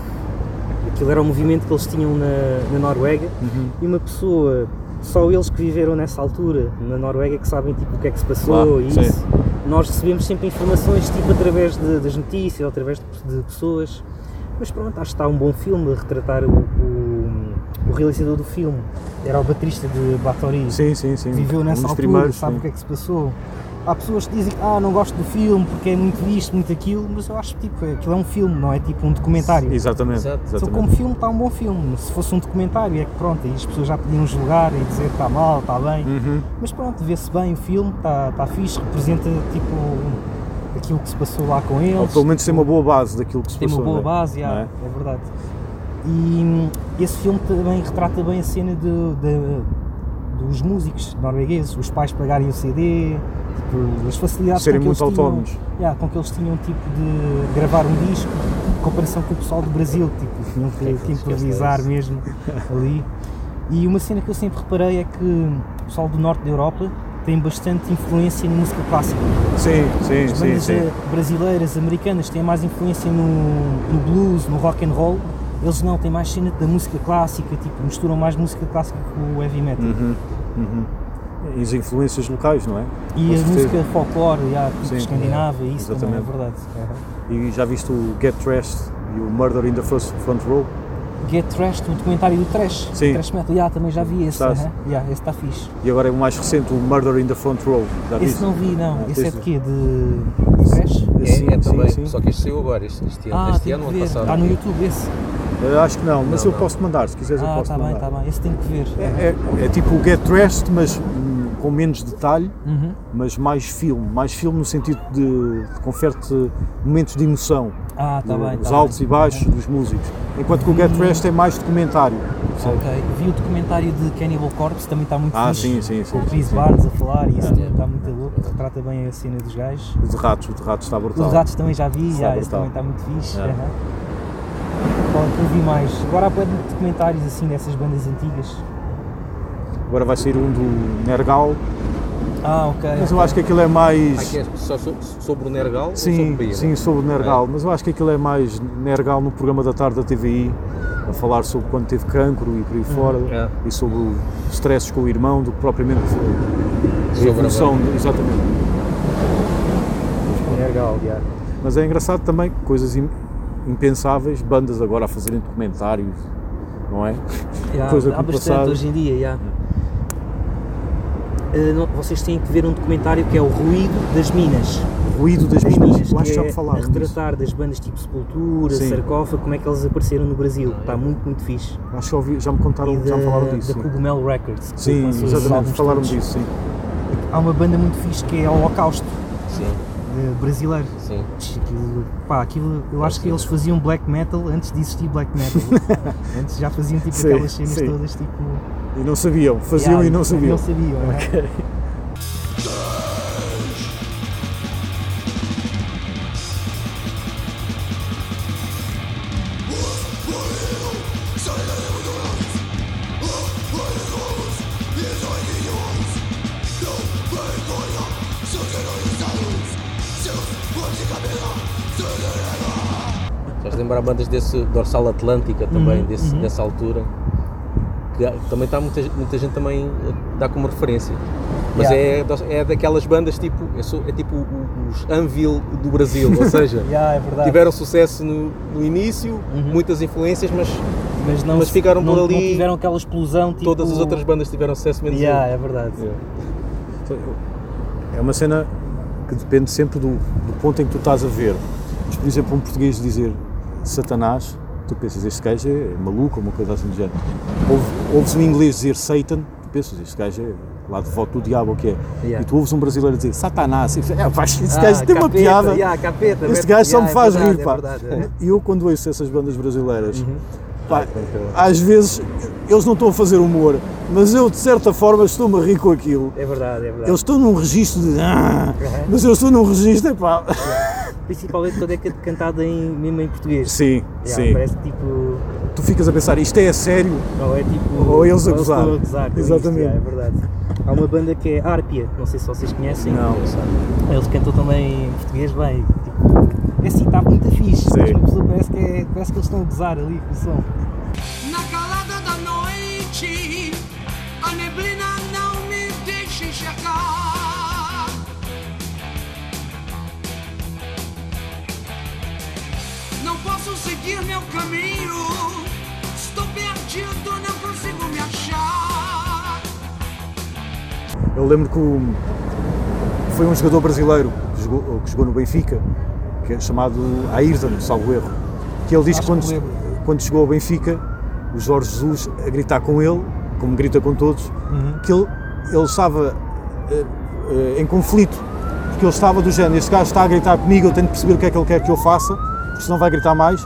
S3: Aquilo era um movimento que eles tinham na, na Noruega e uma pessoa só eles que viveram nessa altura, na Noruega, que sabem tipo, o que é que se passou
S5: Claro,
S3: e
S5: sim.
S3: isso. Nós recebemos sempre informações tipo, através de- das notícias, ou através de, de pessoas. Mas pronto, acho que está um bom filme a retratar o, o, o realizador do filme. Era o baterista de Batory
S5: Sim, sim, sim.
S3: viveu nessa
S5: Um dos
S3: altura,
S5: primeiros,
S3: sabe
S5: sim.
S3: o que é que se passou. Há pessoas que dizem que ah, não gosto do filme porque é muito isto, muito aquilo, mas eu acho que tipo, é- aquilo é um filme, não é tipo um documentário.
S5: Exatamente.
S6: Exato.
S3: Só
S5: exatamente.
S3: como filme está um bom filme, se fosse um documentário é que pronto, aí as pessoas já podiam julgar e dizer que está mal, está bem,
S5: Uhum.
S3: mas pronto, vê-se bem o filme, está, está fixe, representa tipo aquilo que se passou lá com eles.
S5: Ou pelo menos tem uma boa base daquilo que se
S3: Tem uma
S5: passou.
S3: boa
S5: não é?
S3: base, já,
S5: Não
S3: é?
S5: é?
S3: verdade. E hum, esse filme também retrata bem a cena de, de- dos músicos noruegueses, os pais pagarem o CD, tipo, as facilidades
S5: Serem
S3: com que
S5: muito
S3: eles tinham,
S5: autónomos.
S3: já, com que eles tinham tipo de gravar um disco, em comparação com o pessoal do Brasil, tipo, tinham
S5: É,
S3: que, que improvisar
S5: [laughs]
S3: mesmo ali. E uma cena que eu sempre reparei é que o pessoal do norte da Europa tem bastante influência na música clássica.
S5: Sim, sim,
S3: As
S5: sim,
S3: bandas
S5: sim.
S3: eh, brasileiras, americanas têm mais influência no, no blues, no rock and roll. Eles não, têm mais cena da música clássica, tipo, misturam mais música clássica com o heavy metal.
S5: Uhum, uhum. E as influências locais, não é?
S3: E
S5: com
S3: a
S5: certeza.
S3: música folclore, yeah, tipo
S5: Sim,
S3: escandinava, isso também é
S5: exatamente.
S3: verdade.
S5: E já viste o Get Trashed e o Murder in the First Front Row?
S3: Get Trash, o documentário do Trash,
S5: Sim. assim.
S3: Trash Metal, yeah, também já vi esse,
S5: Gostaste?
S3: aham. yeah, esse está fixe.
S5: E agora é o mais recente, o Murder in the Front Row. Já
S3: Esse
S5: viste?
S3: não vi, não.
S5: Ah,
S3: Esse é
S5: tens
S3: de
S5: de-
S3: quê? De Trash?
S6: É,
S5: Sim,
S6: é também,
S5: sim, sim.
S6: só que este saiu agora, este, este ano,
S3: Ah,
S6: este
S3: tenho
S6: ano
S3: que
S6: ou ano
S3: ver.
S6: passado.
S3: Está no YouTube esse.
S5: Eh, acho que não, mas
S6: Não,
S5: eu
S6: não.
S5: posso mandar, se quiseres eu
S3: Ah,
S5: posso
S3: está bem,
S5: mandar.
S3: está bem. Esse tenho que ver.
S5: É, é- é tipo o Get Trashed, mas hum, com menos detalhe,
S3: Uhum.
S5: mas mais filme. Mais filme no sentido de, de confere-te momentos de emoção.
S3: Ah, está bem.
S5: os
S3: tá
S5: altos
S3: bem.
S5: e baixos dos músicos. Enquanto que o Get Trashed é mais documentário. percebes?
S3: Ok, vi o documentário de Cannibal Corpse, também está muito
S5: Ah,
S3: fixe,
S5: sim, sim, sim.
S3: Com o
S5: sim,
S3: Chris
S5: sim.
S3: Barnes a falar e isso também está muito louco, retrata bem a cena dos gajos.
S5: O de ratos, o de ratos está
S3: Os
S5: brutal.
S3: gatos também já vi,
S5: Está
S3: já, esse também
S5: brutal.
S3: está muito fixe.
S5: É.
S3: aham. Pronto, eu vi mais. Agora há bué de documentários assim dessas bandas antigas.
S5: Agora vai sair um do Nergal,
S3: Ah, ok.
S5: mas eu acho que aquilo é
S6: Ah,
S5: mais.
S6: que é só so- sobre o Nergal ou sobre o
S5: Sim,
S6: Bahia?
S5: sim, sobre o Nergal, mas eu acho que aquilo é mais Nergal no programa da tarde da TVI, a falar sobre quando teve cancro e por aí fora,
S6: É.
S5: e sobre o stresses com o irmão, do que propriamente a
S6: Sobre a
S5: evolução, exatamente.
S3: Nergal, já.
S5: Mas é engraçado também, coisas im- impensáveis, bandas agora a fazerem documentários, não é?
S3: Já,
S5: Coisa
S3: há
S5: do
S3: bastante
S5: passado.
S3: hoje em dia, já. Ah, não- vocês têm que ver um documentário que é o Ruído das Minas.
S5: Ruído das
S3: das
S5: minas, eu acho
S3: que
S5: que já
S3: é
S5: me
S3: a
S5: falaram disso.
S3: retratar das bandas tipo Sepultura,
S5: Sim.
S3: Sarcófago, como é que eles apareceram no Brasil. Está muito, muito fixe.
S5: Acho que já, ouvi- já me contaram,
S3: E
S5: já me falaram
S3: da- Da
S5: disso. sim.
S3: Cogumel Records. que
S5: Sim,
S3: lançou os
S5: exatamente,
S3: álbuns
S5: falaram
S3: todos.
S5: disso, sim.
S3: Há uma banda muito fixe que é Holocausto,
S6: Sim,
S3: eh, brasileiro.
S6: sim.
S3: Aquilo, pá, aquilo, eu acho que eles faziam black metal antes de existir black
S5: [laughs]
S3: metal. antes já faziam tipo
S5: Sim,
S3: aquelas cenas
S5: sim.
S3: todas tipo.
S5: E não sabiam, faziam
S3: yeah,
S5: e não sabiam.
S3: Não sabiam, né?
S6: Estás a lembrar bandas desse Dorsal Atlântica
S3: Uhum,
S6: também, desse- dessa altura, que há- também está muita, ge- muita gente também eh, dá como referência. Mas é, dos- é daquelas bandas tipo, é, so- é tipo o- os Anvil do Brasil,
S3: [laughs]
S6: ou seja,
S3: Yeah, Uhum. é verdade.
S6: tiveram sucesso no, no início, muitas influências, mas
S3: Tipo mas não,
S6: mas ficaram
S3: não,
S6: por ali
S3: Não tiveram aquela explosão tipo.
S6: todas as outras bandas tiveram sucesso menos
S3: Yeah,
S6: eu.
S3: é verdade.
S5: É uma cena que depende sempre do, do ponto em que tu estás a ver. Mas, por exemplo, um português dizer Satanás, tu pensas, este gajo é maluco, ou uma coisa assim do género. Ouve- ouves um inglês dizer Satan, tu pensas, este gajo é lá de voto do diabo, ou o que é?
S3: Yeah.
S5: E tu ouves um brasileiro dizer Satanás, e, tu pensas, "É, vai, este
S3: Ah,
S5: gajo tem uma
S3: capeta,
S5: piada.
S3: yeah, capeta,
S5: Este
S3: Beto,
S5: gajo só
S3: yeah,
S5: me
S3: é
S5: faz
S3: verdade,
S5: rir,
S3: é
S5: pá.
S3: verdade, Uhum. é.
S5: Eu, quando ouço essas bandas brasileiras, pá, às vezes eles não estão a fazer humor, mas eu, de certa forma, estou-me a rir com aquilo.
S3: É verdade, é verdade.
S5: Eu estou num registro de. "Ah", Mas eu estou num registro, pá.
S3: Principalmente quando é que é cantada em, mesmo em português.
S5: [laughs] Sim,
S3: Yeah,
S5: sim.
S3: Parece tipo.
S5: Tu ficas a pensar, isto é a sério?
S3: Ou é tipo.
S5: Ou eles a
S3: estão
S5: gozar.
S3: gozar com isto,
S5: Exatamente.
S3: yeah, é verdade. Há uma banda que é Arpia, não sei se vocês conhecem.
S5: Não.
S3: Eles cantam também em português bem. Tipo, é assim, está muito fixe.
S5: Sim.
S3: Mas uma pessoa parece que, é- parece que eles estão a gozar ali com o som.
S7: Na calada da noite, a neblina seguir meu caminho. Estou perdido, não consigo me achar.
S5: Eu lembro que o- foi um jogador brasileiro que jogou, que jogou no Benfica, que é chamado Ayrton, salvo erro, que ele diz que quando, quando chegou ao Benfica, o Jorge Jesus a gritar com ele, como grita com todos, que ele, ele estava eh, eh, em conflito, porque ele estava do género, este gajo está a gritar comigo, eu tenho que perceber o que é que ele quer que eu faça, porque senão vai gritar mais,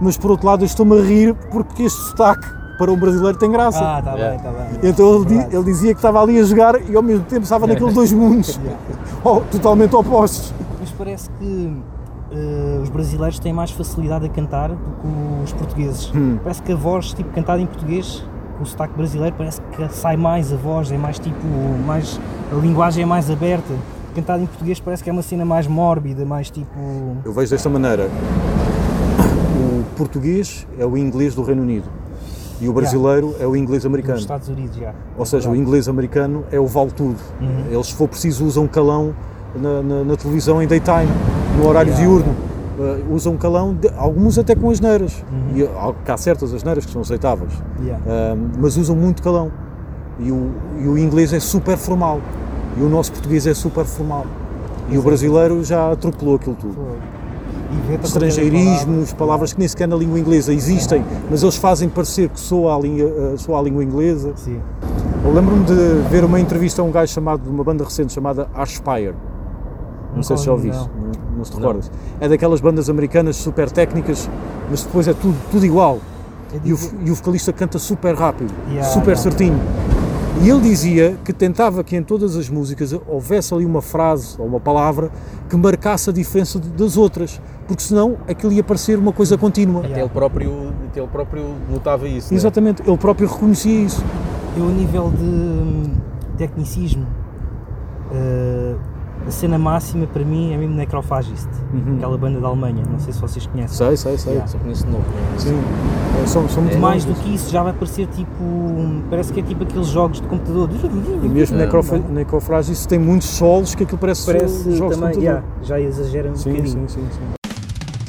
S5: mas por outro lado eu estou-me a rir porque este sotaque para um brasileiro tem graça.
S3: Ah, está bem, está bem.
S5: Então ele, di-
S3: Verdade.
S5: ele dizia que estava ali a jogar e ao mesmo tempo estava naqueles dois mundos Oh, totalmente opostos.
S3: Mas parece que eh, os brasileiros têm mais facilidade a cantar do que os portugueses. Parece que a voz, tipo, cantada em português, com o sotaque brasileiro, parece que sai mais a voz, é mais tipo, mais, a linguagem é mais aberta. Cantada em português parece que é uma cena mais mórbida, mais tipo...
S5: Eu vejo desta maneira: o português é o inglês do Reino Unido e o brasileiro é o inglês
S3: Nos
S5: americano.
S3: Estados Unidos, já.
S5: Ou seja, o inglês americano é o vale tudo. Eles, se for preciso, usam calão na, na- na televisão em daytime, no horário diurno. Uh, usam calão, de- alguns até com asneiras. E há, que há certas asneiras que são aceitáveis.
S3: Yeah.
S5: Um, mas usam muito calão. E o, e o inglês é super formal. E o nosso português é super formal. E o brasileiro já atropelou aquilo tudo.
S3: Inventa
S5: Estrangeirismos, palavras que nem sequer na língua inglesa existem, mas eles fazem parecer que soa a, linha- eh, soa a língua inglesa.
S3: Sim.
S5: Eu lembro-me de ver uma entrevista a um gajo chamado, de uma banda recente chamada Aspire. Não sei se já
S3: ouvi,
S5: ouviste, não, não se te recordas. É daquelas bandas americanas super técnicas, mas depois é tudo, tudo igual. E o, e o vocalista canta super rápido,
S3: É Yeah,
S5: super
S3: yeah.
S5: certinho. E ele dizia que tentava que em todas as músicas houvesse ali uma frase ou uma palavra que marcasse a diferença de- das outras, porque senão aquilo ia parecer uma coisa contínua.
S6: Até ele próprio, até ele próprio notava isso. né?
S5: Exatamente, ele próprio reconhecia isso.
S3: Eu, a nível de hum, tecnicismo, eh, a cena máxima para mim é mesmo Necrophagist,
S5: Uhum.
S3: aquela banda da Alemanha. Não sei se vocês conhecem.
S5: Sei, sei, sei.
S3: Yeah.
S6: Só conheço de novo. né?
S5: Sim, É, são, são muito
S3: Mais
S5: bons.
S3: do que isso, já vai parecer tipo. Parece que é tipo aqueles jogos de computador.
S5: E mesmo necrofrágil, isso tem muitos solos que aquilo parece,
S3: É, Parece
S5: jogos de
S3: também.
S5: computador.
S3: yeah, já exagera um
S5: Sim,
S3: bocadinho.
S5: sim, sim, sim.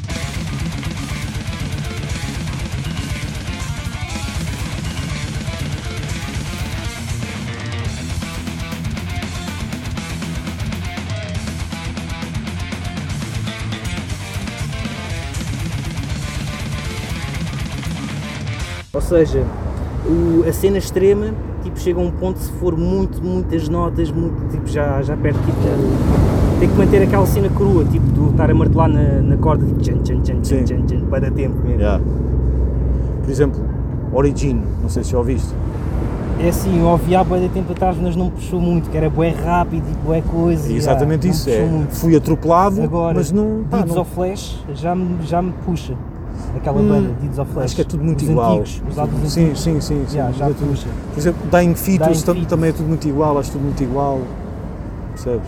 S3: Ou seja, o- a cena extrema tipo, chega a um ponto se for muito, muitas notas, muito, tipo, já, já perde tipo. Tem que manter aquela cena crua, tipo, do estar a martelar na, na corda, tipo, tchan, tchan, tchan, tchan,
S5: Sim.
S3: tchan, tchan, para tempo mesmo.
S5: Yeah. Por exemplo, Origin, não sei se já ouviste.
S3: É assim, eu ouvi há bué de tempo atrás, mas não me puxou muito, que era bué rápido e bué coisa.
S5: É
S3: e, ah,
S5: exatamente
S3: não me
S5: isso.
S3: puxou
S5: É,
S3: muito.
S5: fui atropelado,
S3: Agora,
S5: mas não. pá,
S3: Deeds
S5: não-
S3: of Flash já me, já me puxa. Aquela
S5: Hum,
S3: banda, Deeds of Flash.
S5: acho que é tudo muito
S3: os
S5: igual.
S3: Antigos, os álbuns
S5: sim, sim, sim, sim.
S3: Yeah, já
S5: Mas é tudo-
S3: puxa.
S5: Por exemplo, Dying Fetus
S3: Dying
S5: tam-
S3: Fetus.
S5: também é tudo muito igual, acho tudo muito igual. Percebes?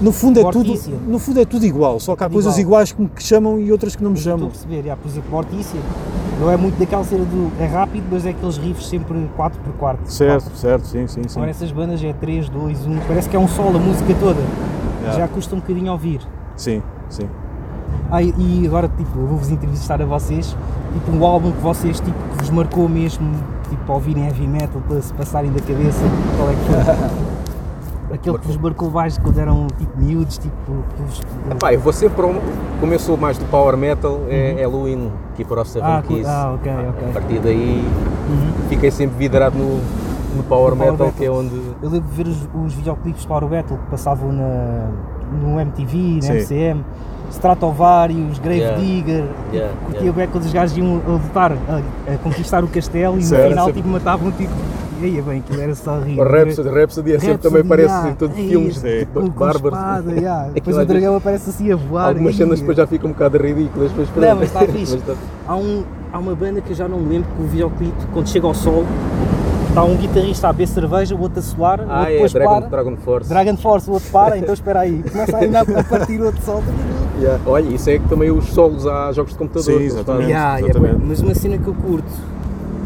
S5: No fundo, é tudo,
S3: Mortícia.
S5: no fundo é tudo igual, só que há
S3: Tudo
S5: coisas
S3: igual.
S5: iguais que me que chamam e outras que não me
S3: Estou a
S5: chamam.
S3: perceber, já, por exemplo, Mortícia não é muito daquela cena do. é rápido, mas é aqueles riffs sempre 4x4.
S5: Certo, certo, sim, sim, sim.
S3: Agora essas bandas é 3, 2, 1, parece que é um solo a música toda.
S5: Yeah.
S3: Já custa um bocadinho ouvir.
S5: Sim, sim.
S3: Ah, e- e agora, tipo, eu vou-vos entrevistar a vocês, tipo, um álbum que vocês, tipo, que vos marcou mesmo, tipo, ao ouvirem heavy metal, para se passarem da cabeça, qual é que foi? Aquele que vos marcou mais quando eram, tipo, miúdos, tipo, que vos...
S6: Epá, eu vou sempre para um- Como eu sou mais do power metal, é Halloween, Keeper of Seven
S3: Uhum. ah, cu-
S6: Keys.
S3: ah, ok,
S6: A
S3: ok.
S6: partir daí fiquei sempre vidrado no, no power,
S3: No power
S6: metal,
S3: metal.
S6: que é onde.
S3: Eu lembro de ver os, os videoclipes de Power Battle que passavam na, no MTV, na
S5: Sim.
S3: MCM, Stratovarius,
S6: Yeah.
S3: Gravedigger,
S6: Yeah,
S3: tipo, curtia
S6: yeah.
S3: bem quando os gajos iam a lutar, a, a conquistar o castelo e
S5: Certo.
S3: no final, tipo, matavam, tipo, e aí, é bem, aquilo era só rir.
S6: O Rhapsody, Rhapsody é sempre também
S3: Rhapsody,
S6: parece
S3: yeah.
S6: em todos os
S3: Ei,
S6: filmes
S3: sim.
S6: de
S3: é Com, com
S6: bárbaros. [laughs]
S3: espada, yeah. Depois
S6: Aquilo
S3: o
S6: às vezes-
S3: dragão aparece assim a voar.
S6: Algumas
S3: e-
S6: cenas depois já ficam um bocado ridículas, mas pronto.
S3: mas
S6: [laughs]
S3: está fixe.
S6: Mas tá está-
S3: há, um- há uma banda que eu já não me lembro que o videoclipe, quando chega ao sol, está um guitarrista a beber cerveja, o outro a solar, o
S6: Ah,
S3: outro
S6: é
S3: depois
S6: Dragon,
S3: para.
S6: Dragon Force.
S3: Dragon Force, o outro para, então espera aí, começa ainda a partir o outro sol.
S6: Yeah. Olha, isso é que também os solos há jogos de computador.
S5: Sim,
S6: que eles
S5: exatamente.
S6: fazem.
S3: Yeah, yeah,
S5: exatamente.
S3: bué. mas uma cena que eu curto,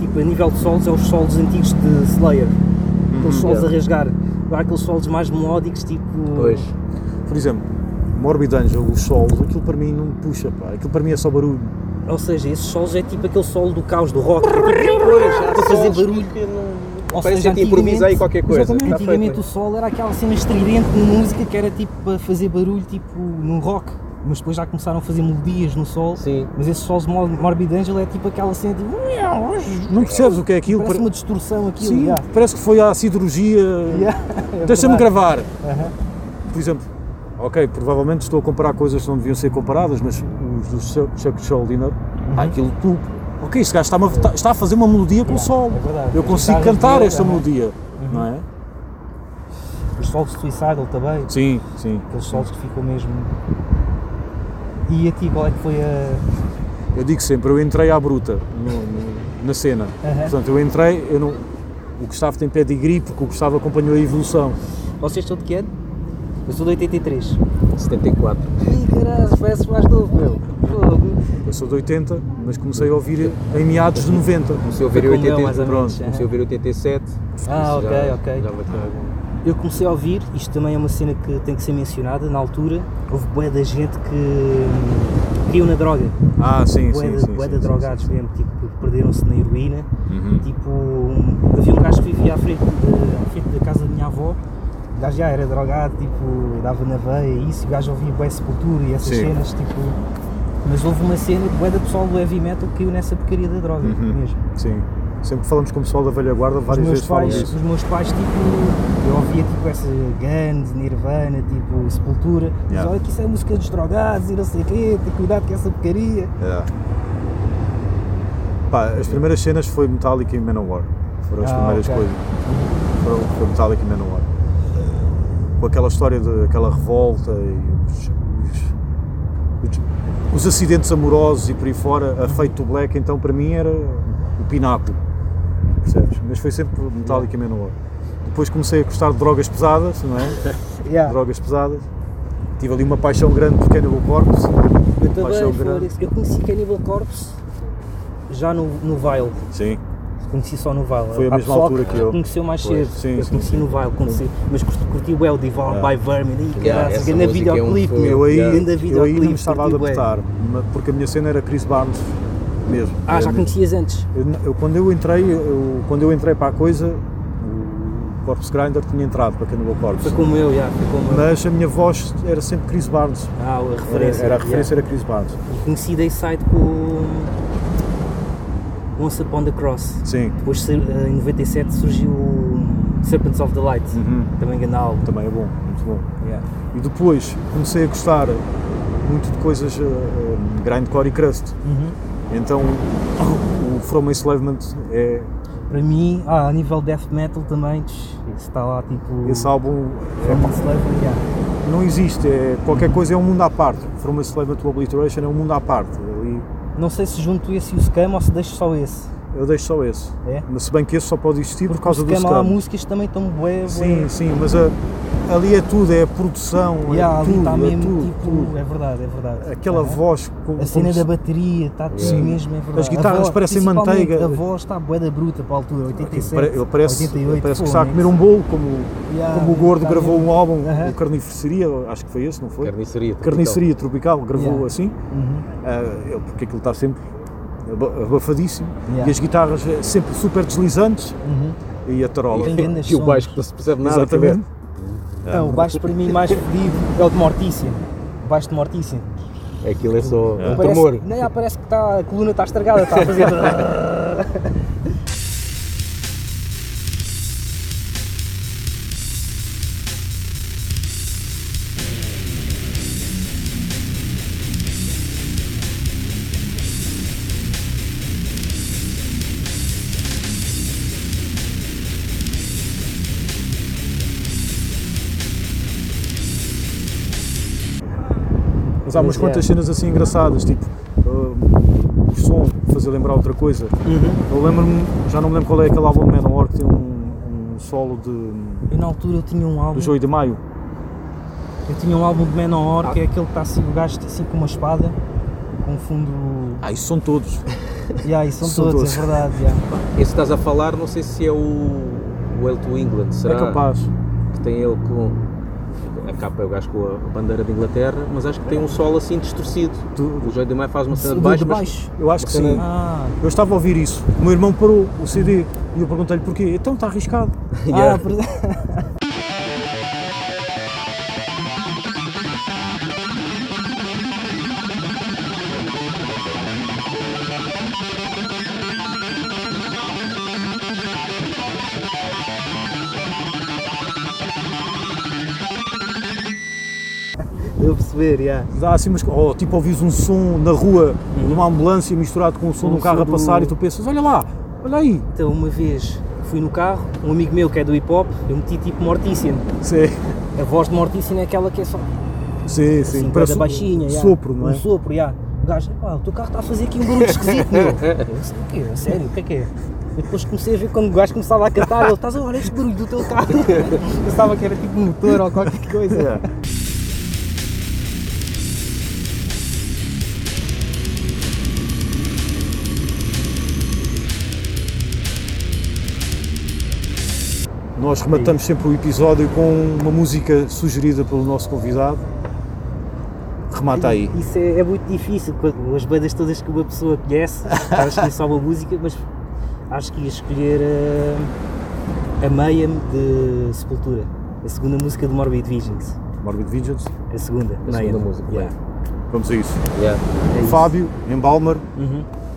S3: tipo a nível de solos, é os solos antigos de Slayer,
S6: Uhum.
S3: aqueles solos a rasgar, agora aqueles solos mais melódicos, tipo.
S6: Pois.
S5: Por exemplo, Morbid Angel, o solo, aquilo para mim não me puxa, pá. aquilo para mim é só barulho.
S3: Ou seja, esses solos é tipo aquele solo do caos, do rock.
S6: Para
S3: fazer barulho. Ou
S6: Parece
S3: seja,
S6: que te improvisa aí
S3: antigamente-
S6: qualquer coisa.
S3: Exatamente.
S6: Tá
S3: Antigamente
S6: feito.
S3: o sol era aquela cena estridente de música que era tipo para fazer barulho, tipo no rock. Mas depois já começaram a fazer melodias no sol.
S6: Sim.
S3: Mas esse sol de Mor- Morbid Angel é tipo aquela cena tipo.
S5: Não percebes o que é aquilo?
S3: Parece
S5: Pare-
S3: uma distorção aquilo.
S5: Sim,
S3: yeah.
S5: parece que foi à siderurgia.
S3: Yeah, é verdade.
S5: Deixa-me gravar. Por exemplo, ok, provavelmente estou a comparar coisas que não deviam ser comparadas, mas os do Chuck- Chuck
S3: Uhum.
S5: Schuldiner, pá, aquilo tu. Ok, este gajo está-me a- está, está a fazer uma melodia com o sol.
S3: é verdade.
S5: Eu
S3: As
S5: consigo
S3: guitarras
S5: cantar
S3: dele,
S5: esta
S3: não é?
S5: melodia, não é?
S3: [laughs] Os solos de Suicidal também.
S5: Sim, sim.
S3: Aqueles solos que ficam mesmo. E a ti, qual é que foi a.
S5: Eu digo sempre, eu entrei à bruta no- no- na cena.
S3: Aham.
S5: Portanto, eu entrei, eu não, o Gustavo tem pedigree porque o Gustavo acompanhou a evolução.
S3: Vocês estão de que ano? Eu sou de 83.
S6: 74.
S3: Ih, caralho, parece mais novo, meu. Fogo.
S5: Eu sou de 80, mas comecei a ouvir em meados de 90.
S6: Comecei a ouvir em
S3: Foi como eu, mais
S6: 87.
S3: ou menos,
S6: Pronto,
S3: é.
S6: comecei a ouvir em 87.
S3: Ah,
S6: Isso
S3: ok,
S6: já-
S3: ok.
S6: Já vai ter algum.
S3: Eu comecei a ouvir, isto também é uma cena que tem que ser mencionada, na altura houve bué da gente que hum, caiu na droga,
S5: Ah, sim,
S3: bué
S5: sim,
S3: da-
S5: sim.
S3: bué
S5: sim,
S3: da
S5: sim,
S3: drogados
S5: sim.
S3: mesmo, tipo, que perderam-se na heroína,
S5: Uhum.
S3: tipo, um- havia um gajo que vivia à frente, de- à frente da casa da minha avó, o gajo já era drogado, tipo, dava na veia e isso, o gajo ouvia bué sepultura e essas
S5: Sim.
S3: cenas, tipo... Mas houve uma cena que bué da pessoal do heavy metal que caiu nessa porcaria da droga
S5: Uhum.
S3: mesmo.
S5: Sim. Sempre que falamos com o pessoal da velha guarda,
S3: Os
S5: várias
S3: meus,
S5: vezes falam
S3: pais,
S5: disso.
S3: os meus pais, tipo, eu ouvia tipo essa Guns, Nirvana, tipo Sepultura, mas
S5: Yeah.
S3: olha que isso é música dos drogados e não sei o quê, tem cuidado com essa porcaria.
S5: É. Pá, as primeiras cenas foi Metallica e Manowar. Foram as
S3: Ah,
S5: primeiras
S3: ok.
S5: coisas. Foram, foi Metallica e Manowar. Com aquela história de aquela revolta e os, os- os- os acidentes amorosos e por aí fora, a Fate to Black, então para mim era o pináculo. Percebes? Mas foi sempre Metallica e Manowar. Depois comecei a gostar de drogas pesadas, não
S3: [laughs]
S5: é?
S3: Yeah.
S5: drogas pesadas. Tive ali uma paixão grande por Cannibal Corpse.
S3: Eu
S5: Paixão
S3: também,
S5: grande.
S3: Félix, eu conheci Cannibal Corpse já no, no Vile,
S5: Sim.
S3: conheci só no Vile.
S5: Foi a
S3: Há
S5: mesma
S3: pessoal
S5: altura que eu.
S3: Conheceu mais
S5: Foi.
S3: cedo,
S5: Sim,
S3: eu
S5: sim,
S3: conheci
S5: sim. Ah.
S3: no Vile, conheci, mas curti, curti o El Dival by Vermin, e
S6: Yeah,
S3: caralho,
S6: essa
S3: grande
S6: música é um
S3: videoclipe,
S6: fogo.
S5: Eu aí,
S3: grande
S5: eu aí
S3: videoclipe,
S5: não me estava a
S3: curti bué.
S5: adaptar, ma- porque a minha cena era Chris Barnes mesmo.
S3: Ah,
S5: Era
S3: já
S5: mesmo.
S3: conhecias antes?
S5: Eu n- eu- quando eu entrei, eu- quando eu entrei para a coisa, o Corpse Grinder tinha entrado para Cannibal Corpse.
S3: Foi como eu, já, foi como eu.
S5: Mas a minha voz era sempre Chris Barnes.
S3: Ah, a
S5: Era,
S3: referência.
S5: era a
S3: yeah.
S5: referência era Chris Barnes.
S3: Conheci Dayside com Once Upon the Cross.
S5: Sim.
S3: Depois sur- eh, em 97 surgiu o Serpents of the Light,
S5: Uhum.
S3: também grande álbum.
S5: Também é bom, muito bom. E depois comecei a gostar muito de coisas eh, eh, grindcore e crust.
S3: Uhum.
S5: Então o From Enslavement é
S3: Para mim, ah, a nível death metal também, tch, esse está lá tipo.
S5: esse álbum é
S3: From Slavery, yeah.
S5: não existe, é, qualquer coisa é um mundo à parte. From a Slave to Obliteration é um mundo à parte. Ali
S3: Não sei se junto esse e o Scam ou se deixo só esse.
S5: eu deixo só esse.
S3: É?
S5: Mas se bem que esse só pode existir por causa do
S3: Scam há
S5: scam.
S3: músicas que também estão bué, bué.
S5: Sim, sim, mas a- ali é tudo, é a produção,
S3: Yeah,
S5: é
S3: ali
S5: tudo,
S3: está
S5: é
S3: mesmo
S5: tudo,
S3: tipo.
S5: tudo.
S3: É verdade, é verdade.
S5: Aquela
S3: Aham.
S5: voz como,
S3: A cena
S5: como se-
S3: da bateria está tudo mesmo, é verdade.
S5: As
S3: A
S5: guitarras
S3: voz,
S5: parecem
S3: principalmente
S5: manteiga.
S3: A voz está bué da bruta para a altura, 87,
S5: pare- ele parece,
S3: 88.
S5: ele parece que
S3: pô,
S5: está a
S3: né?
S5: comer um bolo, como,
S3: Yeah,
S5: como o Gordo
S3: está
S5: gravou
S3: mesmo.
S5: um álbum,
S3: Aham.
S5: o Carniceria, acho que foi esse, não foi?
S6: Carniceria. tropical.
S5: Carniceria Tropical, gravou
S3: Yeah.
S5: assim,
S3: Uhum.
S5: Ah, ele- porque aquilo está sempre aba- abafadíssimo
S3: Yeah.
S5: e as guitarras eh, sempre super deslizantes
S3: Uhum.
S5: e a tarola.
S3: Tem grandes
S6: E o
S3: sons.
S6: baixo que não se percebe nada.
S5: Exatamente. um
S3: Não, o baixo para mim mais fedido é o de Mortícia. O baixo de Mortícia.
S6: aquilo é- Aquilo é só um
S3: Parece-
S6: tremor.
S3: Não, é, parece que está, a coluna está estragada, está a fazer.
S5: [laughs] Mas há
S3: Mas,
S5: umas quantas cenas assim engraçadas, tipo ah, o som, fazer lembrar outra coisa.
S3: Uhum.
S5: Eu lembro-me, já não me lembro qual é aquele álbum de Manowar que tem um, um solo de,
S3: Eu na altura eu tinha um álbum.
S5: do Joio de Maio.
S3: Eu tinha um álbum de Manowar, que é aquele que está assim, o gajo está assim com uma espada, com um fundo.
S5: Ah, isso são todos.
S3: Yeah, e são,
S5: São
S3: todos,
S5: todos.
S3: é verdade. yeah.
S6: Esse que estás a falar, não
S3: Ah.
S6: sei se é o Well to England, será?
S5: É capaz.
S6: Que tem ele com.
S2: A capa é o gajo com a bandeira da Inglaterra, mas acho que tem um solo assim distorcido. O Joy Demai faz uma cena de baixo, mas
S5: Eu acho que
S2: Bacana.
S5: sim.
S3: Ah,
S5: Eu estava a ouvir isso. O meu irmão parou o CD e eu perguntei-lhe porquê. Então está arriscado.
S6: [laughs]
S2: Yeah.
S3: Ah, por... Eu perceber, yeah.
S5: Dá assim, mas, ou tipo ouvis um som na rua de uma ambulância misturado com o som de um carro a
S3: Uhum. som
S5: passar
S3: do-
S5: e tu pensas, olha lá, olha aí.
S3: Então, uma vez fui no carro, um amigo meu que é do hip hop, eu meti tipo Mortician.
S5: Sim,
S3: A voz de Mortician é aquela que é só
S5: sim,
S3: assim,
S5: sim.
S3: bué da
S5: um
S3: baixinha. yeah.
S5: sopro, não é?
S3: Um sopro, yeah. O gajo, pá, o teu carro está a fazer aqui um barulho esquisito, [laughs] meu. Eu disse, o quê? A Sério, o que é que é? Eu depois comecei a ver quando o gajo começava a cantar, ele, estás a ouvir este barulho do teu carro? [laughs] Eu Pensava que era tipo um motor ou qualquer coisa.
S5: Nós rematamos sempre o episódio com uma música sugerida pelo nosso convidado. Remata aí.
S3: Isso é, é muito difícil, com as bandas todas que uma pessoa conhece, estava a escolher é só uma música, mas acho que ia escolher eh, a Mayhem de Sepultura, a segunda música de Morbid Visions.
S5: Morbid Visions.
S3: A segunda,
S2: a
S3: Mayhem.
S2: segunda música.
S3: Yeah.
S5: Vamos a isso.
S2: Yeah.
S3: É isso. Uhum.
S5: Fábio, em Balmer.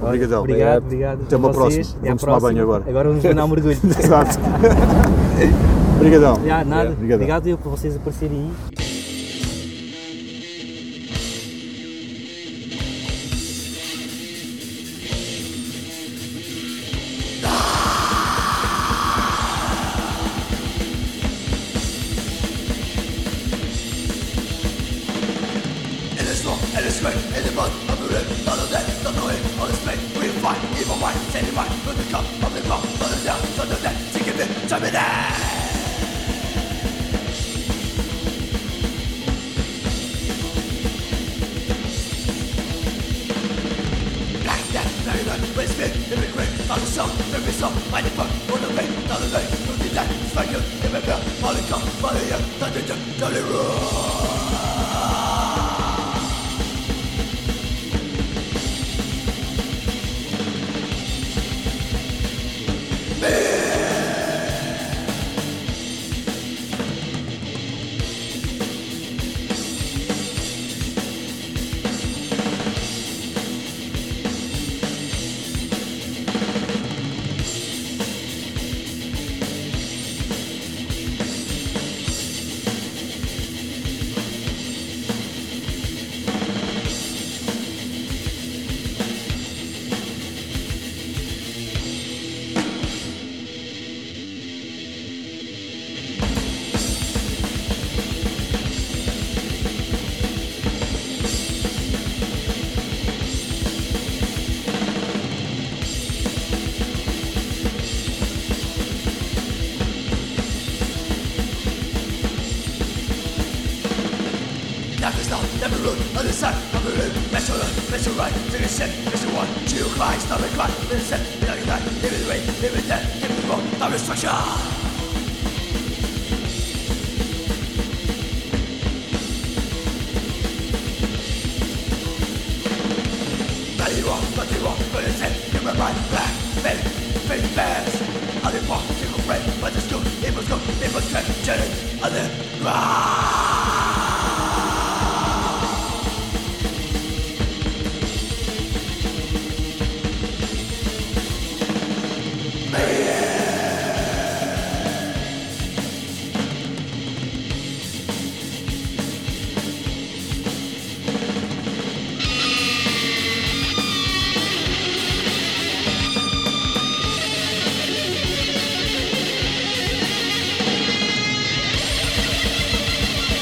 S5: Obrigadão.
S3: Obrigado, obrigado.
S5: É, Até uma
S3: a
S5: próxima.
S3: Até à
S5: Vamos tomar banho agora.
S3: Agora vamos mandar um mergulho.
S5: [laughs] Exato. [laughs] Obrigadão.
S3: Já, nada.
S5: Obrigado.
S3: Obrigado eu por vocês aparecerem aí.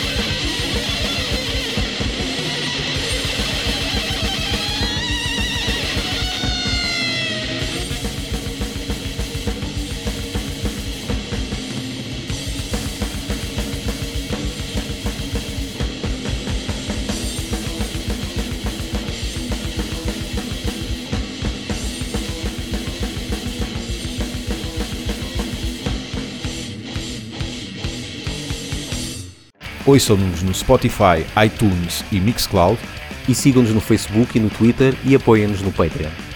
S7: Thank
S1: Ouçam-nos no Spotify, iTunes e Mixcloud
S2: E sigam-nos no Facebook e no Twitter e apoiem-nos no Patreon.